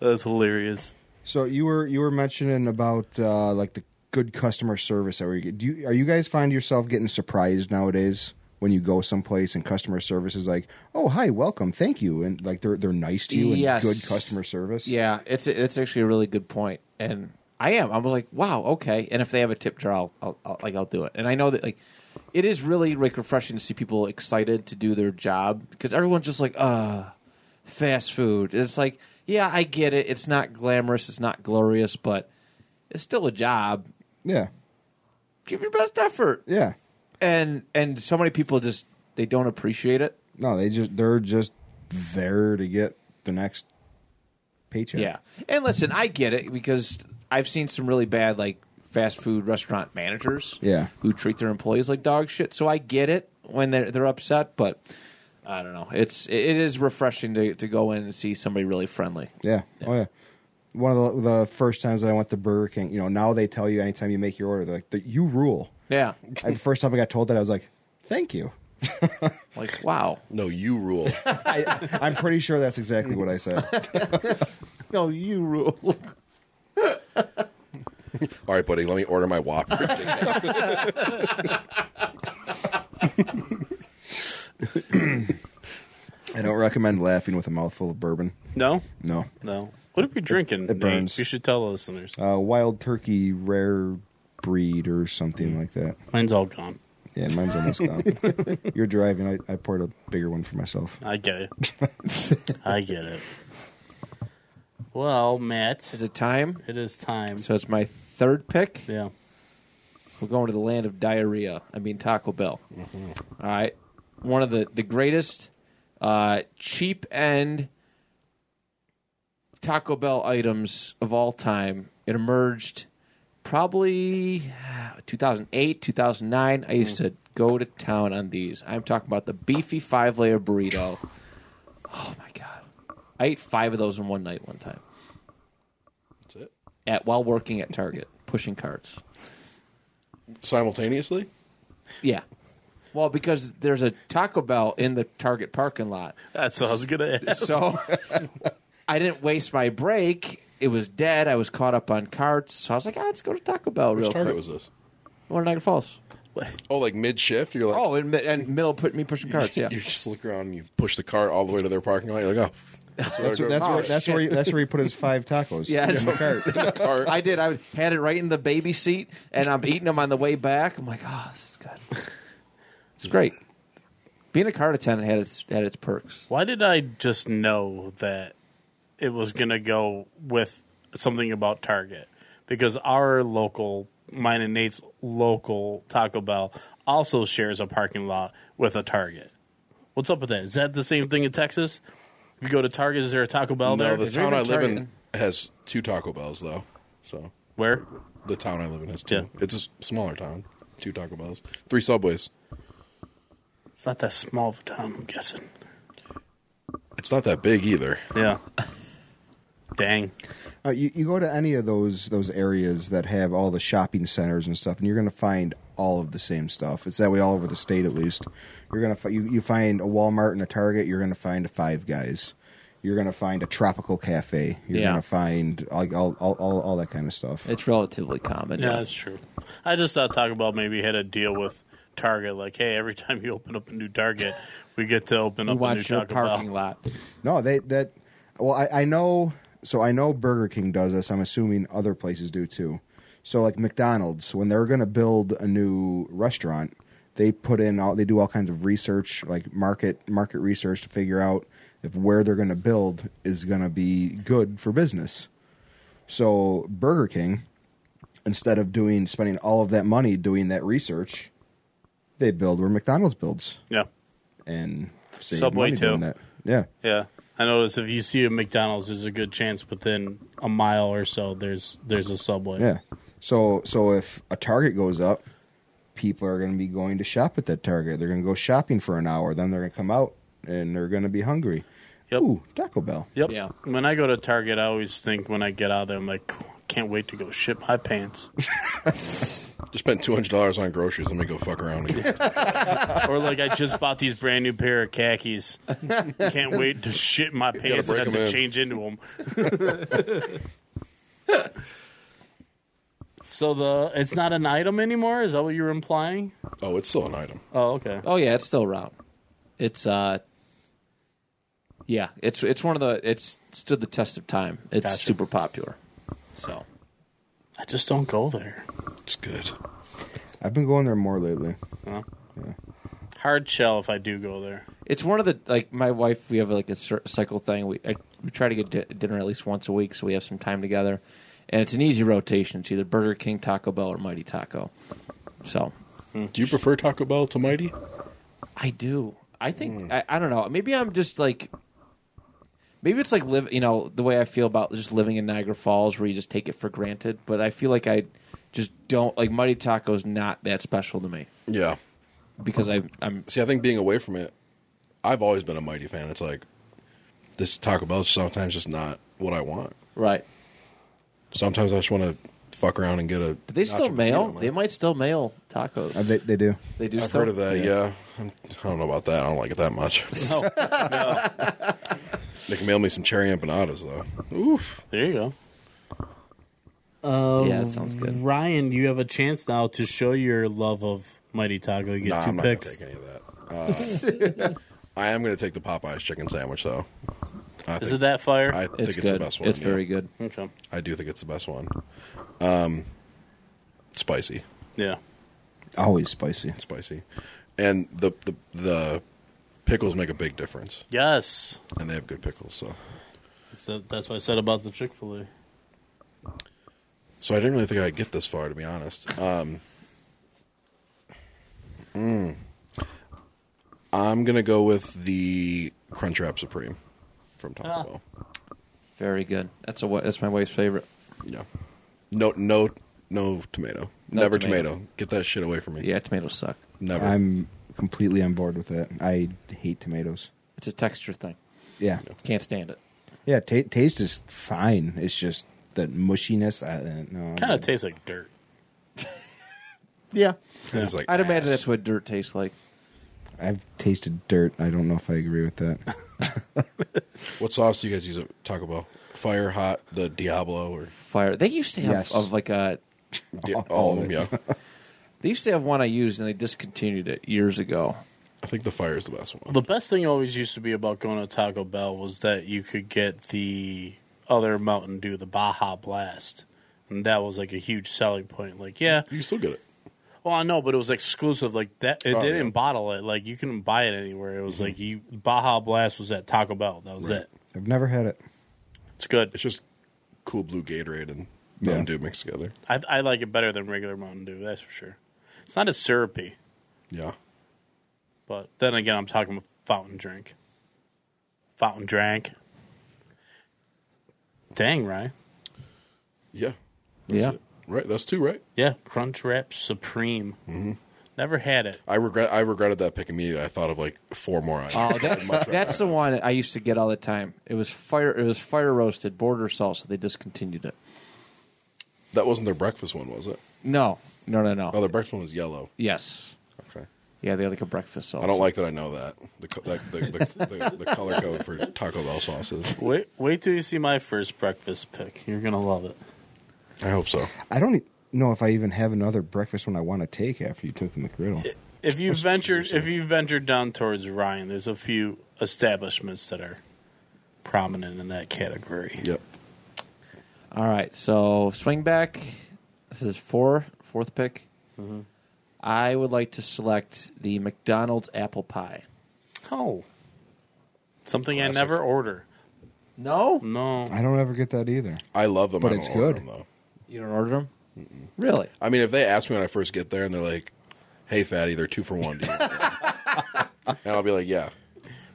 Speaker 2: That's hilarious.
Speaker 3: So you were you were mentioning about uh, like the good customer service that we get. Do you, are you guys find yourself getting surprised nowadays when you go someplace and customer service is like, oh hi, welcome, thank you, and like they're they're nice to you and
Speaker 1: Yes.
Speaker 3: good customer service.
Speaker 1: Yeah, it's it's actually a really good point, and I am. I'm like, wow, okay. And if they have a tip jar, I'll, I'll, I'll like I'll do it. And I know that like it is really like refreshing to see people excited to do their job because everyone's just like, uh, fast food. And it's like, yeah, I get it. It's not glamorous. It's not glorious, but it's still a job.
Speaker 3: yeah,
Speaker 1: Give your best effort.
Speaker 3: yeah.
Speaker 1: And and so many people just they don't appreciate it.
Speaker 3: No, they just they're just there to get the next paycheck.
Speaker 1: Yeah. And listen, I get it because I've seen some really bad like fast food restaurant managers
Speaker 3: Yeah.
Speaker 1: who treat their employees like dog shit. So I get it when they're they're upset, but I don't know. It's it is refreshing to, to go in and see somebody really friendly.
Speaker 3: Yeah. Oh yeah. One of the, the first times that I went to Burger King, you know, now they tell you anytime you make your order, they're like, you rule.
Speaker 1: Yeah.
Speaker 3: And the first time I got told that, I was like, thank you.
Speaker 1: Like wow.
Speaker 4: No, you
Speaker 2: [LAUGHS]
Speaker 4: rule.
Speaker 3: I, I'm pretty sure that's exactly what I said.
Speaker 1: [LAUGHS] No, you rule.
Speaker 4: All right, buddy. Let me order
Speaker 2: [LAUGHS]
Speaker 4: my Whopper.
Speaker 3: I don't recommend laughing with a mouthful of bourbon.
Speaker 2: No?
Speaker 3: No.
Speaker 2: No. What are we drinking?
Speaker 3: it burns.
Speaker 2: Nate? You should tell the listeners.
Speaker 3: Uh, wild turkey, rare breed or something like that.
Speaker 2: Mine's all gone.
Speaker 3: Yeah, mine's almost gone. You're driving. I, I poured a bigger one for myself.
Speaker 2: I get
Speaker 3: [LAUGHS]
Speaker 2: it. I get it. Well, Matt,
Speaker 1: Is it time?
Speaker 2: it is time.
Speaker 1: So it's my third pick.
Speaker 2: yeah.
Speaker 1: We're going to the land of diarrhea. I mean Taco Bell. All right, one of the the greatest uh, cheap end Taco Bell items of all time. It emerged probably uh, 2008, 2009. I used to go to town on these. I'm talking about the beefy five layer burrito. Oh my god, I ate five of those in one night one time
Speaker 4: That's it.
Speaker 1: at while working at Target pushing carts.
Speaker 4: Simultaneously?
Speaker 1: Yeah. Well, because there's a Taco Bell in the Target parking lot.
Speaker 2: That's what I was gonna ask.
Speaker 1: So [LAUGHS] I didn't waste my break. It was dead. I was caught up on carts. So I was like, ah, let's go to Taco Bell
Speaker 4: Which
Speaker 1: real
Speaker 4: target
Speaker 1: quick.
Speaker 4: was this?
Speaker 1: One Niagara Falls.
Speaker 2: [LAUGHS]
Speaker 4: Oh, like mid shift? You're like,
Speaker 1: Oh, and, mi- and middle put me pushing carts. [LAUGHS] Yeah.
Speaker 4: You just look around and you push the cart all the way to their parking lot. You're like, oh,
Speaker 3: That's, where- that's,
Speaker 1: Oh,
Speaker 3: where, that's, where he, that's where he put his five tacos.
Speaker 1: Yeah,
Speaker 3: in the cart.
Speaker 4: cart.
Speaker 1: I did. I had it right in the baby seat, and I'm eating them on the way back. I'm like, oh, this is good. It's great. Being a cart attendant had its had its perks.
Speaker 2: Why did I just know that it was gonna go with something about Target? Because our local, mine and Nate's local Taco Bell also shares a parking lot with a Target. What's up with that? Is that the same thing in Texas? If you go to Target, is there a Taco Bell
Speaker 4: no,
Speaker 2: there?
Speaker 4: the
Speaker 1: Is there
Speaker 4: town I
Speaker 1: even
Speaker 4: live in
Speaker 1: Target?
Speaker 4: has two Taco Bells, though. So
Speaker 2: Where?
Speaker 4: the town I live in has two.
Speaker 2: Yeah.
Speaker 4: It's a s- smaller town. Two Taco Bells, three Subways.
Speaker 2: It's not that small of a town, I'm guessing.
Speaker 4: It's not that big either. [LAUGHS]
Speaker 2: Yeah. Dang.
Speaker 3: Uh, you, you go to any of those those areas that have all the shopping centers and stuff, and you're going to find all of the same stuff. It's that way all over the state, at least. You're going to fi- you, you find a Walmart and a Target. You're going to find a Five Guys. You're going to find a tropical cafe. You're
Speaker 1: Yeah.
Speaker 3: going to find like all, all, all, all that kind of stuff.
Speaker 1: It's relatively common.
Speaker 2: Yeah, that's true. I just thought Taco Bell maybe had a deal with Target, like, hey, every time you open up a new Target, we get to open
Speaker 1: We
Speaker 2: up a new
Speaker 1: watch your
Speaker 2: Taco
Speaker 1: parking
Speaker 2: Bell.
Speaker 1: lot.
Speaker 3: No, they that. Well, I, I know. So I know Burger King does this. I'm assuming other places do too. So like McDonald's, when they're going to build a new restaurant, they put in all they do all kinds of research, like market market research to figure out if where they're going to build is going to be good for business. So Burger King, instead of doing spending all of that money doing that research, they build where McDonald's builds
Speaker 2: Yeah,
Speaker 3: and save
Speaker 2: Subway,
Speaker 3: money doing
Speaker 2: too.
Speaker 3: that. Yeah.
Speaker 2: yeah. I notice if you see a McDonald's, there's a good chance within a mile or so there's there's a Subway.
Speaker 3: Yeah. So so if a Target goes up, people are going to be going to shop at that Target. They're going to go shopping for an hour. Then they're going to come out and they're going to be hungry.
Speaker 2: Yep.
Speaker 3: Ooh, Taco Bell.
Speaker 2: Yep.
Speaker 1: Yeah.
Speaker 2: When I go to Target, I always think when I get out of there, I'm like, can't wait to go ship my pants.
Speaker 4: Just spent two hundred dollars on groceries. Let me go fuck around. Again.
Speaker 2: or like, I just bought these brand new pair of khakis. Can't wait to shit my pants and
Speaker 4: break
Speaker 2: have
Speaker 4: 'em
Speaker 2: to
Speaker 4: in.
Speaker 2: change into them. [LAUGHS] so the it's not an item anymore. Is that what you're implying?
Speaker 4: oh, it's still an item.
Speaker 2: Oh, okay.
Speaker 1: Oh yeah, it's still around. It's uh Yeah, it's it's one of the it's stood the test of time. It's
Speaker 2: Gotcha.
Speaker 1: super popular. So
Speaker 2: I just don't go there.
Speaker 4: It's good.
Speaker 3: I've been going there more lately.
Speaker 2: Hard shell if I do go there.
Speaker 1: it's one of the like my wife. We have like a cir- cycle thing. We I, we try to get di- dinner at least once a week, so we have some time together. And it's an easy rotation. It's either Burger King, Taco Bell, or Mighty Taco. So
Speaker 4: Do you prefer Taco Bell to Mighty?
Speaker 1: I do. I
Speaker 4: Hmm.
Speaker 1: think I, I don't know. Maybe I'm just like maybe it's like live you know, the way I feel about just living in Niagara Falls where you just take it for granted, but I feel like I just don't like Mighty Taco's not that special to me
Speaker 4: Yeah.
Speaker 1: because I I'm
Speaker 4: See, I think being away from it, I've always been a Mighty fan. It's like this Taco Bell is sometimes just not what I want.
Speaker 1: right.
Speaker 4: Sometimes I just want to fuck around and get a.
Speaker 1: Do they still
Speaker 4: nacho
Speaker 1: mail?
Speaker 4: burrito, man.
Speaker 1: They might still mail tacos.
Speaker 3: Uh, They, they do.
Speaker 1: they do
Speaker 4: I've
Speaker 1: still
Speaker 4: heard of that. Yeah, I'm- I don't know about that. I don't like it that
Speaker 1: [LAUGHS]
Speaker 4: much.
Speaker 2: No, no.
Speaker 4: they can mail me some cherry empanadas though. Oof.
Speaker 2: There you go.
Speaker 1: Yeah, that sounds good.
Speaker 2: Ryan, you have a chance now to show your love of Mighty Taco. You get
Speaker 4: Nah,
Speaker 2: 2
Speaker 4: I'm not
Speaker 2: picks.
Speaker 4: gonna take any of that. Uh, [LAUGHS] I am gonna take the Popeyes chicken sandwich though. I
Speaker 2: Is it
Speaker 4: think,
Speaker 2: that fire?
Speaker 4: I think
Speaker 1: It's
Speaker 4: it's,
Speaker 1: good.
Speaker 4: the best one.
Speaker 1: it's
Speaker 4: yeah.
Speaker 1: very good.
Speaker 2: okay.
Speaker 4: I do think it's the best one. Um, spicy.
Speaker 2: Yeah.
Speaker 3: Always spicy.
Speaker 4: spicy, and the the the pickles make a big difference,
Speaker 2: Yes.
Speaker 4: and they have good pickles. So
Speaker 2: So that's what I said about the Chick fil A.
Speaker 4: so I didn't really think I'd get this far, to be honest. Um, mm. I'm gonna go with the Crunchwrap Supreme from Taco
Speaker 2: Ah.
Speaker 4: Bell.
Speaker 1: Very good. That's a wa- that's my wife's favorite.
Speaker 4: Yeah. No, no, no tomato.
Speaker 1: No
Speaker 4: Never
Speaker 1: tomato.
Speaker 4: tomato. Get that shit away from me.
Speaker 1: Yeah, tomatoes suck.
Speaker 4: Never.
Speaker 3: I'm completely on board with that. I hate tomatoes.
Speaker 1: It's a texture thing.
Speaker 3: Yeah,
Speaker 1: Can't stand it.
Speaker 3: yeah. ta taste is fine. It's just that mushiness. I, no,
Speaker 2: Kind of tastes like dirt.
Speaker 1: Yeah,
Speaker 4: It's like
Speaker 1: I'd imagine
Speaker 4: ass.
Speaker 1: that's what dirt tastes like.
Speaker 3: I've tasted dirt. I don't know if I agree with that.
Speaker 4: What sauce do you guys use at Taco Bell? Fire hot, the Diablo, or
Speaker 1: Fire. They used to have
Speaker 3: Yes.
Speaker 1: of like a.
Speaker 4: Di- all, of them? Yeah,
Speaker 1: They used to have one I used and they discontinued it years ago.
Speaker 4: I think the fire is the best one.
Speaker 2: The best thing always used to be about going to Taco Bell was that you could get the other Mountain Dew, the Baja Blast. And that was like a huge selling point. Like, yeah,
Speaker 4: You can still get it.
Speaker 2: well, I know, but it was exclusive. Like that, it
Speaker 4: Oh,
Speaker 2: didn't
Speaker 4: yeah. Mm-hmm.
Speaker 2: bottle it. Like you couldn't buy it anywhere. It was like you Baja Blast was at Taco Bell. That was
Speaker 4: Right.
Speaker 2: it.
Speaker 3: I've never had it.
Speaker 2: It's good.
Speaker 4: It's just cool blue Gatorade and Mountain
Speaker 3: Yeah.
Speaker 4: Dew mixed together.
Speaker 2: I, I like it better than regular Mountain Dew. That's for sure. It's not as syrupy,
Speaker 4: Yeah,
Speaker 2: but then again, I'm talking about fountain drink. Fountain drink. Dang, Ryan.
Speaker 4: yeah,
Speaker 1: yeah.
Speaker 4: it. right. That's two, right?
Speaker 2: Yeah, Crunch Wrap Supreme.
Speaker 4: Mm-hmm.
Speaker 2: Never had it.
Speaker 4: I regret. I regretted that pick immediately. I thought of like four more items.
Speaker 1: Oh,
Speaker 4: I'd
Speaker 1: that's
Speaker 4: much rather
Speaker 1: that's
Speaker 4: have
Speaker 1: the
Speaker 4: that.
Speaker 1: one I used to get all the time. It was fire. It was fire roasted border salsa. They discontinued it.
Speaker 4: [LAUGHS] That wasn't their breakfast one, was it?
Speaker 1: No, no, no, no.
Speaker 4: Oh, their breakfast one was yellow.
Speaker 1: yes,
Speaker 4: Okay.
Speaker 1: yeah, they had like a breakfast salsa.
Speaker 4: I don't like that I know that the co- that, the, the, the, the color code for Taco Bell sauces.
Speaker 2: Wait, wait till you see my first breakfast pick. You're gonna love it.
Speaker 4: I hope so.
Speaker 3: I don't e- know if I even have another breakfast one I want to take after you took the McGriddle.
Speaker 2: If
Speaker 4: [LAUGHS]
Speaker 2: you venture, if you venture down towards Ryan, there's a few establishments that are prominent in that category.
Speaker 4: Yep.
Speaker 1: All right, so swing back. This is four, fourth pick.
Speaker 4: Mm-hmm.
Speaker 1: I would like to select the McDonald's apple pie.
Speaker 2: Oh, something
Speaker 4: Classic.
Speaker 2: I never order.
Speaker 1: No,
Speaker 2: No,
Speaker 3: I don't ever get that either.
Speaker 4: I love them,
Speaker 3: But
Speaker 4: I don't
Speaker 3: it's
Speaker 4: order
Speaker 3: good.
Speaker 4: them, though.
Speaker 1: you don't order them. Really?
Speaker 4: I mean, if they ask me when I first get there and they're like, "Hey, fatty, they're two for one," do you [LAUGHS] want one?" and I'll be like, "Yeah,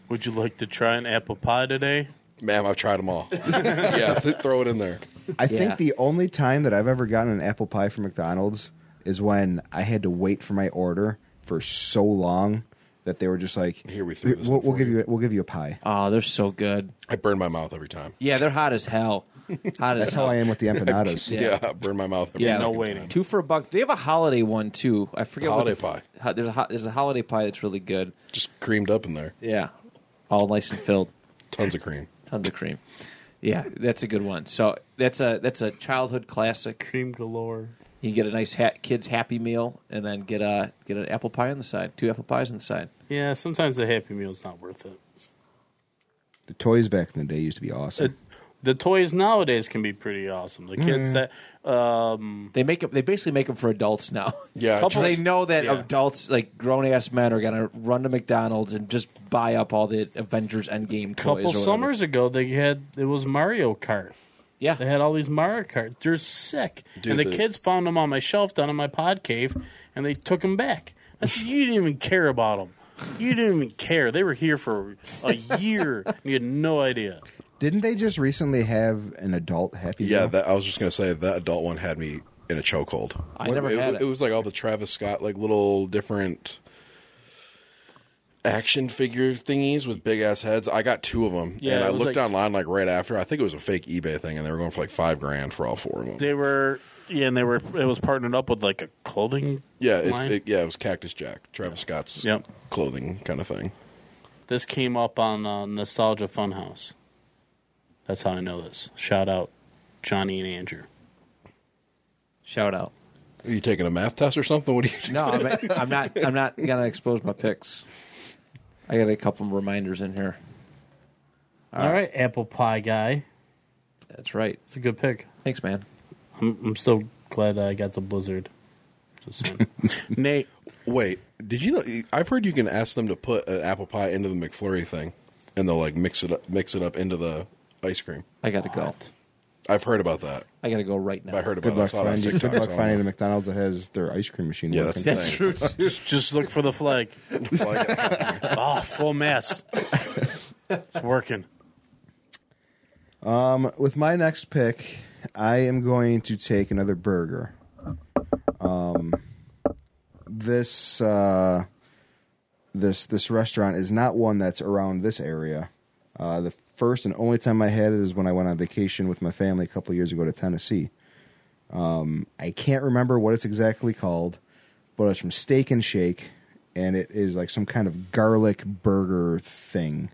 Speaker 2: would you like to try an apple pie today?
Speaker 4: ma'am, I've tried them [LAUGHS] all. yeah, th- throw it in there.
Speaker 3: I
Speaker 1: Yeah.
Speaker 3: think the only time that I've ever gotten an apple pie from McDonald's is when I had to wait for my order for so long that they were just like,
Speaker 4: Here, we threw this
Speaker 3: we'll,
Speaker 4: in
Speaker 3: we'll
Speaker 4: for
Speaker 3: give
Speaker 4: you."
Speaker 3: you, we'll give you a pie."
Speaker 1: Oh, they're so good.
Speaker 4: I burn my mouth every time.
Speaker 1: Yeah, they're hot as
Speaker 4: [LAUGHS]
Speaker 1: hell. Hot as
Speaker 3: That's how
Speaker 1: hell.
Speaker 3: I am
Speaker 2: [LAUGHS]
Speaker 3: with the empanadas.
Speaker 1: Yeah.
Speaker 4: Yeah, I burn my mouth. Every
Speaker 1: Yeah,
Speaker 4: fucking
Speaker 2: no
Speaker 4: time.
Speaker 2: waiting.
Speaker 1: Two for a buck. They have a holiday one too. I forget
Speaker 4: Holiday
Speaker 1: what the-
Speaker 4: pie.
Speaker 1: ho- There's a ho- there's a holiday pie that's really good.
Speaker 4: Just creamed up in there.
Speaker 1: Yeah, all nice and filled,
Speaker 4: Tons of cream.
Speaker 1: tons of cream. Yeah, that's a good one. So that's a that's a childhood classic.
Speaker 2: Cream galore.
Speaker 1: You can get a nice ha- kids happy meal, and then get a get an apple pie on the side, two apple pies on the side.
Speaker 2: Yeah, sometimes the Happy Meal's not worth it.
Speaker 3: The toys back in the day used to be
Speaker 2: Uh,
Speaker 3: awesome.
Speaker 2: The toys nowadays can be pretty awesome. The kids
Speaker 4: Mm-hmm.
Speaker 2: that um,
Speaker 1: They make 'em- They basically make them for adults now. [LAUGHS]
Speaker 4: Yeah,
Speaker 2: Couple-
Speaker 1: They know that
Speaker 2: Yeah.
Speaker 1: adults, like grown ass men, are gonna run to McDonald's and just buy up all the Avengers Endgame toys. or
Speaker 2: couple
Speaker 1: whatever.
Speaker 2: summers ago they had it was Mario Kart.
Speaker 1: yeah,
Speaker 2: They had all these Mario Kart. They're sick,
Speaker 4: Dude,
Speaker 2: and the,
Speaker 4: the-
Speaker 2: kids found them on my shelf down in my pod cave, and they took them back. I said, "You didn't even care about them. You didn't even care. They were here for a year. and you had no idea."
Speaker 3: Didn't they just recently have an adult happy?
Speaker 4: Yeah,
Speaker 3: Meal?
Speaker 4: that, I was just gonna say that adult one had me in a chokehold.
Speaker 1: I never had it.
Speaker 4: It was like all the Travis Scott like little different action figure thingies with big ass heads. I got two of them,
Speaker 2: Yeah,
Speaker 4: and
Speaker 2: it
Speaker 4: I
Speaker 2: was
Speaker 4: looked
Speaker 2: like-
Speaker 4: online like right after. I think it was a fake eBay thing, and they were going for like five grand for all four of them.
Speaker 2: They were, yeah, and they were. It was partnered up with like a clothing.
Speaker 4: yeah, it's,
Speaker 2: line.
Speaker 4: it, yeah, it was Cactus Jack, Travis Scott's
Speaker 2: Yep.
Speaker 4: clothing kind of thing.
Speaker 2: This came up on uh, Nostalgia Funhouse. That's how I know this. Shout out Johnny and Andrew.
Speaker 1: shout out.
Speaker 4: Are you taking a math test or something? What are you? Doing?
Speaker 1: No, I'm, I'm not. I'm not gonna expose my picks. I got a couple reminders in here.
Speaker 2: all right, apple pie guy.
Speaker 1: That's right.
Speaker 2: It's a good pick.
Speaker 1: Thanks, man.
Speaker 2: I'm, I'm so glad that I got the Blizzard. Just [LAUGHS] saying. Nate,
Speaker 4: Wait, did you know? I've heard you can ask them to put an apple pie into the McFlurry thing, and they'll like mix it up, mix it up into the ice cream.
Speaker 1: I gotta go.
Speaker 4: I've heard about that.
Speaker 1: I gotta go right now.
Speaker 4: I heard
Speaker 3: Good
Speaker 4: about. it. I
Speaker 3: luck,
Speaker 4: saw it on
Speaker 3: finding,
Speaker 4: TikTok,
Speaker 3: good luck
Speaker 4: so I'm
Speaker 3: finding a McDonald's that has their ice cream machine.
Speaker 4: Yeah,
Speaker 3: working.
Speaker 4: that's-
Speaker 2: that's true. just, [LAUGHS] just look for the flag.
Speaker 4: like, "Well, I got-
Speaker 2: Oh, full mess. It's working.
Speaker 3: With my next pick, I am going to take another burger. Um, this uh, this this restaurant is not one that's around this area. Uh, the first and only time I had it is when I went on vacation with my family a couple years ago to Tennessee. Um, I can't remember what it's exactly called, but it's from Steak and Shake, and it is like some kind of garlic burger thing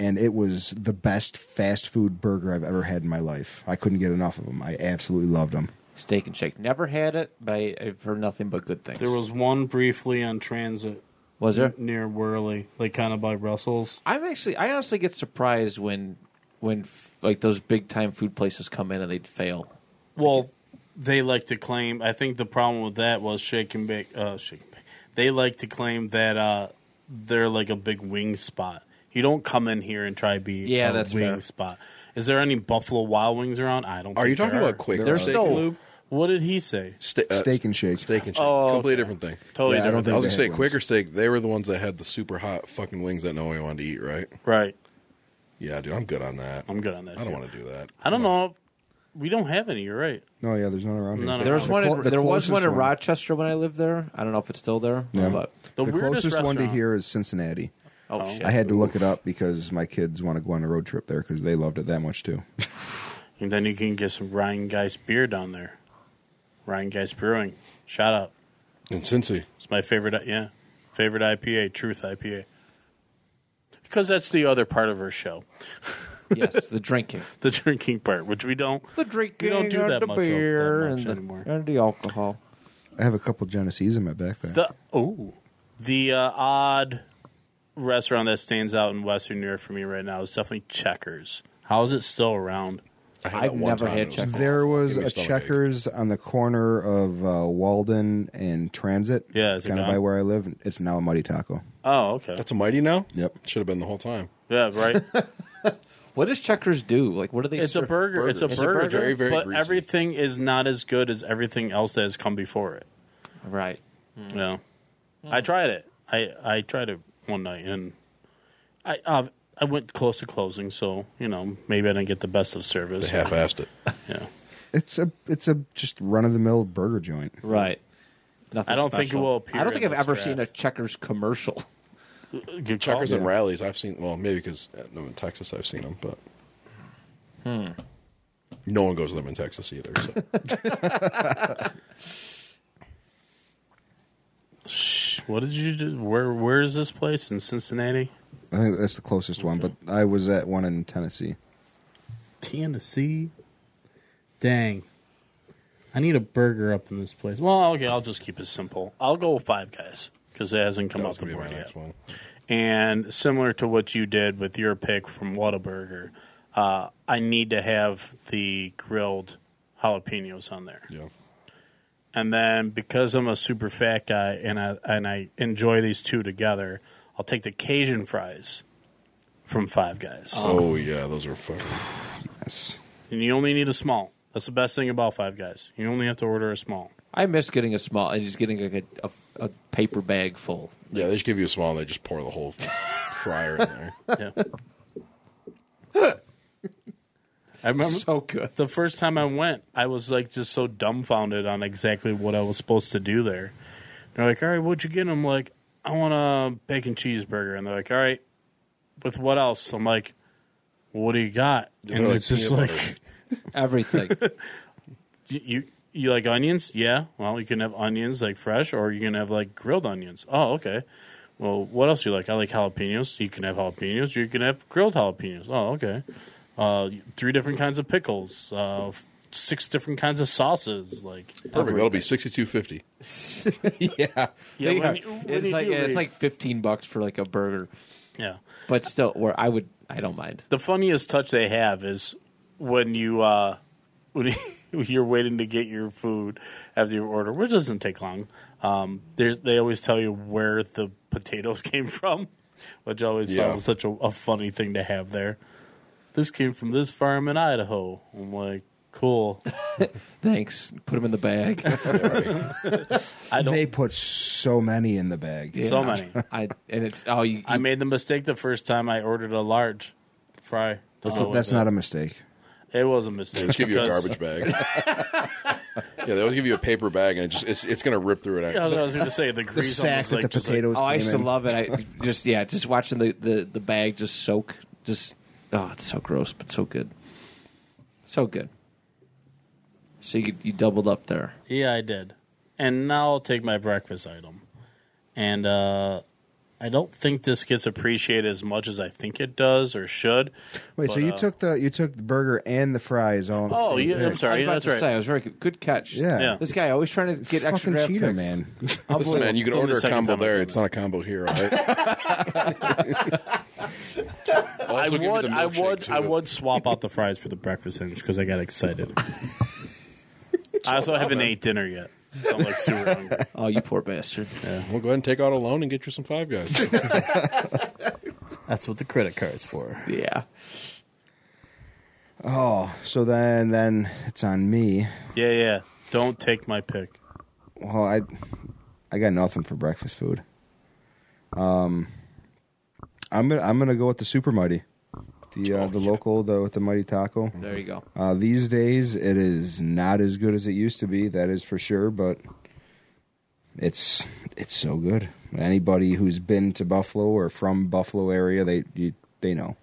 Speaker 3: and it was the best fast food burger I've ever had in my life. I couldn't get enough of them. I absolutely loved them.
Speaker 1: Steak and Shake. Never had it, but I, I've heard nothing but good things.
Speaker 2: There was one briefly on transit
Speaker 1: was there?
Speaker 2: near Worley, like kind of by Russell's.
Speaker 1: I'm actually, I honestly get surprised when, when f- like those big time food places come in and they fail.
Speaker 2: Well, they like to claim. I think the problem with that was shake and bake. Uh, shake and bake. They like to claim that uh, they're like a big wing spot. You don't come in here and try to be
Speaker 1: Yeah,
Speaker 2: a
Speaker 1: that's
Speaker 2: wing
Speaker 1: fair.
Speaker 2: spot. Is there any Buffalo Wild Wings around? I don't.
Speaker 4: Are you
Speaker 2: think
Speaker 4: talking
Speaker 2: there
Speaker 4: about quick?
Speaker 1: They're
Speaker 4: Steak
Speaker 1: still-
Speaker 4: and lube.
Speaker 2: What did he say?
Speaker 4: Ste- uh,
Speaker 3: Steak and Shake.
Speaker 4: Steak and shake.
Speaker 2: Oh, okay.
Speaker 4: Completely different thing.
Speaker 2: Totally
Speaker 3: Yeah, I don't
Speaker 2: different.
Speaker 4: I was
Speaker 3: they
Speaker 4: gonna say
Speaker 3: had
Speaker 4: Quaker
Speaker 3: wings.
Speaker 4: Steak. They were the ones that had the super hot fucking wings that nobody wanted to eat, right?
Speaker 2: Right.
Speaker 4: Yeah, dude, I'm good on that.
Speaker 2: I'm good on that.
Speaker 4: I
Speaker 2: too.
Speaker 4: don't want to do that.
Speaker 2: I don't know. We don't have any. You're right.
Speaker 3: No, Oh, yeah, there's none around here.
Speaker 2: None
Speaker 1: There was
Speaker 2: The
Speaker 1: one.
Speaker 3: clo-
Speaker 1: in,
Speaker 3: the
Speaker 1: there was
Speaker 3: closest
Speaker 1: one in
Speaker 3: one.
Speaker 1: Rochester when I lived there. I don't know if it's still there.
Speaker 3: Yeah.
Speaker 1: But,
Speaker 2: The,
Speaker 3: The
Speaker 2: weirdest
Speaker 3: closest one to
Speaker 2: restaurant-
Speaker 3: here is Cincinnati.
Speaker 1: oh,
Speaker 2: Oh.
Speaker 1: shit!
Speaker 3: I had to look it up because my kids want to go on a road trip there because they loved it that much too.
Speaker 2: And then you can get some Ryan Geist beer down there. Ryan Geist Brewing. Shout out.
Speaker 4: And Cincy,
Speaker 2: It's my favorite. Yeah, favorite IPA, Truth IPA. Because that's the other part of our show, [LAUGHS]
Speaker 1: yes, the drinking,
Speaker 2: the drinking part, which we don't.
Speaker 1: the drinking,
Speaker 2: don't do
Speaker 1: and
Speaker 2: that
Speaker 1: the
Speaker 2: much of- that
Speaker 1: beer
Speaker 2: much
Speaker 1: and,
Speaker 2: anymore.
Speaker 1: the, and the alcohol.
Speaker 3: [LAUGHS] I have a couple Genesees in my backpack.
Speaker 2: The oh, the uh, odd restaurant that stands out in Western Europe for me right now is definitely Checkers. How is it still around?
Speaker 4: had
Speaker 1: I've
Speaker 4: that one
Speaker 1: never
Speaker 4: time,
Speaker 1: had
Speaker 4: it was
Speaker 1: Checkers.
Speaker 2: Oh,
Speaker 3: there was
Speaker 4: Give me
Speaker 3: a
Speaker 4: stomach ache.
Speaker 3: Checkers on the corner of uh, Walden and Transit.
Speaker 2: Yeah, is it
Speaker 3: kind of
Speaker 2: gone?
Speaker 3: by where I live. and It's now a Mighty Taco.
Speaker 2: Oh, okay.
Speaker 4: That's a mighty now.
Speaker 3: Yep.
Speaker 4: should have been the whole time.
Speaker 2: yeah,
Speaker 3: [LAUGHS]
Speaker 2: right.
Speaker 1: What does Checkers do? Like, what do they?
Speaker 2: It's a
Speaker 1: serve?
Speaker 2: burger. It's a
Speaker 4: Burger. It's
Speaker 2: burger.
Speaker 4: very, very
Speaker 2: but
Speaker 4: greasy.
Speaker 2: everything is not as good as everything else that has come before it.
Speaker 1: right?
Speaker 4: Mm-hmm.
Speaker 2: Yeah, I tried it. I I tried it one night, and I uh, I went close to closing, so you know maybe I didn't get the best of
Speaker 4: They
Speaker 2: service.
Speaker 4: half-assed it.
Speaker 2: Yeah,
Speaker 3: It's a it's a just run of the mill burger joint.
Speaker 1: Right. Nothing
Speaker 2: I don't think it
Speaker 1: special.
Speaker 2: will appear
Speaker 1: I don't think
Speaker 2: in
Speaker 1: I've
Speaker 2: this
Speaker 1: ever
Speaker 2: draft.
Speaker 1: seen a Checkers commercial. [LAUGHS]
Speaker 2: good call.
Speaker 4: Checkers and rallies. I've seen. Well, maybe because I'm in Texas, I've seen them, but
Speaker 2: Hmm.
Speaker 4: no one goes to them in Texas either.
Speaker 2: [LAUGHS]
Speaker 4: So.
Speaker 2: Shh, What did you do? Where Where is this place in Cincinnati,
Speaker 3: I think that's the closest one, but I was at one in Tennessee.
Speaker 2: Tennessee? Dang, I need a burger up in this place. Well, okay, I'll just keep it simple. I'll go with Five Guys because it hasn't come
Speaker 4: That
Speaker 2: up
Speaker 4: was
Speaker 2: the
Speaker 4: gonna be my
Speaker 2: board yet.
Speaker 4: next one.
Speaker 2: And similar to what you did with your pick from Whataburger, uh, I need to have the grilled jalapenos on there.
Speaker 4: Yeah.
Speaker 2: And then because I'm a super fat guy and I and I enjoy these two together, I'll take the Cajun fries from Five Guys.
Speaker 4: Oh yeah, those are fucking.
Speaker 3: Yes.
Speaker 2: And you only need a small. That's the best thing about Five Guys. You only have to order a small.
Speaker 1: I miss getting a small and just getting like a, a, a paper bag full.
Speaker 4: Yeah, they just give you a small. and They just pour
Speaker 2: [LAUGHS]
Speaker 4: the whole fryer in there.
Speaker 2: Yeah. I remember
Speaker 1: So Oh, good.
Speaker 2: [LAUGHS] the first time I went, I was like just so dumbfounded on exactly what I was supposed to do there. They're like, "All right, what'd you get?" I'm like, "I want a bacon cheeseburger," and they're like, "All right, with what else?" I'm like, "What do you got?" And
Speaker 4: like,
Speaker 2: it's just
Speaker 4: peanut
Speaker 2: like,
Speaker 4: butter.
Speaker 1: [LAUGHS] Everything.
Speaker 2: "You- "You you like onions? Yeah. Well, you can have onions like fresh, or you can have like grilled onions. Oh, okay." Well, what else do you like? I like jalapenos. You can have jalapenos. You can have grilled jalapenos. Oh, okay. Uh, three different kinds of pickles. Uh, f- six different kinds of sauces. Like
Speaker 4: Perfect. That'll be sixty-two fifty.
Speaker 1: yeah.
Speaker 2: [LAUGHS] Yeah,
Speaker 1: They
Speaker 2: when
Speaker 1: are-
Speaker 2: you- when
Speaker 1: it's
Speaker 2: you
Speaker 1: like
Speaker 2: do
Speaker 1: yeah, it's
Speaker 2: leave.
Speaker 1: like fifteen bucks for like a burger,
Speaker 2: yeah.
Speaker 1: but still, where I would I don't mind.
Speaker 2: The funniest touch they have is when you uh, [LAUGHS] when you're waiting to get your food after your order, which doesn't take long. Um, there's they always tell you where the potatoes [LAUGHS] came from, which I always
Speaker 4: Yeah.
Speaker 2: sounds such a, a funny thing to have there. This came from this farm in Idaho. I'm like, cool.
Speaker 1: Thanks. Put them in the
Speaker 2: [LAUGHS]
Speaker 1: bag.
Speaker 2: I don't.
Speaker 3: They put so many in the bag.
Speaker 2: So many.
Speaker 1: I and it's oh you,
Speaker 2: I made the mistake the first time I ordered a large fry. Oh,
Speaker 3: That's, not, that's not a mistake.
Speaker 2: It was a mistake.
Speaker 4: Just give you a
Speaker 2: because-
Speaker 4: garbage bag.
Speaker 2: [LAUGHS]
Speaker 4: yeah, they always give you a paper bag, and it just it's, it's going to rip through it.
Speaker 2: Yeah, I was- [LAUGHS] I
Speaker 4: Actually.
Speaker 2: was going to say the
Speaker 3: The
Speaker 2: grease.
Speaker 3: sack
Speaker 2: almost,
Speaker 3: that
Speaker 2: like,
Speaker 3: the
Speaker 2: just, like,
Speaker 3: potatoes.
Speaker 1: oh I used to
Speaker 3: came in.
Speaker 1: love it.
Speaker 3: [LAUGHS]
Speaker 1: I just yeah, just watching the the the bag just soak. Just oh, it's so gross, but so good, so good. So you you doubled up there.
Speaker 2: Yeah, I did. And now I'll take my breakfast item. And uh, I don't think this gets appreciated as much as I think it does or should.
Speaker 3: Wait, so
Speaker 2: but,
Speaker 3: you
Speaker 2: uh,
Speaker 3: took the you took the burger and the fries all. in the
Speaker 2: Oh,
Speaker 3: same
Speaker 2: yeah, I'm
Speaker 3: dish.
Speaker 1: I was
Speaker 2: sorry.
Speaker 1: about
Speaker 2: That's
Speaker 1: to
Speaker 2: right.
Speaker 1: say, I was very good, good catch.
Speaker 3: Yeah.
Speaker 2: Yeah.
Speaker 1: this guy always trying to get extra
Speaker 3: Fucking
Speaker 1: draft
Speaker 3: cheater,
Speaker 1: picks.
Speaker 3: man. [LAUGHS]
Speaker 4: Listen, man, you can
Speaker 2: It's only
Speaker 4: order
Speaker 2: the
Speaker 4: a
Speaker 2: second time
Speaker 4: combo
Speaker 2: I've
Speaker 4: there.
Speaker 2: done
Speaker 4: It's
Speaker 2: it.
Speaker 4: not a
Speaker 2: [LAUGHS]
Speaker 4: combo here, all right?
Speaker 2: I
Speaker 4: Also give you
Speaker 2: would,
Speaker 4: the
Speaker 2: I
Speaker 4: milkshake,
Speaker 2: would, I
Speaker 4: too.
Speaker 2: would swap out the fries for the breakfast sandwich because I got excited. [LAUGHS] I also haven't ate dinner yet. So I'm like [LAUGHS] super hungry.
Speaker 1: Oh, you poor bastard.
Speaker 4: Well, go ahead and take out a loan and get you some Five Guys.
Speaker 2: That's what the credit card's for.
Speaker 1: Yeah.
Speaker 3: Oh, so then then it's on me.
Speaker 2: Yeah, yeah. Don't take my pick.
Speaker 3: Well, I I got nothing for breakfast food. Um, I'm gonna I'm gonna go with the super mighty, the
Speaker 2: Oh,
Speaker 3: uh, the local the with the mighty taco.
Speaker 1: There you go.
Speaker 3: Uh, these days, it is not as good as it used to be. That is for sure. But it's it's so good. Anybody who's been to Buffalo or from Buffalo area, they you, they know.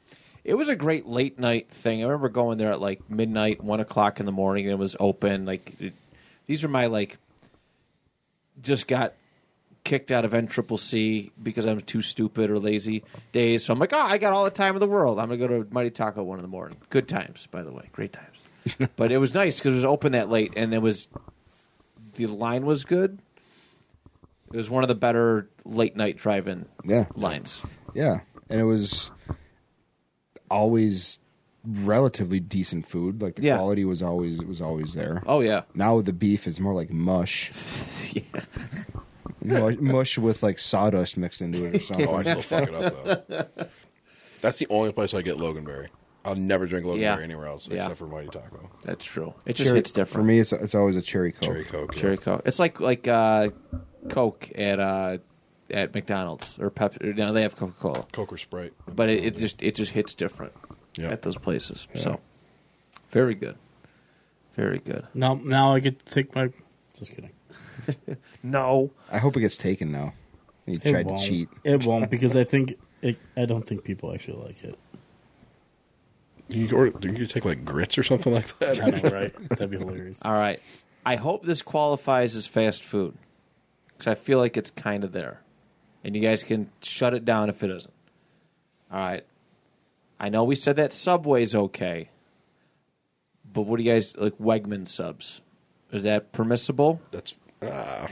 Speaker 1: It was a great late night thing. I remember going there at like midnight, one o'clock in the morning, and it was open. Like it, these are my like just got kicked out of N Triple C because I'm too stupid or lazy days. So I'm like, oh, I got all the time in the world. I'm gonna go to Mighty Taco one in the morning. Good times, by the way, great times.
Speaker 3: [LAUGHS]
Speaker 1: but it was nice because it was open that late, and it was the line was good. It was one of the better late night drive-in
Speaker 3: Yeah.
Speaker 1: lines.
Speaker 3: Yeah, and it was always relatively decent food. Like the
Speaker 1: Yeah.
Speaker 3: quality was always it was always there.
Speaker 1: Oh yeah,
Speaker 3: Now the beef is more like
Speaker 1: [LAUGHS]
Speaker 3: mush. mush, mush with like sawdust mixed into it
Speaker 1: [LAUGHS]
Speaker 3: or something.
Speaker 4: [LAUGHS] Oh, I still fuck it up though. That's the only place I get Loganberry. I'll never drink Loganberry
Speaker 1: Yeah.
Speaker 4: anywhere else
Speaker 1: Yeah.
Speaker 4: except for Mighty Taco,
Speaker 1: that's true. It just
Speaker 3: Cherry-
Speaker 1: hits different
Speaker 3: For me, it's it's always a cherry coke.
Speaker 4: Cherry Coke. yeah.
Speaker 1: Cherry Coke. It's like like uh, Coke at uh, at McDonald's or Pepsi. Or, now they have Coca Cola,
Speaker 4: Coke or Sprite.
Speaker 1: but it, it just it just hits different
Speaker 4: Yeah.
Speaker 1: at those places. So very good, very good.
Speaker 2: Now, now I get to take my. Just kidding.
Speaker 1: No,
Speaker 3: I hope it gets taken now. He
Speaker 2: It
Speaker 3: tried to
Speaker 2: won't.
Speaker 3: cheat.
Speaker 2: It won't because I think it, I don't think people actually like it.
Speaker 4: You can order. You can take like grits or something like that.
Speaker 2: I know, right? That'd be hilarious.
Speaker 1: all right. I hope this qualifies as fast food because I feel like it's kind of there, and you guys can shut it down if it doesn't. All right. I know we said that Subway's okay, but what do you guys like Wegman subs? Is that permissible?
Speaker 4: That's. Uh,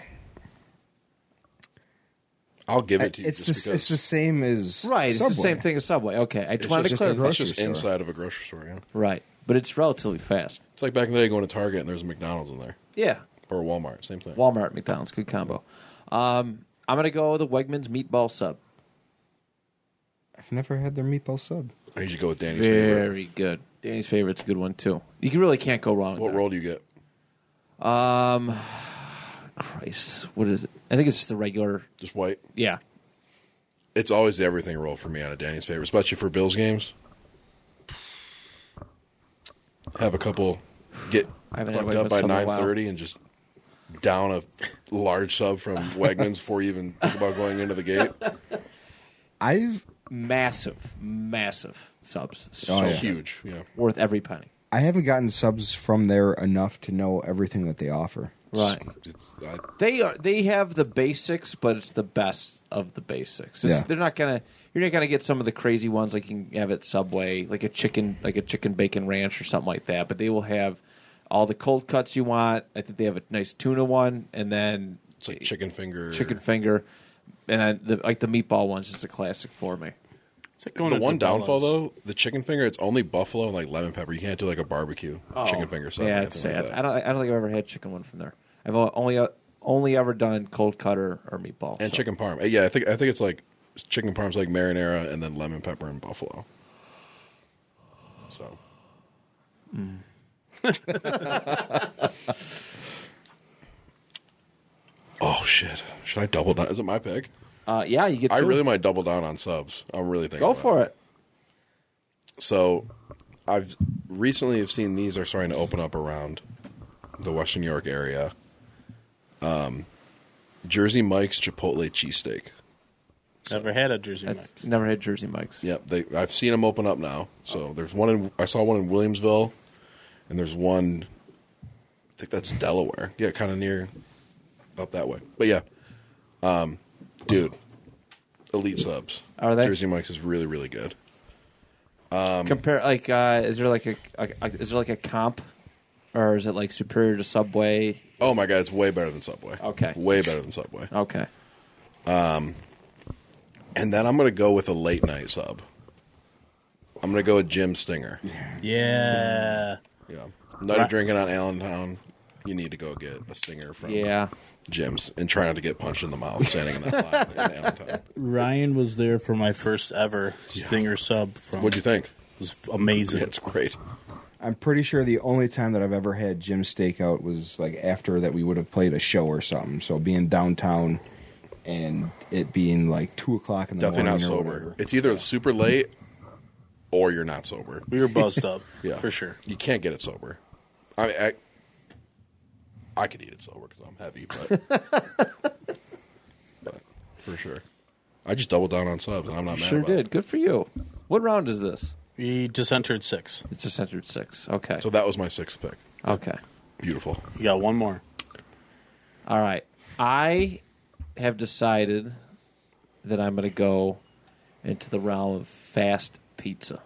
Speaker 4: I'll give it to you.
Speaker 3: It's the
Speaker 4: just because
Speaker 3: it's the same as
Speaker 1: Right, it's the
Speaker 3: Subway.
Speaker 1: same thing as Subway. Okay, I just
Speaker 4: it's
Speaker 1: wanted
Speaker 4: just,
Speaker 1: to
Speaker 4: it's
Speaker 1: clarify.
Speaker 3: grocery
Speaker 4: just
Speaker 3: store.
Speaker 4: inside of a grocery store. Yeah.
Speaker 1: Right, but it's relatively fast.
Speaker 4: It's like back in the day going to Target and there's a McDonald's in there
Speaker 1: Yeah,
Speaker 4: or a Walmart. Same thing.
Speaker 1: Walmart, McDonald's, good combo. Um, I'm gonna go with the Wegmans meatball sub.
Speaker 3: I've never had their meatball sub.
Speaker 4: I usually go with Danny's favorite.
Speaker 1: Very good. Danny's favorite's a good one too. You can- really can't go wrong.
Speaker 4: What
Speaker 1: there.
Speaker 4: roll do you get?
Speaker 1: Christ, what is it? I think it's just the regular.
Speaker 4: Just white.
Speaker 1: Yeah,
Speaker 4: It's always the everything roll for me on a Danny's favorite, especially for Bills games. Have a couple get
Speaker 1: I haven't had
Speaker 4: fucked up
Speaker 1: Wegmans
Speaker 4: by
Speaker 1: sub in a
Speaker 4: nine
Speaker 1: while.
Speaker 4: thirty and just down a large
Speaker 1: [LAUGHS]
Speaker 4: sub from Wegmans before you even think about going into the gate.
Speaker 3: I've
Speaker 1: massive, massive subs. So
Speaker 3: Oh, yeah.
Speaker 4: Huge, yeah.
Speaker 1: worth every penny.
Speaker 3: I haven't gotten subs from there enough to know everything that they offer.
Speaker 1: Right.
Speaker 4: It's, I,
Speaker 1: They are. They have the basics, but it's the best of the basics. It's,
Speaker 3: Yeah.
Speaker 1: They're not gonna. You're not gonna get some of the crazy ones like you can have at Subway, like a chicken, like a chicken bacon ranch or something like that. But they will have all the cold cuts you want. I think they have a nice tuna one, and then
Speaker 4: it's like chicken finger,
Speaker 1: chicken finger, and then the, like the meatball one's just a classic for me.
Speaker 2: It's like going
Speaker 4: the
Speaker 2: to
Speaker 4: one downfall
Speaker 2: Cabela's.
Speaker 4: though, the chicken finger, it's only buffalo and like lemon pepper. You can't do like a barbecue chicken finger. sub or
Speaker 1: Oh. yeah, it's
Speaker 4: anything like
Speaker 1: sad.
Speaker 4: that.
Speaker 1: I don't. I don't think I've ever had chicken one from there. I've o- only uh, only ever done cold cutter or meatball
Speaker 4: and
Speaker 1: so.
Speaker 4: chicken parm. Uh, Yeah, I think I think it's like chicken parm's like marinara and then lemon pepper and buffalo. So
Speaker 1: Hmm.
Speaker 4: [LAUGHS] Oh shit. Should I double down? Is it my pick?
Speaker 1: Uh, yeah, you get.
Speaker 4: I
Speaker 1: two.
Speaker 4: really might double down on subs. I'm really thinking.
Speaker 1: go
Speaker 4: about
Speaker 1: for it.
Speaker 4: So I've recently have seen these are starting to open up around the Western New York area. Um Jersey Mike's Chipotle cheesesteak.
Speaker 2: Never had a Jersey Mike's.
Speaker 1: That's, never had Jersey Mike's.
Speaker 4: Yep, they, I've seen them open up now. So there's one in I saw one in Williamsville, and there's one. I think that's Delaware. Yeah, kind of near up that way. But yeah, um, dude, elite subs.
Speaker 1: Are they?
Speaker 4: Jersey Mike's is really really good. Um,
Speaker 1: Compare like, uh, is there like a, a, a is there like a comp, or is it like superior to Subway?
Speaker 4: Oh my god, it's way better than Subway.
Speaker 1: Okay.
Speaker 4: way better than Subway.
Speaker 1: Okay,
Speaker 4: And then I'm gonna go with a late night sub. I'm gonna go with Jim Stinger.
Speaker 2: Yeah.
Speaker 4: Yeah, night of drinking on Allentown. You need to go get a Stinger from
Speaker 1: yeah.
Speaker 4: gyms and trying to get punched in the mouth standing in that line in Allentown.
Speaker 2: Ryan was there for my first ever Stinger sub from
Speaker 4: What'd you think?
Speaker 2: It was amazing.
Speaker 4: It's great.
Speaker 3: I'm pretty sure the only time that I've ever had Jim Stakeout was like after that we would have played a show or something. So being downtown and it being like two o'clock in the
Speaker 4: Definitely not
Speaker 3: morning or
Speaker 4: sober.
Speaker 3: whatever.
Speaker 4: It's either super late or you're not sober.
Speaker 2: We were buzzed up,
Speaker 4: Yeah,
Speaker 2: for sure.
Speaker 4: You can't get it sober. I mean, I, I could eat it sober because I'm heavy, but, but for sure. I just doubled down on subs, and I'm not mad.
Speaker 1: Sure
Speaker 4: about it.
Speaker 1: did. Good for you. What round is this?
Speaker 2: We just entered six.
Speaker 1: It's a centered six. Okay.
Speaker 4: So that was my sixth pick.
Speaker 1: okay.
Speaker 4: Beautiful.
Speaker 2: We got one more.
Speaker 1: All right. I have decided that I'm going to go into the realm of fast pizza.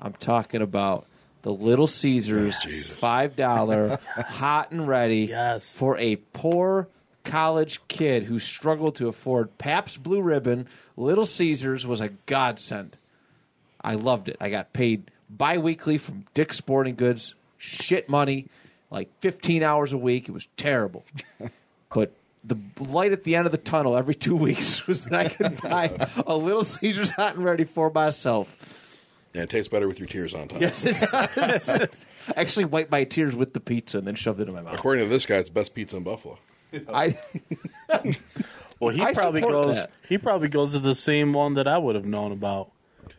Speaker 1: I'm talking about the Little Caesars $5 hot and ready
Speaker 2: Yes.
Speaker 1: for a poor college kid who struggled to afford Pabst Blue Ribbon. Little Caesars was a godsend. I loved it. I got paid bi-weekly from Dick's Sporting Goods, shit money, like 15 hours a week. It was terrible. but the light at the end of the tunnel every two [LAUGHS] weeks was that I could buy a Little Caesars hot and ready for myself.
Speaker 4: And it tastes better with your tears on top.
Speaker 1: Yes, it does. [LAUGHS] I actually wiped my tears with the pizza and then shoved it in my mouth.
Speaker 4: According to this guy, it's best pizza in Buffalo.
Speaker 1: I,
Speaker 2: Well, he
Speaker 1: I
Speaker 2: probably
Speaker 1: support
Speaker 2: goes.
Speaker 1: that.
Speaker 2: He probably goes to the same one that I would have known about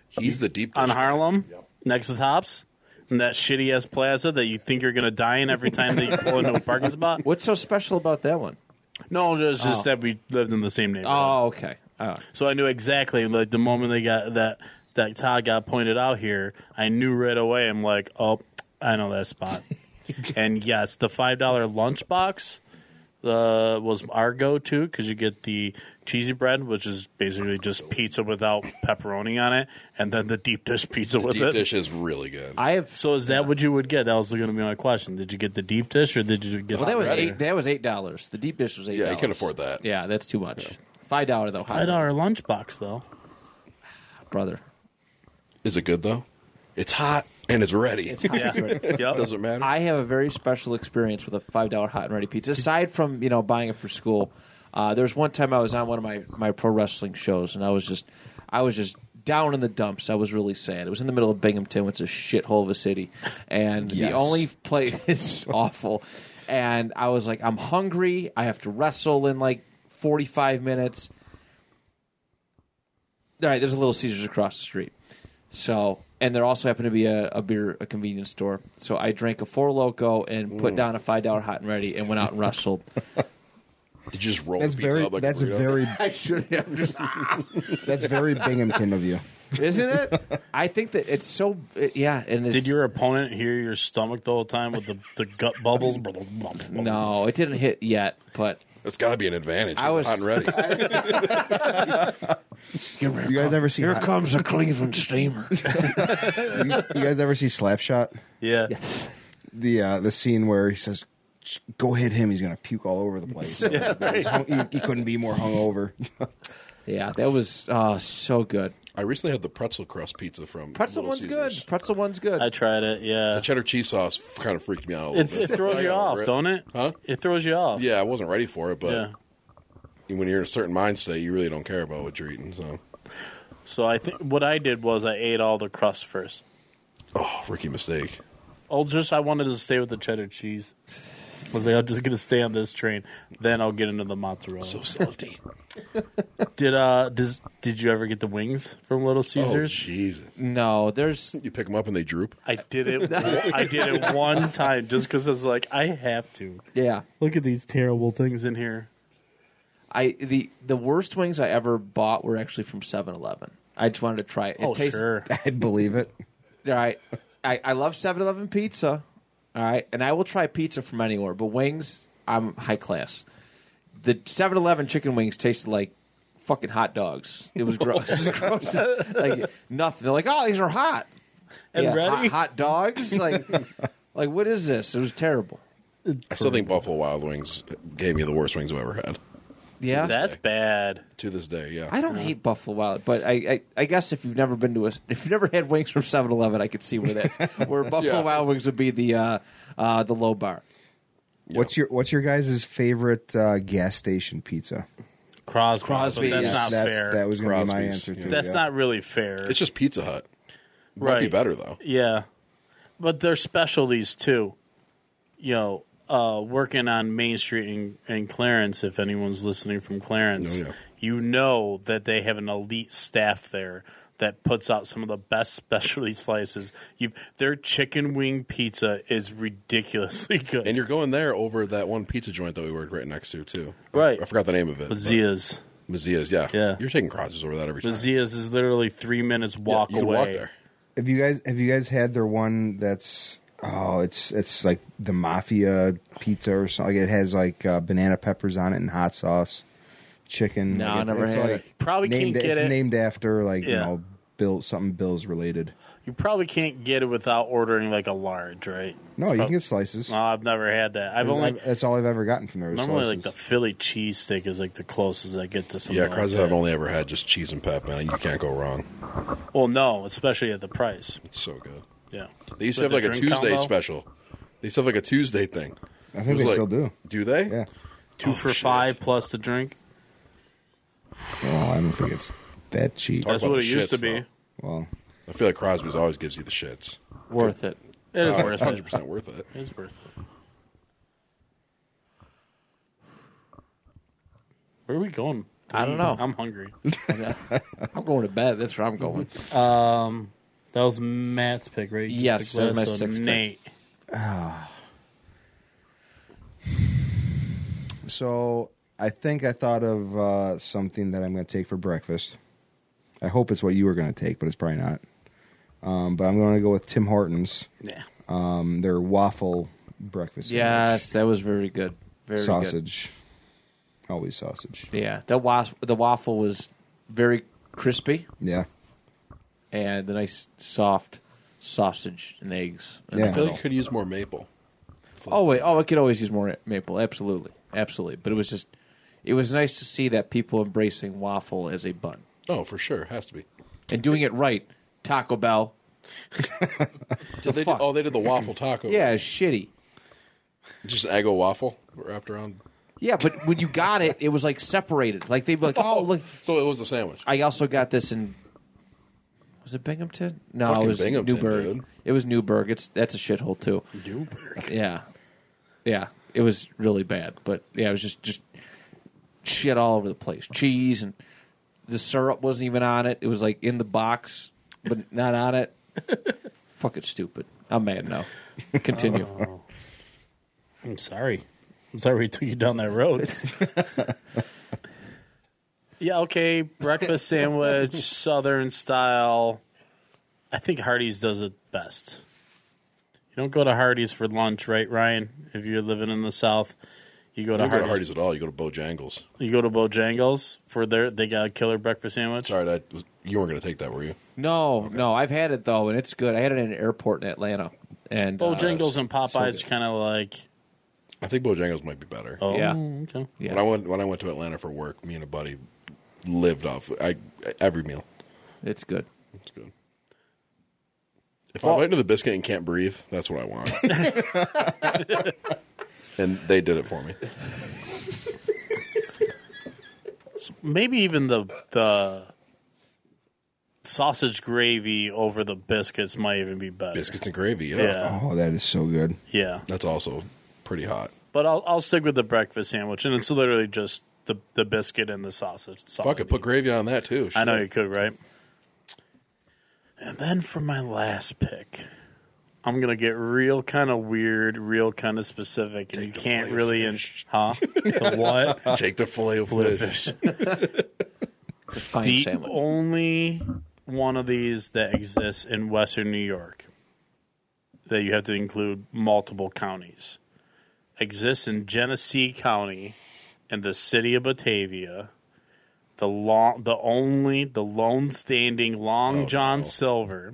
Speaker 4: He's the deep dish
Speaker 2: on
Speaker 4: guy.
Speaker 2: Harlem, next to Tops, in that shitty ass plaza that you think you're gonna die in every time that you pull into a parking spot.
Speaker 1: what's so special about that one?
Speaker 2: No, it was just that we lived in the same neighborhood.
Speaker 1: Oh, okay.
Speaker 4: Uh,
Speaker 1: Oh,
Speaker 2: So I knew exactly like the moment they got that that Todd got pointed out here, I knew right away. I'm like, oh, I know
Speaker 1: [LAUGHS]
Speaker 2: that spot. and yes, the five dollar lunchbox uh, was our go to because you get the cheesy bread, which is basically just pizza without pepperoni on it, and then the deep dish pizza with
Speaker 4: Deep
Speaker 2: it.
Speaker 4: dish is really good.
Speaker 1: I have.
Speaker 2: So is that what you would get? That was going to be my question. Did you get the deep dish or did you get?
Speaker 1: Well, that was
Speaker 4: Ready.
Speaker 1: eight. That was eight dollars. The deep dish was eight.
Speaker 4: yeah, you can afford that.
Speaker 1: Yeah, that's too much. Five dollar though.
Speaker 2: five dollar
Speaker 1: [LAUGHS]
Speaker 2: lunchbox though.
Speaker 1: brother.
Speaker 4: Is it good though? It's hot and it's ready. It
Speaker 2: Yeah. yep.
Speaker 4: doesn't matter.
Speaker 1: I have a very special experience with a five dollar hot and ready pizza. Aside from you know buying it for school, uh, there was one time I was on one of my, my pro wrestling shows, and I was just I was just down in the dumps. I was really sad. It was in the middle of Binghamton, which is a shithole of a city, and
Speaker 3: Yes.
Speaker 1: the only place [LAUGHS] it's awful. And I was like, I'm hungry. I have to wrestle in like 45 minutes. All right, there's a Little Caesars across the street. So, and there also happened to be a, a beer, a convenience store. So I drank a Four Loco and put down a five dollar hot and ready, and went out and wrestled.
Speaker 4: Did you just roll
Speaker 3: That's
Speaker 4: the pizza
Speaker 3: very
Speaker 4: up like
Speaker 3: that's
Speaker 4: a burrito?
Speaker 3: very
Speaker 1: [LAUGHS] I should have, just-
Speaker 3: that's very Binghamton of
Speaker 4: [LAUGHS]
Speaker 3: you.
Speaker 1: isn't it? I think that it's so, it- yeah. And it's,
Speaker 2: Did your opponent hear your stomach the whole time with the, the gut
Speaker 4: [LAUGHS]
Speaker 2: bubbles?
Speaker 1: No, it didn't hit yet, but
Speaker 4: It's got to be an advantage.
Speaker 1: I was-
Speaker 4: It's hot and ready.
Speaker 3: You guys ever see you
Speaker 1: comes a Cleveland steamer. [LAUGHS]
Speaker 3: you guys ever see Slapshot?
Speaker 2: Yeah.
Speaker 3: The uh, the scene where he says, "Just "Go hit him," he's gonna puke all over the place. [LAUGHS] He's hung- he, he couldn't be more hungover.
Speaker 1: yeah, that was uh, oh, so good.
Speaker 4: I recently had the pretzel crust pizza from
Speaker 1: Pretzel
Speaker 4: Little
Speaker 1: one's
Speaker 4: Caesars.
Speaker 1: good. Pretzel one's good.
Speaker 2: I tried it. Yeah,
Speaker 4: The cheddar cheese sauce kind of freaked me out a little
Speaker 2: it,
Speaker 4: bit.
Speaker 2: it throws
Speaker 4: I
Speaker 2: you
Speaker 4: got
Speaker 2: off,
Speaker 4: over
Speaker 2: don't it?
Speaker 4: Huh?
Speaker 2: It throws you off.
Speaker 4: Yeah, I wasn't ready for it, but
Speaker 2: Yeah.
Speaker 4: when you're in a certain mind state, you really don't care about what you're eating. So,
Speaker 2: So I think what I did was I ate all the crust first.
Speaker 4: oh, rookie mistake.
Speaker 2: Oh, just I wanted to stay with the cheddar cheese. I was like, I'm just gonna stay on this train. Then I'll get into the mozzarella.
Speaker 4: So salty.
Speaker 2: did uh, does, did you ever get the wings from Little
Speaker 4: oh,
Speaker 2: Caesars?
Speaker 4: jeez.
Speaker 1: no, there's
Speaker 4: You pick them up and they droop.
Speaker 2: I did
Speaker 4: [LAUGHS]
Speaker 2: it. I did it one time just because I was like, I have to.
Speaker 1: yeah.
Speaker 2: Look at these terrible things in here.
Speaker 1: I the the worst wings I ever bought were actually from 7-Eleven. I just wanted to try it. it
Speaker 2: oh
Speaker 1: tastes,
Speaker 2: sure.
Speaker 3: I'd believe it.
Speaker 1: All right. [LAUGHS] I, I love 7 Eleven pizza. All right. And I will try pizza from anywhere, but wings, I'm high class. The 7 Eleven chicken wings tasted like fucking hot dogs. It was
Speaker 2: [LAUGHS]
Speaker 1: gross. It was gross. Like nothing. They're like, oh, these are hot.
Speaker 2: And
Speaker 1: Yeah, Hot,
Speaker 2: ready?
Speaker 1: hot dogs? Like, [LAUGHS] like, what is this? It was terrible.
Speaker 4: I still think Buffalo Wild Wings gave me the worst wings I've ever had.
Speaker 1: Yeah.
Speaker 2: That's bad.
Speaker 4: To this day, yeah.
Speaker 1: I don't hate Buffalo Wild, but I, I I guess if you've never been to a if you've never had wings from 7-Eleven, I could see where that's
Speaker 2: [LAUGHS]
Speaker 1: where Buffalo
Speaker 4: Yeah.
Speaker 1: Wild Wings would be the uh, uh, the low bar.
Speaker 3: What's your What's your guys' favorite uh, gas station pizza?
Speaker 1: Crosby,
Speaker 2: Crosby. Crosby. That's
Speaker 1: yes.
Speaker 2: not
Speaker 3: That's,
Speaker 2: fair.
Speaker 3: That was going to be my
Speaker 4: Crosby's,
Speaker 3: answer
Speaker 4: yeah.
Speaker 3: too.
Speaker 2: That's
Speaker 3: yeah.
Speaker 2: not really fair.
Speaker 4: It's just Pizza Hut. Might
Speaker 2: right.
Speaker 4: be better though.
Speaker 2: Yeah. But their specialties too. You know, uh, working on Main Street in, in Clarence, if anyone's listening from Clarence,
Speaker 4: Oh, yeah.
Speaker 2: you know that they have an elite staff there that puts out some of the best specialty slices. You've, their chicken wing pizza is ridiculously good.
Speaker 4: And you're going there over that one pizza joint that we worked right next to too.
Speaker 2: Right.
Speaker 4: I, forgot the name of it. but-
Speaker 2: Mazia's.
Speaker 4: Mazia's, yeah.
Speaker 2: Yeah.
Speaker 4: You're taking Crosby's over that every time.
Speaker 2: Mazia's is literally three minutes walk
Speaker 4: you can
Speaker 2: away.
Speaker 4: walk there.
Speaker 3: Have you guys Have you guys had their one that's oh it's it's like the mafia pizza or something? Like it has like uh, banana peppers on it and hot sauce, chicken.
Speaker 1: No,
Speaker 3: like
Speaker 1: I
Speaker 3: it's-
Speaker 1: never
Speaker 3: it's
Speaker 1: had
Speaker 3: like
Speaker 1: it.
Speaker 2: Probably
Speaker 3: named,
Speaker 2: can't get
Speaker 3: it's
Speaker 2: it.
Speaker 3: named after like you
Speaker 2: Yeah.
Speaker 3: know Bill something Bills related.
Speaker 2: You probably can't get it without ordering like a large, right?
Speaker 3: No, you can get slices.
Speaker 2: No, I've never had that. I've only
Speaker 3: I've- that's all I've ever gotten from there. was
Speaker 2: Normally, like
Speaker 3: slices.
Speaker 2: the Philly cheesesteak is like the closest I get to something.
Speaker 4: Yeah,
Speaker 2: like
Speaker 4: Crosby's
Speaker 2: that.
Speaker 4: I've only ever had just cheese and pep, man. You can't go wrong.
Speaker 2: Well, no, especially at the price.
Speaker 4: It's so good.
Speaker 2: Yeah,
Speaker 4: They used
Speaker 2: With
Speaker 4: to have
Speaker 2: the
Speaker 4: like a
Speaker 2: drink
Speaker 4: Tuesday
Speaker 2: combo,
Speaker 4: special. They used to have like a Tuesday thing.
Speaker 3: I
Speaker 4: It
Speaker 3: think
Speaker 4: was
Speaker 3: they
Speaker 4: like-
Speaker 3: still do.
Speaker 4: Do they?
Speaker 3: Yeah.
Speaker 2: two
Speaker 4: Oh,
Speaker 2: for
Speaker 4: shit.
Speaker 2: five plus the drink.
Speaker 3: Well, I don't think it's that cheap.
Speaker 2: That's
Speaker 4: about
Speaker 2: what it
Speaker 4: the
Speaker 2: used to
Speaker 4: shits,
Speaker 2: be.
Speaker 3: Well,
Speaker 4: I feel like Crosby's always gives you the shits.
Speaker 1: Worth it.
Speaker 2: It is
Speaker 4: Oh,
Speaker 2: worth it.
Speaker 4: 100% worth
Speaker 3: [LAUGHS]
Speaker 4: it.
Speaker 2: It is worth it. Where are we going?
Speaker 1: I don't know.
Speaker 2: I'm
Speaker 3: [LAUGHS]
Speaker 2: hungry.
Speaker 1: I'm going to bed. That's where I'm going.
Speaker 2: That was Matt's pick, right? You
Speaker 1: Yes,
Speaker 2: took
Speaker 1: that was
Speaker 2: last,
Speaker 1: my
Speaker 2: so
Speaker 1: sixth pick.
Speaker 2: Nate.
Speaker 3: so I think I thought of uh, something that I'm going to take for breakfast. I hope it's what you were going to take, but it's probably not. Um, but I'm going to go with Tim Hortons.
Speaker 2: Yeah.
Speaker 3: Um, their waffle breakfast.
Speaker 1: [LAUGHS]
Speaker 3: sandwich.
Speaker 1: Yes, that was very good. Very
Speaker 3: sausage. Always sausage.
Speaker 1: Good. Yeah, the was- the waffle was very crispy
Speaker 3: Yeah.
Speaker 1: and the nice soft sausage and eggs. in the
Speaker 3: Yeah.
Speaker 4: I feel like
Speaker 1: middle.
Speaker 4: you could use more maple.
Speaker 1: oh wait, oh, I could always use more maple. Absolutely, absolutely. But it was just, it was nice to see that people embracing waffle as a bun
Speaker 4: Oh, for sure. Has to be.
Speaker 1: and doing it right. Taco Bell,
Speaker 4: Did they do,
Speaker 1: fuck?
Speaker 4: oh, they did
Speaker 3: [CLEARS THROAT]
Speaker 4: the waffle taco.
Speaker 1: yeah, it's shitty.
Speaker 4: Just Eggo waffle wrapped around.
Speaker 1: Yeah, but when you got it, it was like separated. Like they'd be like, [LAUGHS] oh look,
Speaker 4: So it was a sandwich.
Speaker 1: I also got this in. Was it Binghamton? No,
Speaker 4: Fucking
Speaker 1: it was
Speaker 4: Binghamton,
Speaker 1: Newburgh.
Speaker 4: dude.
Speaker 1: It was Newburgh. It's that's a shithole too.
Speaker 2: Newberg.
Speaker 1: Yeah, yeah. It was really bad, but yeah, it was just just shit all over the place. Cheese and the syrup wasn't even on it. It was like in the box, but not on it. [LAUGHS] Fuck it, stupid. I'm mad now. Continue.
Speaker 2: I'm sorry. I'm sorry we took you down that road. yeah, okay. Breakfast sandwich, Southern style. I think Hardee's does it best. You don't go to Hardee's for lunch, right, Ryan? If you're living in the South, you go to
Speaker 4: You don't go to
Speaker 2: Hardee's.
Speaker 4: Hardee's at all. You go to Bojangles.
Speaker 2: You go to Bojangles for their. They got a killer breakfast sandwich.
Speaker 4: Sorry, that was, you weren't going to take that, were you?
Speaker 1: [LAUGHS] No, no. I've had it though, and it's good. I had it in an airport in Atlanta, and uh,
Speaker 2: Bojangles and Popeyes
Speaker 1: so good.
Speaker 2: kind of like.
Speaker 4: I think Bojangles might be better.
Speaker 2: Oh,
Speaker 1: Yeah.
Speaker 2: okay.
Speaker 1: yeah.
Speaker 4: When I went when I went to Atlanta for work, me and a buddy lived off I every meal.
Speaker 1: It's good.
Speaker 4: It's good. If I bite into the biscuit and can't breathe, that's what
Speaker 2: [LAUGHS]
Speaker 4: I want. and they did it for me.
Speaker 2: Maybe even the the sausage gravy over the biscuits might even be better.
Speaker 4: Biscuits and gravy. Yeah.
Speaker 2: Yeah,
Speaker 3: Oh, that is so good.
Speaker 2: yeah.
Speaker 4: That's also pretty hot.
Speaker 2: But I'll I'll stick with the breakfast sandwich, and it's literally just the the biscuit and the sausage. That's all
Speaker 4: Fuck
Speaker 2: I
Speaker 4: it, put
Speaker 2: need.
Speaker 4: gravy on that too.
Speaker 2: I know
Speaker 4: Shit.
Speaker 2: you could, right? And then for my last pick, I'm gonna get real kind of weird, real kind of specific, and you
Speaker 4: the
Speaker 2: can't
Speaker 4: filet
Speaker 2: really, in- huh? the what?
Speaker 4: Take the filet of
Speaker 2: Filet
Speaker 4: fish.
Speaker 2: fish.
Speaker 1: The fine
Speaker 2: the
Speaker 1: sandwich.
Speaker 2: only one of these that exists in Western New York that you have to include multiple counties exists in Genesee County in the city of Batavia. The long, the only, the lone standing Long John Silver,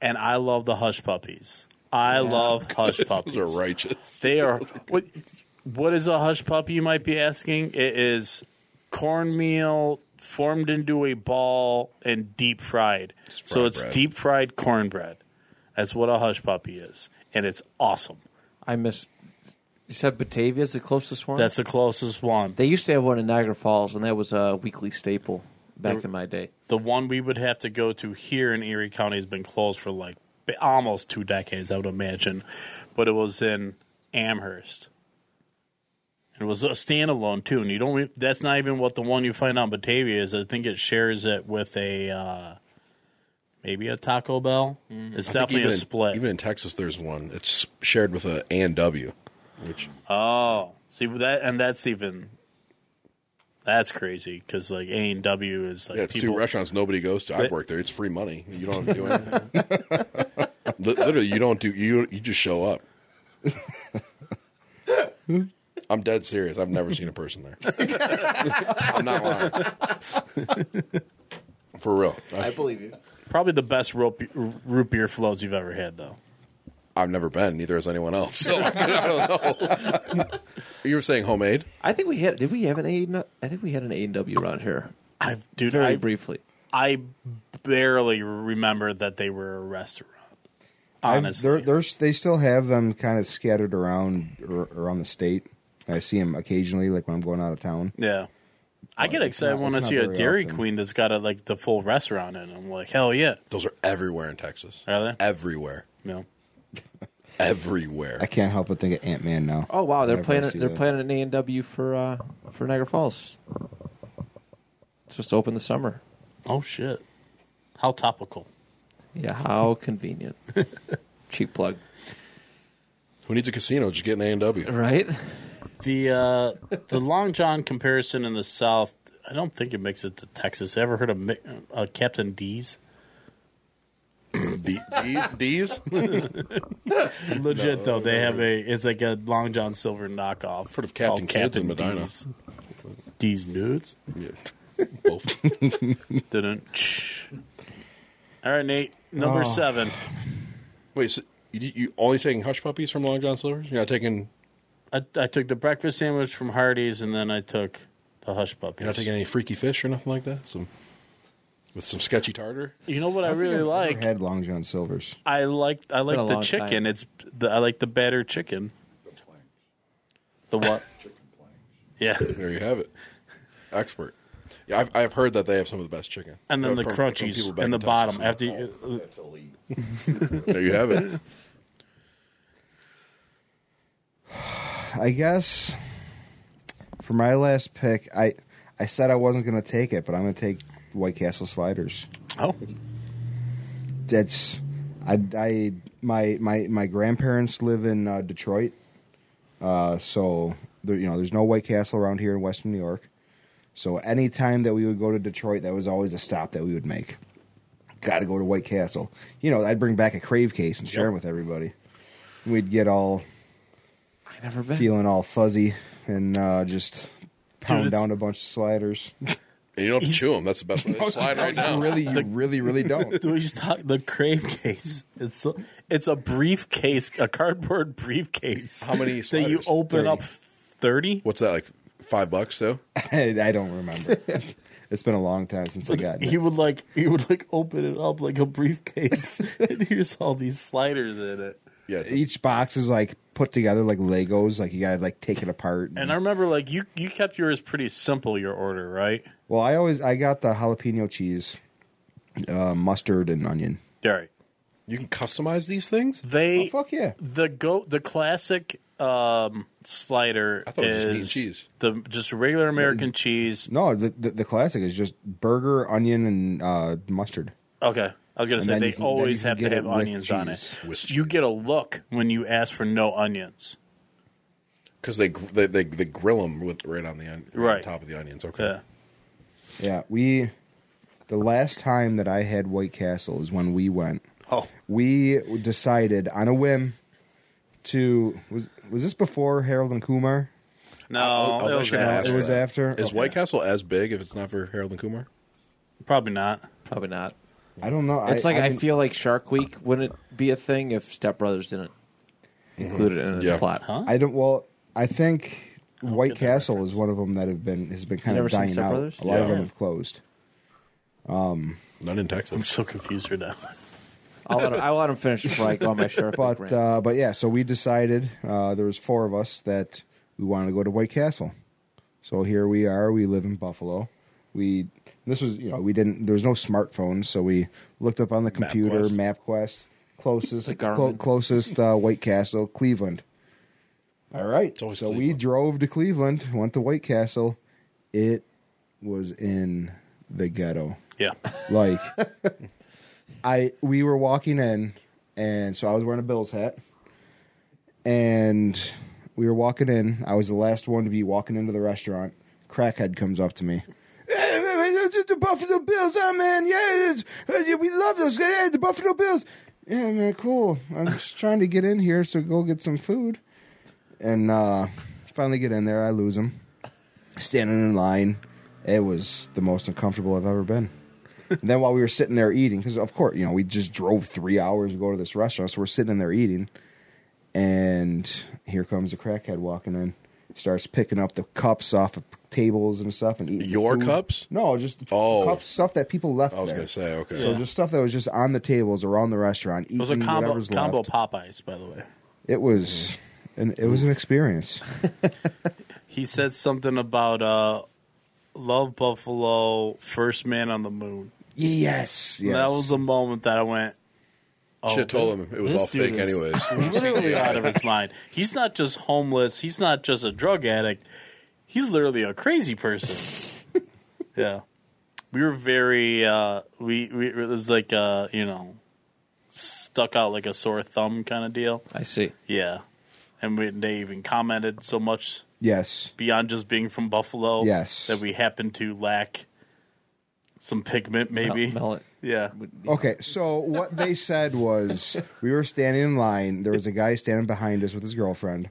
Speaker 2: and I love the Hush Puppies. I love Hush Puppies.
Speaker 4: Those are righteous.
Speaker 2: They are what? What is a hush puppy? You might be asking. It is cornmeal formed into a ball and deep fried. so
Speaker 4: fried
Speaker 2: it's
Speaker 4: bread.
Speaker 2: deep fried cornbread. That's what a hush puppy is, and it's awesome.
Speaker 1: I miss. You said Batavia's the closest one.
Speaker 2: That's the closest one.
Speaker 1: They used to have one in Niagara Falls, and that was a weekly staple back in my day.
Speaker 2: The one we would have to go to here in Erie County has been closed for like b- almost two decades, I would imagine, but it was in Amherst. It was a standalone too, and you don't. re- That's not even what the one you find on Batavia is. I think it shares it with a uh, maybe a Taco Bell. It's
Speaker 4: Mm. I think
Speaker 2: definitely
Speaker 4: even
Speaker 2: a
Speaker 4: in-
Speaker 2: split.
Speaker 4: even in Texas, there's one. It's shared with a A and W, which
Speaker 2: oh, see that, and that's even that's crazy because like A and W is like
Speaker 4: yeah, it's two
Speaker 2: people
Speaker 4: restaurants nobody goes to. I
Speaker 2: But-
Speaker 4: work there. It's free money. You don't have to do anything.
Speaker 2: [LAUGHS]
Speaker 4: Li- Literally, you don't do you. You just show up. I'm dead serious. I've never seen a person there. I'm not lying. For real, I,
Speaker 5: believe you.
Speaker 2: probably the best rope, root beer floats you've ever had though.
Speaker 4: I've never been. Neither has anyone else. So [LAUGHS] I don't know. you were saying homemade?
Speaker 1: I think we had. Did we have an A? and- I think we had an A and W around here
Speaker 2: I've dude,
Speaker 1: very
Speaker 2: I,
Speaker 1: briefly.
Speaker 2: I barely remember that they were a restaurant.
Speaker 3: I-
Speaker 2: Honestly,
Speaker 3: they're- they're- they still have them kind of scattered around ar- around the state. I see them occasionally, like when I'm going out of town.
Speaker 2: yeah. I get
Speaker 3: it's
Speaker 2: excited
Speaker 3: not-
Speaker 2: when I
Speaker 3: it's not
Speaker 2: see a
Speaker 3: very
Speaker 2: Dairy
Speaker 3: often.
Speaker 2: Queen that's got a, like the full restaurant in. it. I'm like, hell yeah,
Speaker 4: Those are everywhere in Texas.
Speaker 2: Are they?
Speaker 4: Everywhere.
Speaker 2: you know.
Speaker 4: Everywhere.
Speaker 3: I can't help but think of Ant Man now.
Speaker 1: Oh wow, they're
Speaker 3: Whenever I
Speaker 1: playing.
Speaker 3: see
Speaker 1: They're
Speaker 3: that.
Speaker 1: playing an A and W for uh, for Niagara Falls. It's supposed to open the summer.
Speaker 2: Oh shit, how topical.
Speaker 1: Yeah, [LAUGHS] how convenient. Cheap plug,
Speaker 4: Who needs a casino? Just get an A and W.
Speaker 1: right?
Speaker 2: The uh, the Long John comparison in the South, I don't think it makes it to Texas. Ever heard of Mi- uh, Captain D's?
Speaker 4: D- D- D's?
Speaker 2: Legit though, they have a it's like a Long John Silver knockoff.
Speaker 4: Heard of Captain
Speaker 2: called
Speaker 4: Kids in Medina.
Speaker 2: D's. D's nudes.
Speaker 4: Yeah. [LAUGHS] Both.
Speaker 2: Didn't. All right, Nate. Number seven.
Speaker 4: Wait, so you, you only taking hush puppies from Long John Silver's? You're not taking
Speaker 2: I, I took the breakfast sandwich from Hardee's, and then I took the hush puppies.
Speaker 4: you're not taking any freaky fish or nothing like that? Some with some sketchy tartar?
Speaker 2: You know what I, really
Speaker 3: I've
Speaker 2: like?
Speaker 3: never had Long John Silver's.
Speaker 2: I like I
Speaker 1: a
Speaker 2: like the
Speaker 1: long
Speaker 2: chicken.
Speaker 1: time.
Speaker 2: It's the, I like the batter chicken. The what? yeah,
Speaker 4: There you have it. Expert. Yeah, I've, I've heard that they have some of the best chicken.
Speaker 2: and then
Speaker 4: Uh,
Speaker 2: the
Speaker 4: from- from people
Speaker 2: crunchies
Speaker 4: back
Speaker 2: in the
Speaker 4: Texas.
Speaker 2: bottom after. You, uh,
Speaker 4: There you
Speaker 2: [LAUGHS]
Speaker 4: have it.
Speaker 3: I guess for my last pick, I I said I wasn't going to take it, but I'm going to take White Castle sliders.
Speaker 2: oh,
Speaker 3: That's I, I my my my grandparents live in uh, Detroit, uh, so there, you know there's no White Castle around here in Western New York. So any time that we would go to Detroit, that was always a stop that we would make. Got to go to White Castle. You know, I'd bring back a crave case and share them with everybody. We'd get all
Speaker 1: I never been.
Speaker 3: feeling all fuzzy and uh, just pound
Speaker 2: it's-
Speaker 3: down a bunch of sliders.
Speaker 4: And you don't have to chew them. That's the
Speaker 2: [LAUGHS]
Speaker 4: best way to slide right now.
Speaker 3: really, you really, really don't. [LAUGHS]
Speaker 2: we just talk the crave case. It's a, it's a briefcase, a cardboard briefcase.
Speaker 4: How many
Speaker 2: that you
Speaker 4: sliders?
Speaker 2: open
Speaker 3: 30.
Speaker 2: up? Thirty.
Speaker 4: What's that, like five bucks, though?
Speaker 2: [LAUGHS]
Speaker 3: I, I don't remember. It's been a long time since I got.
Speaker 2: He would like he would like open it up like a briefcase, [LAUGHS] and here's all these sliders in it.
Speaker 4: Yeah,
Speaker 3: Each box is like put together like Legos. Like you gotta like take it apart.
Speaker 2: And I remember like you you kept yours pretty simple. Your order, right?
Speaker 3: well, I always I got the jalapeno cheese, uh, mustard, and onion.
Speaker 2: All right.
Speaker 4: you can customize these things.
Speaker 2: They
Speaker 3: Oh, fuck yeah!
Speaker 2: the go the classic um, slider
Speaker 4: I thought it was just meat and
Speaker 2: is
Speaker 4: cheese.
Speaker 2: the just regular American cheese.
Speaker 3: No, the, the the classic is just burger, onion, and uh, mustard.
Speaker 2: Okay, I was gonna say
Speaker 3: then
Speaker 2: they
Speaker 3: you can- then
Speaker 2: always
Speaker 3: you can
Speaker 2: have to
Speaker 3: get it
Speaker 2: have
Speaker 3: with
Speaker 2: onions on it.
Speaker 3: cheese.
Speaker 4: With
Speaker 2: So you get a look when you ask for no onions.
Speaker 4: Because they, gr- they they they grill them with right on the on, right
Speaker 2: Right.
Speaker 4: on top of the onions. Okay.
Speaker 2: Yeah.
Speaker 3: Yeah, we. The last time that I had White Castle is when we went.
Speaker 2: Oh,
Speaker 3: We decided on a whim to was was this before Harold and Kumar?
Speaker 2: no,
Speaker 4: I was
Speaker 2: it was
Speaker 4: actually gonna
Speaker 2: after
Speaker 4: ask
Speaker 3: It was
Speaker 4: that.
Speaker 3: after.
Speaker 4: Is
Speaker 3: Okay.
Speaker 4: White Castle as big if it's not for Harold and Kumar?
Speaker 2: probably not.
Speaker 1: Probably not.
Speaker 3: I don't know.
Speaker 1: It's like I,
Speaker 3: didn't-
Speaker 1: feel like Shark Week wouldn't be a thing if Step Brothers didn't include it in its
Speaker 4: Yeah.
Speaker 1: plot.
Speaker 2: Huh?
Speaker 3: I don't. Well, I think White
Speaker 2: get that
Speaker 3: Castle is one of them that have been has been kind
Speaker 1: You never
Speaker 3: of
Speaker 1: seen
Speaker 3: dying
Speaker 1: Step
Speaker 3: out.
Speaker 1: Brothers?
Speaker 3: A lot of
Speaker 4: Yeah.
Speaker 3: them have closed.
Speaker 4: None in
Speaker 2: I'm
Speaker 4: Texas.
Speaker 2: so confused right now. [LAUGHS]
Speaker 1: I'll let him, I'll let him finish before I go on my Shark Week
Speaker 3: But
Speaker 1: rant.
Speaker 3: uh, but yeah, so we decided uh, there was four of us that we wanted to go to White Castle. So here we are. We live in Buffalo. We this was you know we didn't there was no smartphones, so we looked up on the computer MapQuest,
Speaker 1: The
Speaker 3: closest
Speaker 1: Garmin.
Speaker 3: clo- closest uh, White Castle, Cleveland. All right, so
Speaker 4: always
Speaker 3: we
Speaker 4: Cleveland.
Speaker 3: drove to Cleveland, went to White Castle. It was in the ghetto
Speaker 2: Yeah.
Speaker 3: like I we were walking in and so I was wearing a Bills hat and we were walking in. I was the last one to be walking into the restaurant. Crackhead comes up to me. "Hey, hey, hey, The the Buffalo Bills, huh, man? Yeah, it's- uh, yeah, we love those. guys. Yeah, the Buffalo Bills. Yeah, man, cool. I'm just trying to get in here, so go get some food. And uh, finally get in there. I lose him. Standing in line. It was the most uncomfortable I've ever been. And then while we were sitting there eating, because of course, you know, we just drove three hours to go to this restaurant, so we're sitting in there eating, and here comes a crackhead walking in, starts picking up the cups off of tables and stuff and eating
Speaker 4: Your
Speaker 3: food.
Speaker 4: cups?
Speaker 3: No, just
Speaker 4: Oh.
Speaker 3: cups, stuff that people left.
Speaker 4: I was
Speaker 3: there.
Speaker 4: gonna say okay.
Speaker 3: So just stuff that was just on the tables around the restaurant,
Speaker 2: It
Speaker 3: eating
Speaker 2: was a combo
Speaker 3: whatever's
Speaker 2: combo
Speaker 3: left.
Speaker 2: Popeyes, by the way.
Speaker 3: It was, an, it was an experience.
Speaker 2: He said something about uh, Love Buffalo, First Man on the Moon.
Speaker 3: yes, yes.
Speaker 2: That was the moment that I went. Oh,
Speaker 4: Shit told
Speaker 2: this-
Speaker 4: him it was
Speaker 2: this
Speaker 4: all
Speaker 2: dude
Speaker 4: fake
Speaker 2: is
Speaker 4: anyways.
Speaker 2: Literally out of his mind. He's not just homeless. He's not just a drug addict. He's literally a crazy person.
Speaker 3: [LAUGHS]
Speaker 2: yeah, we were very. Uh, we we it was like uh, you know, stuck out like a sore thumb kind of deal.
Speaker 1: I see.
Speaker 2: Yeah, and we, they even commented so much
Speaker 3: yes.
Speaker 2: beyond just being from Buffalo.
Speaker 3: Yes.
Speaker 2: That we happen to lack some pigment, maybe.
Speaker 1: Mel- Melon.
Speaker 2: Yeah.
Speaker 1: Oh,
Speaker 3: Okay, so what they said was we were standing in line. There was a guy standing behind us with his girlfriend.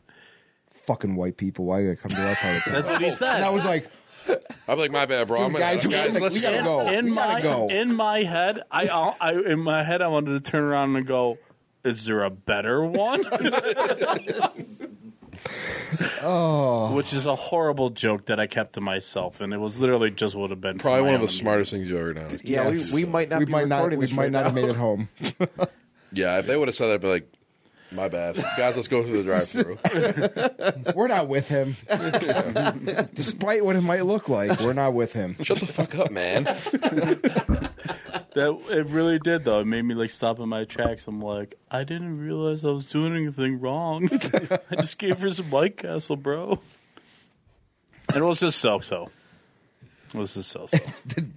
Speaker 3: Fucking white people, why they come to our part of
Speaker 2: That's
Speaker 3: town?
Speaker 2: what he said.
Speaker 3: And [LAUGHS] I was like,
Speaker 4: I'm like my bad, bro. I'm
Speaker 3: Dude,
Speaker 4: [LAUGHS] gonna-
Speaker 3: guys, we gotta-
Speaker 4: let's
Speaker 3: we gotta
Speaker 4: go.
Speaker 3: go.
Speaker 2: in
Speaker 3: we
Speaker 2: my
Speaker 3: gotta go.
Speaker 2: in my head, I, I in my head I wanted to turn around and go, "Is there a better
Speaker 3: [LAUGHS]
Speaker 2: one?" oh, which is a horrible joke that I kept to myself, and it was literally just would have been for
Speaker 4: Probably
Speaker 2: my
Speaker 4: one of the
Speaker 2: own
Speaker 4: smartest things you've
Speaker 3: [LAUGHS]
Speaker 4: ever done.
Speaker 1: Yeah,
Speaker 3: Yes.
Speaker 1: we, we might not
Speaker 3: we
Speaker 1: be
Speaker 3: might not,
Speaker 1: recording
Speaker 3: we
Speaker 1: this
Speaker 3: might
Speaker 1: right
Speaker 3: not
Speaker 1: now.
Speaker 3: have made it home.
Speaker 4: Yeah, if they would have said that, I'd be like, my bad, guys. Let's go through the
Speaker 3: [LAUGHS]
Speaker 4: drive-through.
Speaker 3: We're not with him, despite what it might look like. We're not with him.
Speaker 4: Shut the fuck up, man.
Speaker 2: That it really did though. It made me like stop in my tracks. I'm like, I didn't realize I was doing anything wrong. [LAUGHS] I just gave her some White Castle, bro. And it was just so so. It was just so so.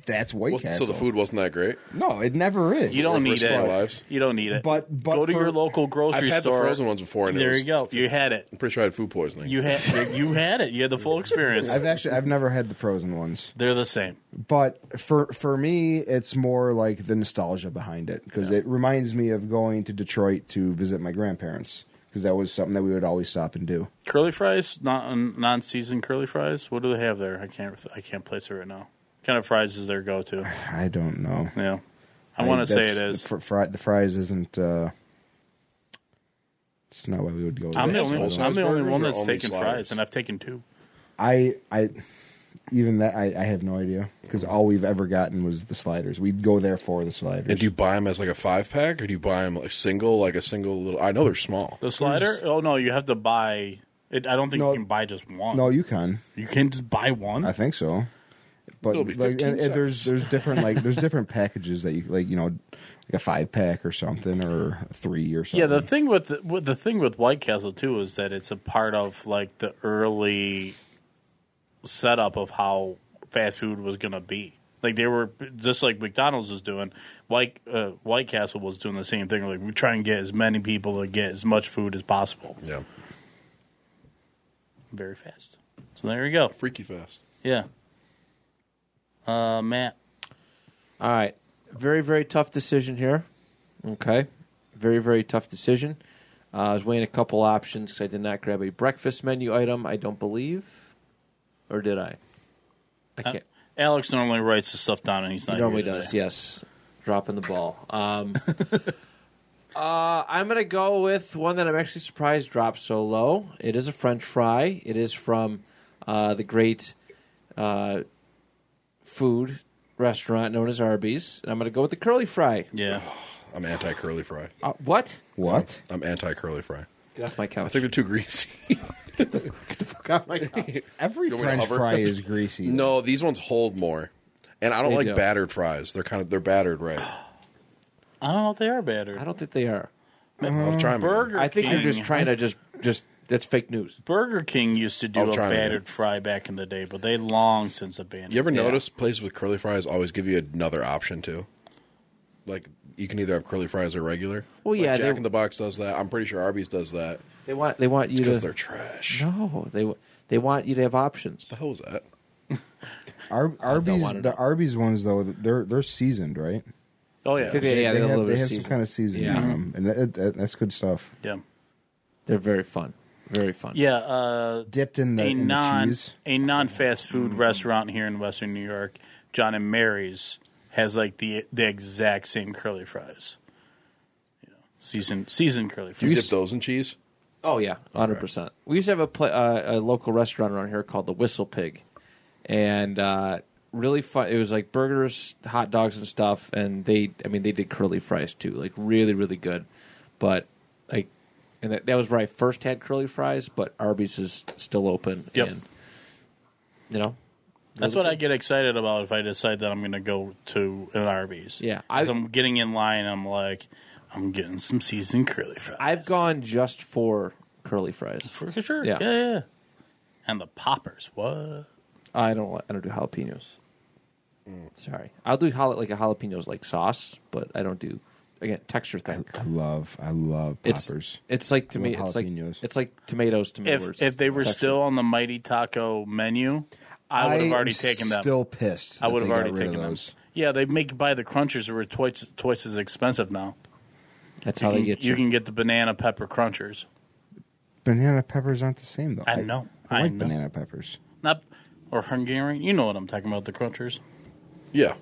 Speaker 3: That's White
Speaker 4: Well, so
Speaker 3: Castle.
Speaker 4: the food wasn't that great.
Speaker 3: No, it never is.
Speaker 2: You don't
Speaker 4: We're
Speaker 2: need
Speaker 4: risking our
Speaker 2: it.
Speaker 4: lives.
Speaker 2: You don't need it.
Speaker 3: But- but
Speaker 2: go to
Speaker 3: for-
Speaker 2: your local grocery
Speaker 4: I've had
Speaker 2: store.
Speaker 4: the frozen ones before, and it
Speaker 2: there
Speaker 4: was,
Speaker 2: you go. You had it.
Speaker 4: I'm pretty sure I had food poisoning.
Speaker 2: You had you had it. You had the full experience.
Speaker 3: I've actually I've never had the frozen ones.
Speaker 2: They're the same.
Speaker 3: but for for me it's more like the nostalgia behind it because it reminds me of going to detroit to visit my grandparents because that was something that we would always stop and do
Speaker 2: Curly fries, non non seasoned curly fries. What do they have there? I can't I can't place it right now. What kind of fries is their go to?
Speaker 3: i don't know
Speaker 2: Yeah, I want to say
Speaker 3: that's-
Speaker 2: it is.
Speaker 3: the, fr- fri- the fries isn't uh it's not why we would go
Speaker 2: I'm
Speaker 3: there.
Speaker 2: the
Speaker 4: They have
Speaker 2: only
Speaker 4: full-size
Speaker 2: I'm the only
Speaker 4: burgers
Speaker 2: one
Speaker 4: or
Speaker 2: that's
Speaker 4: only
Speaker 2: taken
Speaker 4: sliders?
Speaker 2: fries, and I've taken two.
Speaker 3: i i even that, I, I have no idea because all we've ever gotten was the sliders. We'd go there for the sliders.
Speaker 4: And do you buy them as like a five pack, or do you buy them like single, like a single little? I know they're small.
Speaker 2: The slider? Oh no, you have to buy. It, I don't think
Speaker 3: No.
Speaker 2: you can buy just one.
Speaker 3: no, you can.
Speaker 2: you can just buy one.
Speaker 3: I think so. But
Speaker 4: It'll be
Speaker 3: like,
Speaker 4: 15
Speaker 3: and, and there's
Speaker 4: cents.
Speaker 3: there's different like [LAUGHS] there's different packages that you like you know like a five pack or something or a three or something.
Speaker 2: yeah, the thing with the, with the thing with White Castle too is that it's a part of like the early setup of how fast food was going to be. Like they were just like McDonald's is doing. White uh, White Castle was doing the same thing. Like we try and get as many people to get as much food as possible,
Speaker 4: Yeah,
Speaker 2: very fast. So there you go.
Speaker 4: freaky fast.
Speaker 2: Yeah. Uh, Matt.
Speaker 1: All right. Very, very tough decision here. Okay. Very, very tough decision. Uh, I was weighing a couple options because I did not grab a breakfast menu item, I don't believe. Or did I? I
Speaker 3: Uh,
Speaker 1: can't.
Speaker 2: Alex normally writes the stuff down, and he's not.
Speaker 1: He normally
Speaker 2: here today.
Speaker 1: does, yes. Dropping the ball. Um, uh, I'm going to go with one that I'm actually surprised dropped so low. It is a French fry. It is from uh, the great uh, food restaurant known as Arby's. And I'm going to go with the curly fry.
Speaker 2: Yeah.
Speaker 4: I'm anti curly fry.
Speaker 1: Uh, what?
Speaker 3: what?
Speaker 4: I'm anti curly fry.
Speaker 1: Get off my couch.
Speaker 4: I think they're too greasy.
Speaker 1: Get off [LAUGHS] my couch.
Speaker 3: Every
Speaker 4: You want me to
Speaker 3: French
Speaker 4: hover?
Speaker 3: fry is greasy.
Speaker 4: [LAUGHS] [LAUGHS] no, these ones hold more, and I don't
Speaker 1: They
Speaker 4: like
Speaker 1: do.
Speaker 4: battered fries. They're kind of they're battered right.
Speaker 2: I don't know if they are battered.
Speaker 1: I don't think they are.
Speaker 4: I'll try 'em again.
Speaker 2: Burger
Speaker 1: I think
Speaker 2: King.
Speaker 1: they're just trying to just just that's fake news.
Speaker 2: Burger King used to do
Speaker 4: I'll
Speaker 2: a
Speaker 4: try 'em again.
Speaker 2: battered fry back in the day, but they long since abandoned.
Speaker 4: You ever
Speaker 2: it.
Speaker 4: notice places with curly fries always give you another option too? Like you can either have curly fries or regular.
Speaker 1: Well,
Speaker 4: Like,
Speaker 1: yeah,
Speaker 4: Jack
Speaker 1: they-
Speaker 4: in the Box does that. I'm pretty sure Arby's does that
Speaker 1: They want they want you
Speaker 4: because
Speaker 1: to
Speaker 4: they're trash.
Speaker 1: no they wa- they want you to have options.
Speaker 4: The hell is that?
Speaker 3: Ar- Arby's
Speaker 1: want it.
Speaker 3: the Arby's ones though they're they're seasoned right.
Speaker 2: Oh yeah,
Speaker 1: They- yeah,
Speaker 3: they
Speaker 1: they're a
Speaker 3: have,
Speaker 1: little
Speaker 3: they
Speaker 1: bit
Speaker 3: have some
Speaker 1: seasoned.
Speaker 3: kind of seasoning
Speaker 1: Yeah.
Speaker 3: on them, and that, that, that's good stuff.
Speaker 2: yeah,
Speaker 1: They're very fun. Very fun.
Speaker 2: yeah. Uh,
Speaker 3: Dipped in the,
Speaker 2: a
Speaker 3: in the
Speaker 2: non
Speaker 3: cheese.
Speaker 2: a non fast food restaurant here in Western New York, John and Mary's has like the the exact same curly fries. You know, seasoned seasoned curly
Speaker 4: Do you
Speaker 2: fries.
Speaker 4: dip those in cheese?
Speaker 1: Oh yeah, hundred percent. We used to have a, pla uh, a local restaurant around here called the Whistle Pig, and uh, really fun. It was like burgers, hot dogs, and stuff. And they, I mean, they did curly fries too, like really, really good. But like, and that, that was where I first had curly fries. But Arby's is still open,
Speaker 2: Yep.
Speaker 1: and you know,
Speaker 2: That's what I get excited about if I decide that I'm going to go to an Arby's.
Speaker 1: Yeah, I-
Speaker 2: I, I'm getting in line. I'm like, I'm getting some seasoned curly fries.
Speaker 1: I've gone just for curly fries.
Speaker 2: for sure.
Speaker 1: Yeah.
Speaker 2: Yeah. yeah, yeah. And the poppers. What?
Speaker 1: I don't, li- I don't do jalapenos. Sorry, I'll do jala- like a jalapenos like sauce, but I don't do again texture thing.
Speaker 3: I love I love poppers.
Speaker 1: It's, it's like to
Speaker 3: I
Speaker 1: me,
Speaker 3: love
Speaker 1: it's like
Speaker 3: jalapenos.
Speaker 1: it's like tomatoes to me. where
Speaker 2: If
Speaker 1: it's
Speaker 2: if they were
Speaker 1: texture.
Speaker 2: still on the Mighty Taco menu, I would have
Speaker 3: am
Speaker 2: already taken them.
Speaker 3: Still pissed.
Speaker 2: I
Speaker 3: that
Speaker 2: would have
Speaker 3: they got
Speaker 2: already
Speaker 3: rid of
Speaker 2: taken them.
Speaker 3: those.
Speaker 2: Yeah, they make you buy the crunchers that were twice twice as expensive now.
Speaker 1: that's
Speaker 2: You
Speaker 1: how
Speaker 2: can,
Speaker 1: they get
Speaker 2: you
Speaker 1: you.
Speaker 2: can get the banana pepper crunchers.
Speaker 3: Banana peppers aren't the same though.
Speaker 2: I know,
Speaker 3: I,
Speaker 2: I
Speaker 3: like
Speaker 2: know.
Speaker 3: banana peppers.
Speaker 2: Not or Hungarian. You know what I'm talking about, the crunchers.
Speaker 4: Yeah.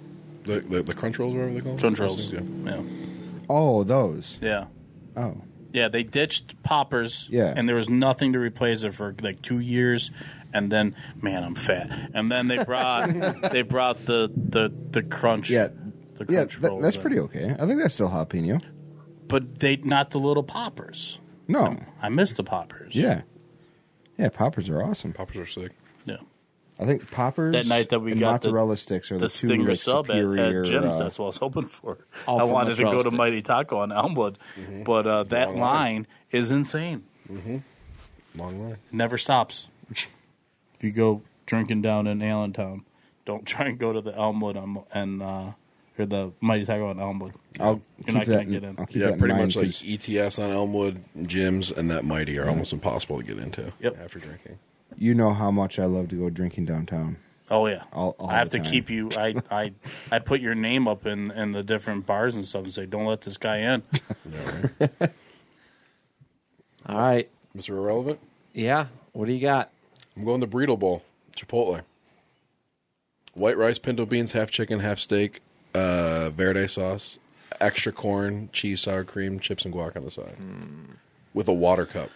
Speaker 4: The, the, the crunch rolls, whatever they call them?
Speaker 2: Crunch rolls.
Speaker 4: Yeah.
Speaker 2: Yeah.
Speaker 3: Oh, those.
Speaker 2: Yeah.
Speaker 3: Oh,
Speaker 2: Yeah, they ditched poppers.
Speaker 3: Yeah.
Speaker 2: And there was nothing to replace it for like two years. And then man, I'm fat. And then they
Speaker 3: [LAUGHS]
Speaker 2: brought they brought the, the, the crunch.
Speaker 3: Yeah.
Speaker 2: The
Speaker 3: yeah.
Speaker 2: crunch
Speaker 3: That,
Speaker 2: rolls
Speaker 3: that's
Speaker 2: in.
Speaker 3: pretty okay. I think that's still jalapeno.
Speaker 2: But they not the little poppers.
Speaker 3: No.
Speaker 2: I miss the poppers.
Speaker 3: Yeah. Yeah, poppers are awesome.
Speaker 4: Poppers are sick.
Speaker 2: Yeah.
Speaker 3: I think poppers
Speaker 2: That night that we
Speaker 3: and
Speaker 2: got the-
Speaker 3: mozzarella sticks are the,
Speaker 2: The
Speaker 3: two
Speaker 2: Stinger
Speaker 3: like,
Speaker 2: sub at,
Speaker 3: superior,
Speaker 2: at Jim's.
Speaker 3: uh,
Speaker 2: that's what I was hoping for.
Speaker 1: All
Speaker 2: I
Speaker 1: for
Speaker 2: wanted to go to
Speaker 1: mozzarella
Speaker 2: Mighty
Speaker 1: sticks.
Speaker 2: Taco on Elmwood,
Speaker 3: Mm-hmm.
Speaker 2: but uh, that
Speaker 4: Wrong
Speaker 2: line.
Speaker 4: line.
Speaker 2: is insane.
Speaker 4: Long line.
Speaker 2: It never stops. if you go drinking down in Allentown, don't try and go to the Elmwood on, and uh, or the Mighty Taco on Elmwood.
Speaker 3: I'll
Speaker 2: You're
Speaker 3: keep
Speaker 2: not
Speaker 3: that
Speaker 2: gonna get in.
Speaker 3: I'll keep that
Speaker 4: Yeah,
Speaker 3: in
Speaker 4: pretty
Speaker 3: mind
Speaker 4: much like
Speaker 3: 'cause
Speaker 4: ETS on Elmwood, Jim's, and that Mighty are almost impossible to get into
Speaker 2: Yep.
Speaker 4: after drinking.
Speaker 3: you know how much I love to go drinking downtown.
Speaker 2: Oh yeah,
Speaker 3: All- all
Speaker 2: I have
Speaker 3: the
Speaker 2: to
Speaker 3: time.
Speaker 2: keep you. I, I I put your name up in in the different bars and stuff and say, don't let this guy
Speaker 3: [LAUGHS]
Speaker 2: in.
Speaker 1: All right,
Speaker 4: Mr. Irrelevant?
Speaker 1: yeah. What do you got?
Speaker 4: I'm going the Burrito Bowl, Chipotle. White rice, pinto beans, half chicken, half steak, uh, verde sauce, extra corn, cheese, sour cream, chips, and guac on the side. With a water cup.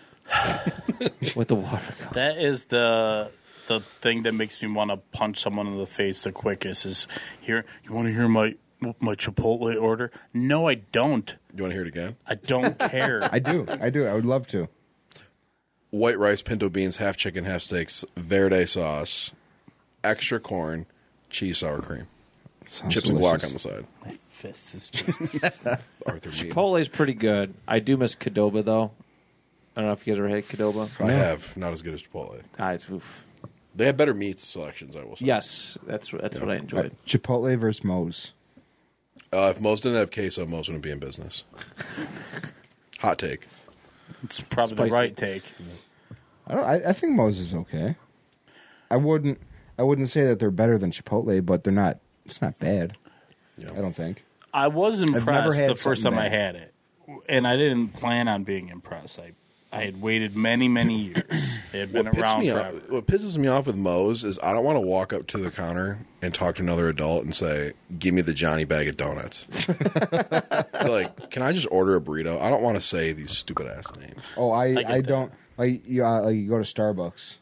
Speaker 1: [LAUGHS] With the water cup.
Speaker 2: That is the the thing that makes me want to punch someone in the face the quickest is here. You want to hear my my Chipotle order? No, I don't.
Speaker 4: You want to hear it again?
Speaker 2: I
Speaker 3: [LAUGHS]
Speaker 2: don't care.
Speaker 3: I do. I do. I would love to.
Speaker 4: White rice, pinto beans, half chicken, half steaks, verde sauce, extra corn, cheese, sour cream,
Speaker 3: Sounds
Speaker 4: chips and guac
Speaker 3: delicious.
Speaker 4: on the side.
Speaker 2: my fist is just
Speaker 3: [LAUGHS]
Speaker 4: Arthur Mead.
Speaker 1: Chipotle is pretty good. I do miss Cadoba though. I don't know if you guys ever had Cadoba.
Speaker 4: I have not as good as Chipotle.
Speaker 1: Ah, it's- oof.
Speaker 4: They have better meat selections. I will say.
Speaker 1: Yes, that's that's what I enjoyed.
Speaker 3: Uh, Chipotle versus Moe's.
Speaker 4: Uh, if Moe's didn't have queso, Moe's wouldn't be
Speaker 3: [LAUGHS]
Speaker 4: in business. Hot take.
Speaker 2: it's probably
Speaker 1: Spicy.
Speaker 2: the right take.
Speaker 3: I don't. I, I think Moe's is okay. I wouldn't. I wouldn't say that they're better than Chipotle, but they're not. It's not bad.
Speaker 4: Yeah.
Speaker 3: I don't think.
Speaker 2: I was impressed
Speaker 3: had
Speaker 2: the first time
Speaker 3: something
Speaker 2: I had
Speaker 3: bad.
Speaker 2: it, and I didn't plan on being impressed. I I had waited many many years. It had been
Speaker 4: What, pissed
Speaker 2: around
Speaker 4: me
Speaker 2: forever.
Speaker 4: off, what pisses me off with Moe's is I don't want to walk up to the counter and talk to another adult and say, "Give me the Johnny bag of donuts."
Speaker 3: [LAUGHS]
Speaker 4: like, can I just order a burrito? I don't want to say these stupid ass names.
Speaker 3: Oh, I.
Speaker 2: get
Speaker 3: I,
Speaker 2: that.
Speaker 3: don't. Like you. Uh, like you go to Starbucks.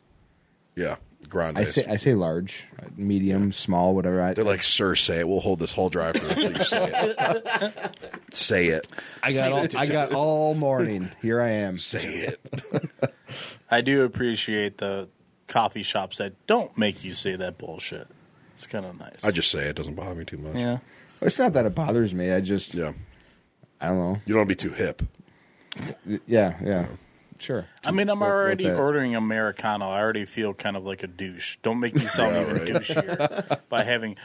Speaker 4: Yeah, grande.
Speaker 3: I say. I say large, medium, small, whatever. I,
Speaker 4: They're like, "Sir, say it. We'll hold this whole drive through until you say it.
Speaker 3: [LAUGHS]
Speaker 4: say it.
Speaker 3: I got. All, I got all morning. Here I am.
Speaker 4: Say it."
Speaker 2: I do appreciate the coffee shops that don't make you say that bullshit. It's kind of nice.
Speaker 4: I just say it. Doesn't bother me too much.
Speaker 2: yeah.
Speaker 3: It's not that it bothers me. I just.
Speaker 4: Yeah.
Speaker 3: I don't know.
Speaker 4: You don't want to be too hip.
Speaker 3: Yeah. Yeah. Sure.
Speaker 2: I mean, I'm
Speaker 3: With- with
Speaker 2: already
Speaker 3: that.
Speaker 2: ordering Americano. I already feel kind of like a douche. Don't make me sound
Speaker 4: Yeah,
Speaker 2: even
Speaker 4: right.
Speaker 2: douchier by having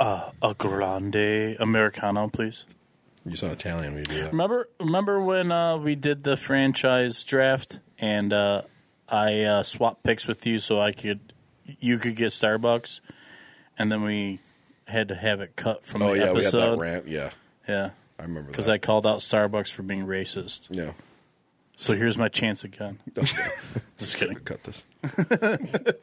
Speaker 2: uh, a grande Americano, please.
Speaker 4: You sound Italian when you do that.
Speaker 2: Remember, remember when uh, we did the franchise draft and uh, I uh, swapped picks with you so I could, you could get Starbucks, and then we had to have it cut from
Speaker 4: Oh
Speaker 2: the
Speaker 4: yeah,
Speaker 2: episode.
Speaker 4: we had that rant. Yeah,
Speaker 2: Yeah,
Speaker 4: I remember
Speaker 2: because
Speaker 4: that.
Speaker 2: I called out Starbucks for being racist.
Speaker 4: yeah.
Speaker 2: So here's my chance again.
Speaker 4: [LAUGHS] Okay,
Speaker 2: Just kidding.
Speaker 4: cut this. We're at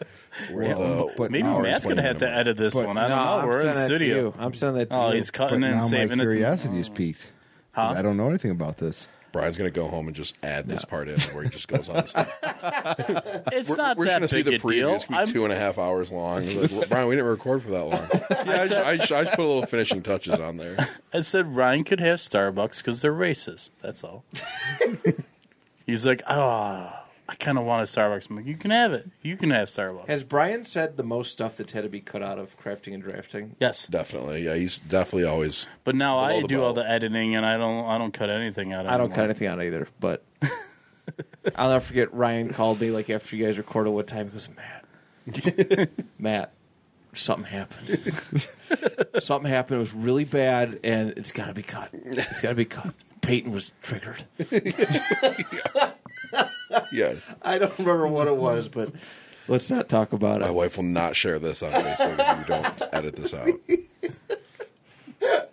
Speaker 3: Well,
Speaker 4: the
Speaker 3: but
Speaker 2: uh, Maybe
Speaker 4: hour and
Speaker 2: Matt's gonna
Speaker 4: 20
Speaker 2: have to
Speaker 4: minute mark.
Speaker 2: edit this
Speaker 3: But
Speaker 2: one. I don't
Speaker 1: No,
Speaker 2: know. We're
Speaker 1: I'm
Speaker 2: in
Speaker 1: sending that to
Speaker 2: studio.
Speaker 1: you. I'm sending that to
Speaker 2: Oh,
Speaker 1: you.
Speaker 2: he's cutting it
Speaker 3: now
Speaker 2: and saving
Speaker 3: my
Speaker 2: it. to-
Speaker 3: curiosity is piqued. 'cause I don't know anything about this.
Speaker 4: Brian's gonna go home and just add this part in where he just goes on.
Speaker 2: [LAUGHS]
Speaker 4: This
Speaker 2: It's
Speaker 4: we're
Speaker 2: not
Speaker 4: we're
Speaker 2: that
Speaker 4: gonna
Speaker 2: big
Speaker 4: see the
Speaker 2: a
Speaker 4: preview.
Speaker 2: deal.
Speaker 4: It's gonna
Speaker 2: I'm-
Speaker 4: be two and a half hours long. It's like, Brian, we didn't record for
Speaker 2: [LAUGHS]
Speaker 4: that long. Yeah, I, just, I, just, I just put a little finishing touches on there.
Speaker 2: I said Ryan could have Starbucks because they're racist. That's all. he's like, oh, I kind of want a Starbucks. I'm like, you can have it. You can have Starbucks.
Speaker 1: Has Brian said the most stuff that's had to be cut out of crafting and drafting?
Speaker 2: yes,
Speaker 4: Definitely, yeah. He's definitely always.
Speaker 2: but now
Speaker 4: Below
Speaker 2: I
Speaker 4: the
Speaker 2: do all
Speaker 4: belt.
Speaker 2: the editing and I don't. I don't cut anything out.
Speaker 1: I don't
Speaker 2: anymore.
Speaker 1: cut anything out either, but [LAUGHS] I'll never forget Ryan called me like after you guys recorded one time. He goes, Matt, [LAUGHS] Matt, something happened. [LAUGHS] something happened. It was really bad, and it's got to be cut. It's got to be cut. Peyton was triggered.
Speaker 4: Yeah,
Speaker 1: I don't remember what it was, but let's not talk about
Speaker 4: my
Speaker 1: it.
Speaker 4: wife will not share this on Facebook if you don't edit this
Speaker 2: [LAUGHS]
Speaker 4: out.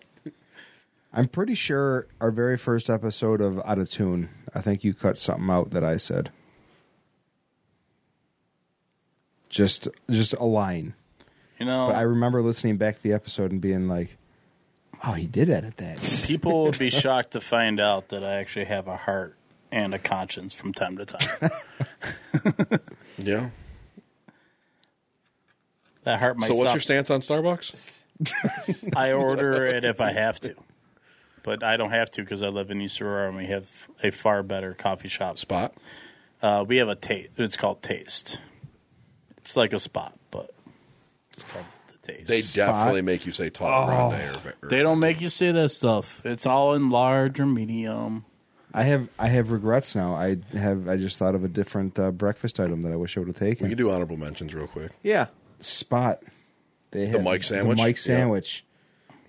Speaker 3: I'm pretty sure our very first episode of Out of Tune, I think you cut something out that I said. Just just a line.
Speaker 2: You know,
Speaker 4: Oh.
Speaker 3: But I [LAUGHS] remember listening back to the episode and being like, Oh, he did edit that.
Speaker 2: people would be shocked to find out that I actually have a heart and a conscience from time to time.
Speaker 4: Yeah.
Speaker 2: That heart might.
Speaker 4: [LAUGHS] So, what's
Speaker 2: stop-
Speaker 4: your stance on Starbucks?
Speaker 2: I order it if I have to, but I don't have to because I live in East Aurora and we have a far better coffee shop.
Speaker 4: Spot.
Speaker 2: Uh, we have a taste. It's called Taste. It's like a spot, but it's called the Taste.
Speaker 4: They definitely make you say tall grande or, or
Speaker 2: They don't make you say that stuff. It's all in large or medium.
Speaker 3: I have I have regrets now. I have I just thought of a different uh, breakfast item that I wish I would have
Speaker 4: We
Speaker 3: taken.
Speaker 4: can do honorable mentions real quick.
Speaker 1: Yeah.
Speaker 3: Spot. They had
Speaker 4: Mike sandwich?
Speaker 3: The Mike
Speaker 4: Yeah.
Speaker 3: sandwich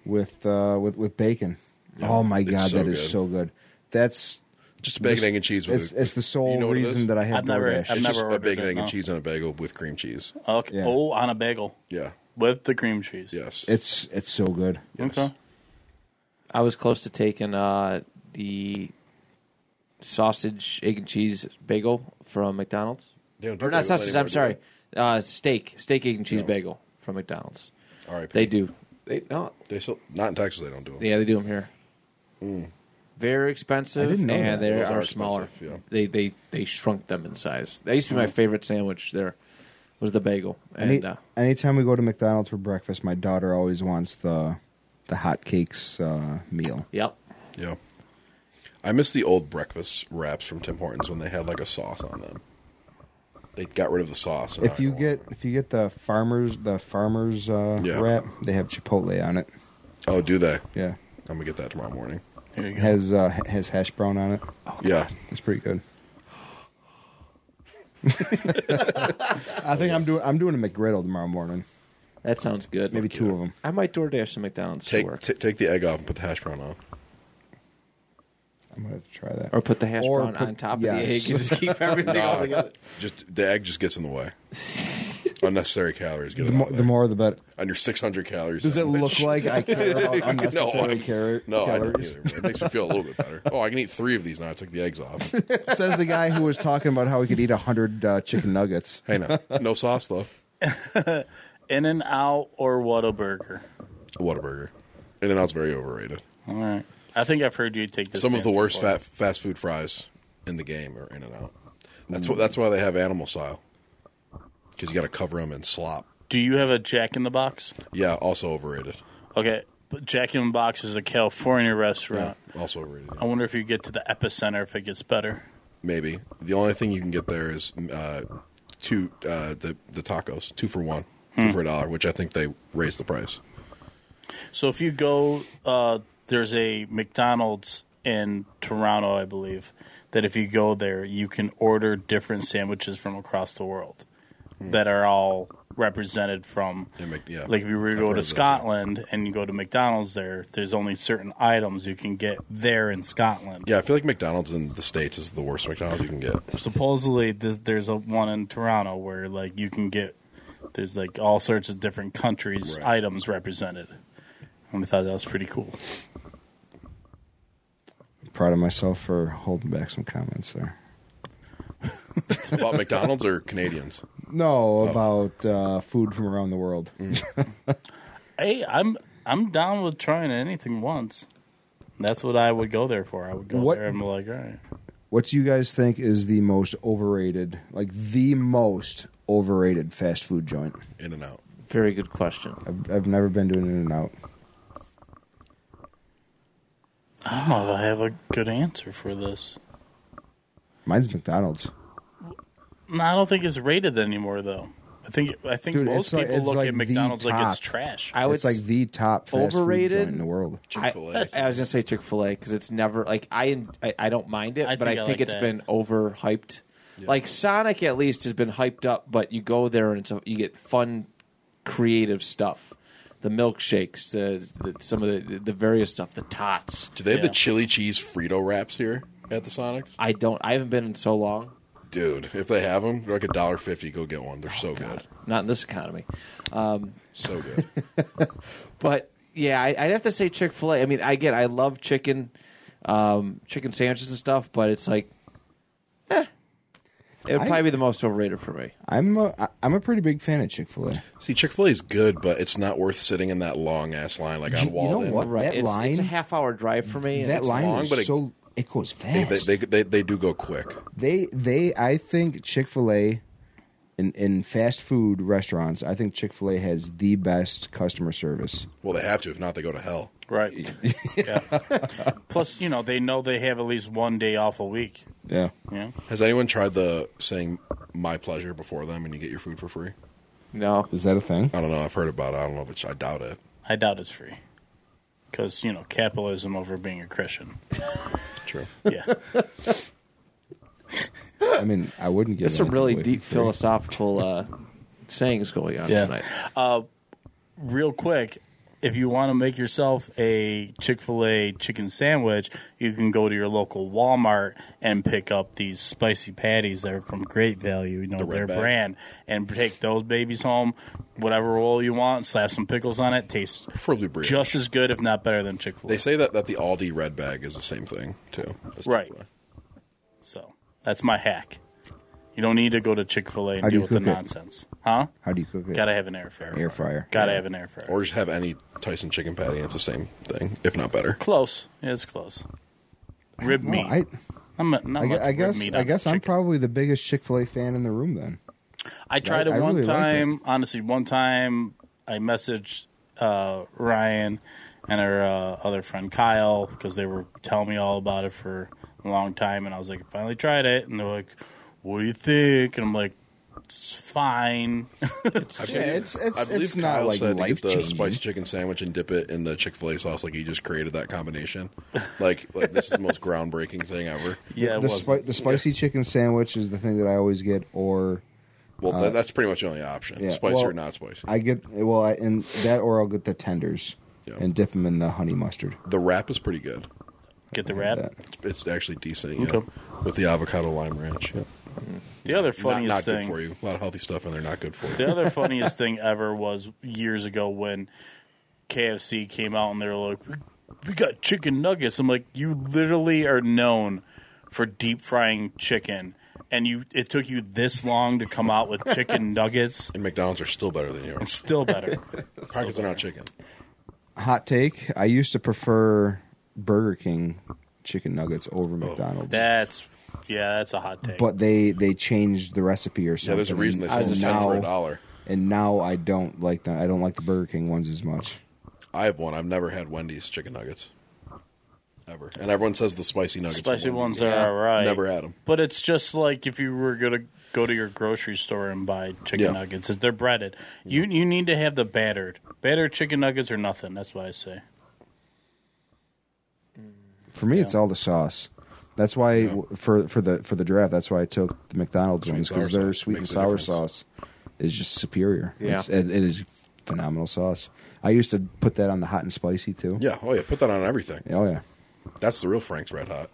Speaker 3: with uh with, with bacon. oh my
Speaker 4: it's
Speaker 3: god,
Speaker 4: so
Speaker 3: that is
Speaker 4: good.
Speaker 3: so good. That's
Speaker 4: Just bacon, egg, and cheese with
Speaker 3: it's,
Speaker 4: it.
Speaker 3: it's the sole
Speaker 4: You know what it
Speaker 3: reason
Speaker 4: is?
Speaker 3: that I have
Speaker 2: I've never-
Speaker 3: DoorDash.
Speaker 2: I've never
Speaker 4: It's just a
Speaker 2: ordered
Speaker 4: bacon,
Speaker 2: it,
Speaker 4: egg, and
Speaker 2: no.
Speaker 4: cheese on a bagel with cream cheese.
Speaker 2: Okay.
Speaker 3: Yeah.
Speaker 2: Oh, on a bagel
Speaker 4: Yeah.
Speaker 2: with the cream cheese.
Speaker 4: Yes.
Speaker 3: It's it's so good.
Speaker 4: Yes.
Speaker 2: Okay.
Speaker 1: I was close to taking uh, the sausage, egg, and cheese bagel from McDonald's.
Speaker 4: They don't do
Speaker 1: Or not
Speaker 4: bagels
Speaker 1: sausage,
Speaker 4: anymore,
Speaker 1: I'm
Speaker 4: do
Speaker 1: sorry. Uh, steak, steak, egg, and
Speaker 4: Oh.
Speaker 1: cheese bagel from McDonald's.
Speaker 4: All right.
Speaker 1: They do. They no.
Speaker 4: They still not in Texas. They don't do it.
Speaker 1: Yeah, they do them here. Very expensive,
Speaker 3: I didn't know
Speaker 1: and
Speaker 3: that.
Speaker 1: they
Speaker 4: Mm. Those
Speaker 1: are,
Speaker 4: are
Speaker 1: smaller.
Speaker 4: expensive, yeah. Oh.
Speaker 1: They they they shrunk them in size. That used to be my favorite sandwich there. was the bagel. And
Speaker 3: Any,
Speaker 1: uh,
Speaker 3: anytime we go to McDonald's for breakfast, my daughter always wants the the hotcakes uh, meal.
Speaker 1: yep.
Speaker 4: Yeah. I miss the old breakfast wraps from Tim Hortons when they had like a sauce on them. They got rid of the sauce. and
Speaker 3: If
Speaker 4: I
Speaker 3: you
Speaker 4: don't
Speaker 3: get
Speaker 4: want
Speaker 3: if you get the farmers the farmers uh,
Speaker 4: Yeah.
Speaker 3: wrap, they have chipotle on it.
Speaker 4: it. oh, do they?
Speaker 3: Yeah,
Speaker 4: I'm gonna get that tomorrow morning.
Speaker 2: There you go.
Speaker 3: has uh, ha- has hash brown on it.
Speaker 4: yeah,
Speaker 3: It's pretty good. [LAUGHS] I think I'm doing I'm doing a McGriddle tomorrow morning.
Speaker 1: That sounds good.
Speaker 3: Maybe two of them.
Speaker 1: I might DoorDash some McDonald's to
Speaker 4: take
Speaker 1: work.
Speaker 4: t- take the egg off and put the hash brown on.
Speaker 3: I'm gonna have to try that.
Speaker 1: or put the hash
Speaker 3: Or
Speaker 1: brown
Speaker 3: put-
Speaker 1: on top of the
Speaker 3: yes.
Speaker 1: egg [LAUGHS] and just keep everything all together.
Speaker 4: Just the egg just gets in
Speaker 1: [LAUGHS]
Speaker 4: the way. Unnecessary calories. Get
Speaker 3: the,
Speaker 4: it out
Speaker 3: mo-
Speaker 4: of
Speaker 3: the
Speaker 4: there.
Speaker 3: more the better.
Speaker 4: on your 600 calories.
Speaker 3: Does it
Speaker 4: then,
Speaker 3: look
Speaker 4: bitch.
Speaker 3: like I care [LAUGHS] about unnecessary
Speaker 4: I'm-
Speaker 3: car-
Speaker 4: No, I don't
Speaker 3: calories?
Speaker 4: either. but It makes me feel a little bit better. Oh, I can eat three of these now. I took the eggs off.
Speaker 3: Says the guy who was talking about how he could eat hundred uh, chicken nuggets.
Speaker 4: Hey, no, no sauce though.
Speaker 2: In and out or Whataburger.
Speaker 4: A Whataburger. In and Out's very overrated.
Speaker 2: All right. I think I've heard you take this.
Speaker 4: Some of the
Speaker 2: stance
Speaker 4: worst
Speaker 2: before.
Speaker 4: fat, fast food fries in the game are In and Out. That's
Speaker 1: Mm.
Speaker 4: what. That's why they have animal style. Because you got to cover them in slop.
Speaker 2: Do you have a Jack in the Box?
Speaker 4: Yeah, also overrated.
Speaker 2: Okay, but Jack in the Box is a California restaurant.
Speaker 4: Also overrated.
Speaker 2: I wonder if you get to the epicenter if it gets better.
Speaker 4: Maybe the only thing you can get there is uh, two uh, the the tacos, two for one,
Speaker 3: Hmm.
Speaker 4: two for a dollar, which I think they raised the price.
Speaker 2: So if you go, uh, there's a McDonald's in Toronto, I believe, that if you go there, you can order different sandwiches from across the world that are all represented from.
Speaker 4: Yeah, Mc- yeah.
Speaker 2: Like if you were to
Speaker 4: I've
Speaker 2: go
Speaker 4: heard
Speaker 2: to
Speaker 4: of those, yeah.
Speaker 2: Scotland and you go to McDonald's there, there's only certain items you can get there in Scotland.
Speaker 4: Yeah, I feel like McDonald's in the states is the worst McDonald's you
Speaker 3: [LAUGHS]
Speaker 4: can get.
Speaker 2: supposedly this, there's a one in Toronto where like you can get there's like all sorts of different countries
Speaker 4: Right.
Speaker 2: items represented. And we thought that was pretty cool.
Speaker 3: Proud of myself for holding back some comments there.
Speaker 4: About McDonald's or Canadians?
Speaker 3: No, about uh, food from around the world.
Speaker 2: Hey, I'm I'm down with trying anything once. That's what I would go there for. I would go
Speaker 3: What-
Speaker 2: there and be like, all right.
Speaker 3: What do you guys think is the most overrated, like the most overrated fast food joint?
Speaker 4: In and out.
Speaker 1: Very good question.
Speaker 3: I've, I've never been to an In and Out.
Speaker 2: I don't know if I have a good answer for this.
Speaker 3: Mine's McDonald's.
Speaker 2: No, I don't think it's rated anymore though. I think I think
Speaker 3: Dude,
Speaker 2: most
Speaker 3: it's like-
Speaker 2: people
Speaker 3: it's
Speaker 2: look
Speaker 3: like
Speaker 2: at
Speaker 3: the
Speaker 2: McDonald's like it's
Speaker 3: top.
Speaker 2: trash.
Speaker 1: I would
Speaker 3: It's like
Speaker 1: s-
Speaker 3: the top fast food
Speaker 1: Overrated?
Speaker 3: joint in the world.
Speaker 1: I,
Speaker 4: Chick-fil-A.
Speaker 1: I was gonna say Chick Fil A because it's never like I, I I don't mind it,
Speaker 2: I
Speaker 1: but
Speaker 2: think
Speaker 1: I
Speaker 2: I
Speaker 1: think
Speaker 2: like
Speaker 1: it's
Speaker 2: that.
Speaker 1: been overhyped. Like Sonic at least has been hyped up, but you go there and it's a, you get fun, creative stuff. The milkshakes, the, the some of the the various stuff, the tots.
Speaker 4: Do they have
Speaker 2: Yeah.
Speaker 4: the chili cheese Frito wraps here at the Sonic?
Speaker 1: I don't. I haven't been in so long.
Speaker 4: Dude, if they have them, they're like a dollar fifty. Go get one. They're
Speaker 3: Oh,
Speaker 4: so good,
Speaker 1: Not in this economy.
Speaker 4: so
Speaker 3: [LAUGHS]
Speaker 4: good.
Speaker 1: But yeah, I, I'd have to say Chick Fil A. I mean, I get I love chicken, um, chicken sandwiches and stuff, but it's like, eh, it would
Speaker 3: I-
Speaker 1: probably be the most overrated for me.
Speaker 3: I'm a, I- I'm a pretty big fan of Chick Fil A.
Speaker 4: See, Chick Fil A is good, but it's not worth sitting in that long ass line like on
Speaker 3: you know
Speaker 4: Walden.
Speaker 3: what? That
Speaker 1: it's, it's a
Speaker 3: line-
Speaker 1: half hour drive for me. and
Speaker 3: That
Speaker 1: it's
Speaker 3: line
Speaker 4: long,
Speaker 3: is
Speaker 4: but it-
Speaker 3: so it goes
Speaker 4: They,
Speaker 3: fast.
Speaker 4: they, they, they, they do go quick.
Speaker 3: They they I think Chick Fil A in in fast food restaurants, I think Chick Fil A has the best customer service.
Speaker 4: Well, they have to. If not, they go to hell.
Speaker 2: Right. yeah. Plus, you know, they know they have at least one day off a week.
Speaker 3: Yeah.
Speaker 2: Yeah.
Speaker 4: Has anyone tried the saying "my pleasure" before them, and you get your food for free?
Speaker 1: No,
Speaker 3: Is that a thing?
Speaker 4: I don't know. I've heard about it. I don't know if it's. I doubt it.
Speaker 2: I doubt it's free. Because, you know, capitalism over being a Christian.
Speaker 4: True.
Speaker 2: Yeah.
Speaker 3: I mean, I wouldn't get
Speaker 1: there's some really deep philosophical uh, sayings going on
Speaker 2: Yeah.
Speaker 1: tonight.
Speaker 2: Real quick, if you want to make yourself a Chick fil A chicken sandwich, you can go to your local Walmart and pick up these spicy patties that are from great value, you know,
Speaker 4: red
Speaker 2: their
Speaker 4: bag.
Speaker 2: brand, and take those babies home, whatever roll you want, slap some pickles on it. Tastes
Speaker 4: Preferably brioche.
Speaker 2: just as good, if not better, than Chick fil
Speaker 4: They
Speaker 2: A.
Speaker 4: say that that the Aldi red bag is the same thing too. That's
Speaker 2: Right.
Speaker 4: what-
Speaker 2: So that's my hack. You don't need to go to Chick fil A and
Speaker 3: How do
Speaker 2: deal
Speaker 3: you
Speaker 2: with the
Speaker 3: cook it?
Speaker 2: nonsense. Huh?
Speaker 3: How do you cook it?
Speaker 2: Gotta have an air fryer.
Speaker 3: Air fryer.
Speaker 2: Gotta have an air fryer.
Speaker 4: Or just have any Tyson chicken patty. and It's the same thing, if not better.
Speaker 2: close. Yeah, it's close. Rib
Speaker 3: No,
Speaker 2: meat.
Speaker 3: Oh, I,
Speaker 2: I'm not, not
Speaker 3: I, gu-
Speaker 2: much
Speaker 3: I
Speaker 2: rib
Speaker 3: guess
Speaker 2: meat
Speaker 3: I
Speaker 2: on
Speaker 3: guess I'm
Speaker 2: chicken.
Speaker 3: probably the biggest Chick Fil A fan in the room. Then
Speaker 2: I tried
Speaker 3: I
Speaker 2: it one
Speaker 3: really like
Speaker 2: time. Honestly, one time I messaged uh, Ryan and our uh, other friend Kyle because they were telling me all about it for a long time, and I was like, I finally tried it, and they're like, "What do you think?" And I'm like, "It's fine." [LAUGHS]
Speaker 4: I
Speaker 3: Yeah, it's- it's-
Speaker 4: I believe
Speaker 3: it's not,
Speaker 4: Kyle
Speaker 3: like,
Speaker 4: said to get the
Speaker 3: life-changing.
Speaker 4: spicy chicken sandwich and dip it in the Chick Fil A sauce. Like he just created that combination. Like, like this is the most groundbreaking thing ever.
Speaker 2: [LAUGHS] yeah, it
Speaker 3: the,
Speaker 2: was.
Speaker 3: spi- the spicy chicken sandwich is the thing that I always get, or
Speaker 4: Well, th- that's pretty much the only option:
Speaker 3: Uh, yeah,
Speaker 4: spicy
Speaker 3: well,
Speaker 4: or not spicy.
Speaker 3: I get well, I, and that or I'll get the tenders
Speaker 4: Yeah.
Speaker 3: and dip them in the honey mustard.
Speaker 4: the wrap is pretty good.
Speaker 2: Get the wrap.
Speaker 3: That.
Speaker 4: It's, it's actually decent. Yeah,
Speaker 2: Okay.
Speaker 4: with the avocado lime ranch. Yeah.
Speaker 2: The other
Speaker 4: Not,
Speaker 2: funniest
Speaker 4: not
Speaker 2: thing
Speaker 4: good for you. A lot of healthy stuff in there. Not good for you.
Speaker 2: The other funniest thing ever was years ago when KFC came out and they were like, "We- "We got chicken nuggets." I'm like, "You literally are known for deep frying chicken, and you it took you this long to come out with
Speaker 4: [LAUGHS]
Speaker 2: chicken nuggets.
Speaker 4: And McDonald's are still better than yours.
Speaker 2: Still better.
Speaker 4: Pockets are not chicken.
Speaker 3: Hot take: I used to prefer Burger King chicken nuggets
Speaker 4: Oh.
Speaker 3: over McDonald's.
Speaker 2: That's yeah, that's a hot take.
Speaker 3: but they they changed the recipe or something.
Speaker 4: Yeah, there's a reason they sell
Speaker 3: and
Speaker 4: them
Speaker 3: now,
Speaker 4: for a dollar.
Speaker 3: And now I don't like the I don't like the Burger King ones as much.
Speaker 4: I have one. I've never had Wendy's chicken nuggets. Ever. And everyone says the spicy nuggets. are
Speaker 2: Spicy
Speaker 4: Wendy's.
Speaker 2: ones are all right.
Speaker 4: Never had 'em.
Speaker 2: But it's just like if you were gonna go to your grocery store and buy chicken
Speaker 4: Yeah.
Speaker 2: nuggets, if they're breaded. You you need to have the battered, battered chicken nuggets or nothing. That's what I say.
Speaker 3: For me, it's all the sauce. That's why for for the for the draft. That's why I took the McDonald's
Speaker 4: Sweet
Speaker 3: ones
Speaker 4: and
Speaker 3: because
Speaker 4: sour
Speaker 3: their
Speaker 4: sauce
Speaker 3: sweet and
Speaker 4: makes a
Speaker 3: sour
Speaker 4: difference.
Speaker 3: sauce is just superior.
Speaker 1: Yeah.
Speaker 3: It's- it, it is phenomenal sauce. I used to put that on the hot and spicy too.
Speaker 4: Yeah. Oh yeah. Put that on everything.
Speaker 3: Oh yeah.
Speaker 4: That's the real Frank's Red Hot.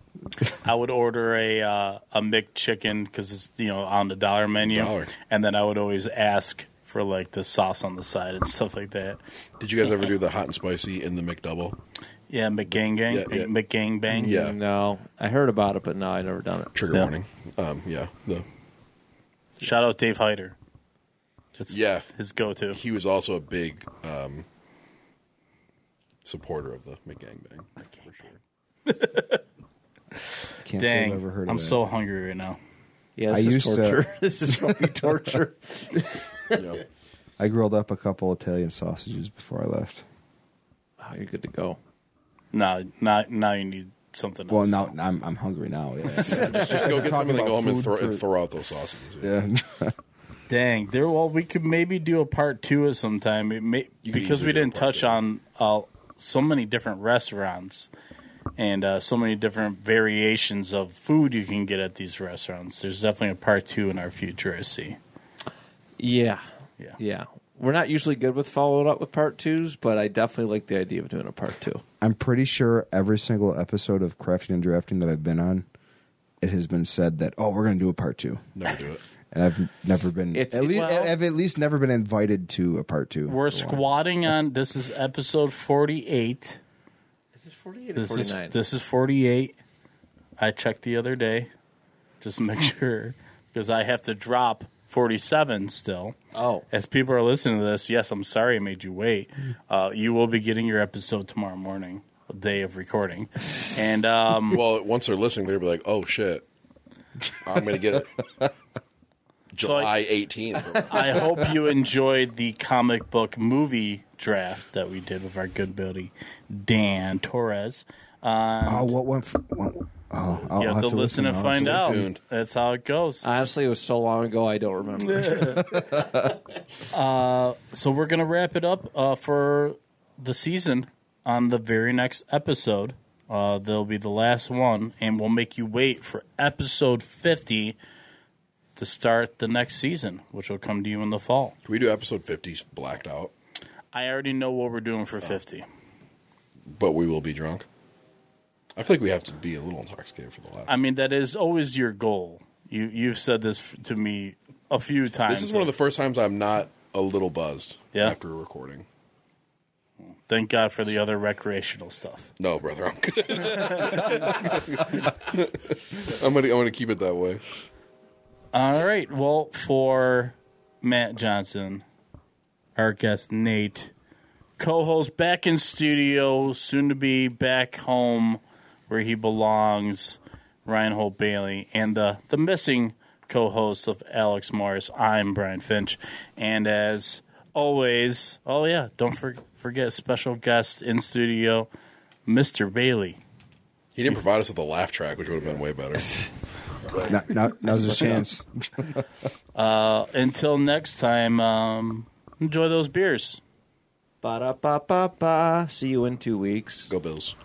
Speaker 2: I would order a uh, a McChicken because it's you know on the dollar menu,
Speaker 4: Dollar.
Speaker 2: and then I would always ask for like the sauce on the side and stuff like that.
Speaker 4: Did you guys ever do the hot and spicy in the McDouble?
Speaker 2: Yeah, McGang gang,
Speaker 4: Yeah, yeah.
Speaker 2: McGang bang.
Speaker 4: Yeah.
Speaker 1: No, I heard about it, but no, I never done it.
Speaker 4: Trigger
Speaker 2: Yeah.
Speaker 4: warning. Um, yeah. The,
Speaker 2: Shout out Dave Hyder. That's
Speaker 4: Yeah.
Speaker 2: his go to.
Speaker 4: he was also a big um, supporter of the McGangbang. For sure.
Speaker 3: Can't say
Speaker 2: Dang,
Speaker 3: I've ever heard of
Speaker 2: I'm
Speaker 3: that.
Speaker 2: so hungry right now.
Speaker 1: Yeah,
Speaker 3: I
Speaker 1: this is
Speaker 3: used to-
Speaker 1: torture. this is fucking torture.
Speaker 4: Yeah.
Speaker 3: [LAUGHS] I grilled up a couple Italian sausages before I left.
Speaker 1: Oh, [LAUGHS] you're good to go.
Speaker 2: No, now, now you need something
Speaker 3: Well,
Speaker 2: else.
Speaker 3: now I'm I'm hungry now.
Speaker 4: [LAUGHS]
Speaker 3: Yeah.
Speaker 4: Just go get
Speaker 3: talking
Speaker 4: something,
Speaker 3: about
Speaker 4: go home and
Speaker 3: food
Speaker 4: throw,
Speaker 3: for-
Speaker 4: and throw out those sausages. Yeah.
Speaker 3: yeah.
Speaker 2: Dang, there. Well, we could maybe do a part two of sometime it may,
Speaker 4: You could
Speaker 2: because
Speaker 4: easily
Speaker 2: we
Speaker 4: do a
Speaker 2: didn't
Speaker 4: part
Speaker 2: touch
Speaker 4: two.
Speaker 2: on uh, so many different restaurants and uh, so many different variations of food you can get at these restaurants. There's definitely a part two in our future. I see.
Speaker 1: Yeah.
Speaker 2: Yeah.
Speaker 1: Yeah. We're not usually good with followed up with part twos, but I definitely like the idea of doing a part two.
Speaker 3: I'm pretty sure every single episode of Crafting and Drafting that I've been on, it has been said that oh we're going to do a part two, [LAUGHS]
Speaker 4: Never do it.
Speaker 3: and I've never been
Speaker 1: It's-
Speaker 3: at least
Speaker 1: well-
Speaker 3: I've at least never been invited to a part two. Oh,
Speaker 2: We're
Speaker 3: for one.
Speaker 2: squatting on. This is episode forty-eight.
Speaker 1: Is this 48
Speaker 2: This is this is forty-eight. I checked the other day just to make [LAUGHS] sure because I have to drop forty-seven still.
Speaker 1: oh.
Speaker 2: As people are listening to this, yes, I'm sorry I made you wait. Uh, you will be getting your episode tomorrow morning, day of recording. And
Speaker 4: [LAUGHS]
Speaker 2: um,
Speaker 4: Well, once they're listening, they'll be like, "Oh shit, I'm
Speaker 3: [LAUGHS]
Speaker 4: gonna get it." July 18th.
Speaker 2: I hope you enjoyed the comic book movie draft that we did with our good buddy, Dan Torres.
Speaker 3: Oh, what one? f- what- oh, I'll
Speaker 2: You have, to, listen and
Speaker 3: I'll have
Speaker 2: find
Speaker 3: to-
Speaker 2: out.
Speaker 4: tuned.
Speaker 2: That's how it goes.
Speaker 1: Honestly, it was so long ago, I don't remember.
Speaker 2: So we're gonna wrap it up uh, for the season on the very next episode. Uh, there'll be the last one, and we'll make you wait for episode fifty to start the next season, which will come to you in the fall.
Speaker 4: Can we do episode 50 blacked out?
Speaker 2: I already know what we're doing for fifty.
Speaker 4: But we will be drunk. I feel like we have to be a little intoxicated for the last.
Speaker 2: I mean, that is always your goal. You you've said this f- to me a few times.
Speaker 4: This is one of the first times I'm not a little buzzed
Speaker 2: Yeah.
Speaker 4: after recording.
Speaker 2: Thank God for the other recreational stuff.
Speaker 4: No, brother, I'm good. I'm gonna I'm gonna keep it that way.
Speaker 2: All right. Well, for Matt Johnson, our guest Nate, co-host back in studio, soon to be back home where he belongs, Ryan Holt Bailey, and the the missing co host of Alex Morris. I'm Brian Finch. And as always, oh, yeah, don't for- forget special guest in studio, Mr. Bailey.
Speaker 4: He didn't provide us with a laugh track, which would have been way better.
Speaker 3: Now, now, now's
Speaker 2: [LAUGHS]
Speaker 3: his chance.
Speaker 2: Until next time, um, enjoy those beers.
Speaker 1: Ba da ba ba ba. See you in two weeks.
Speaker 4: Go Bills.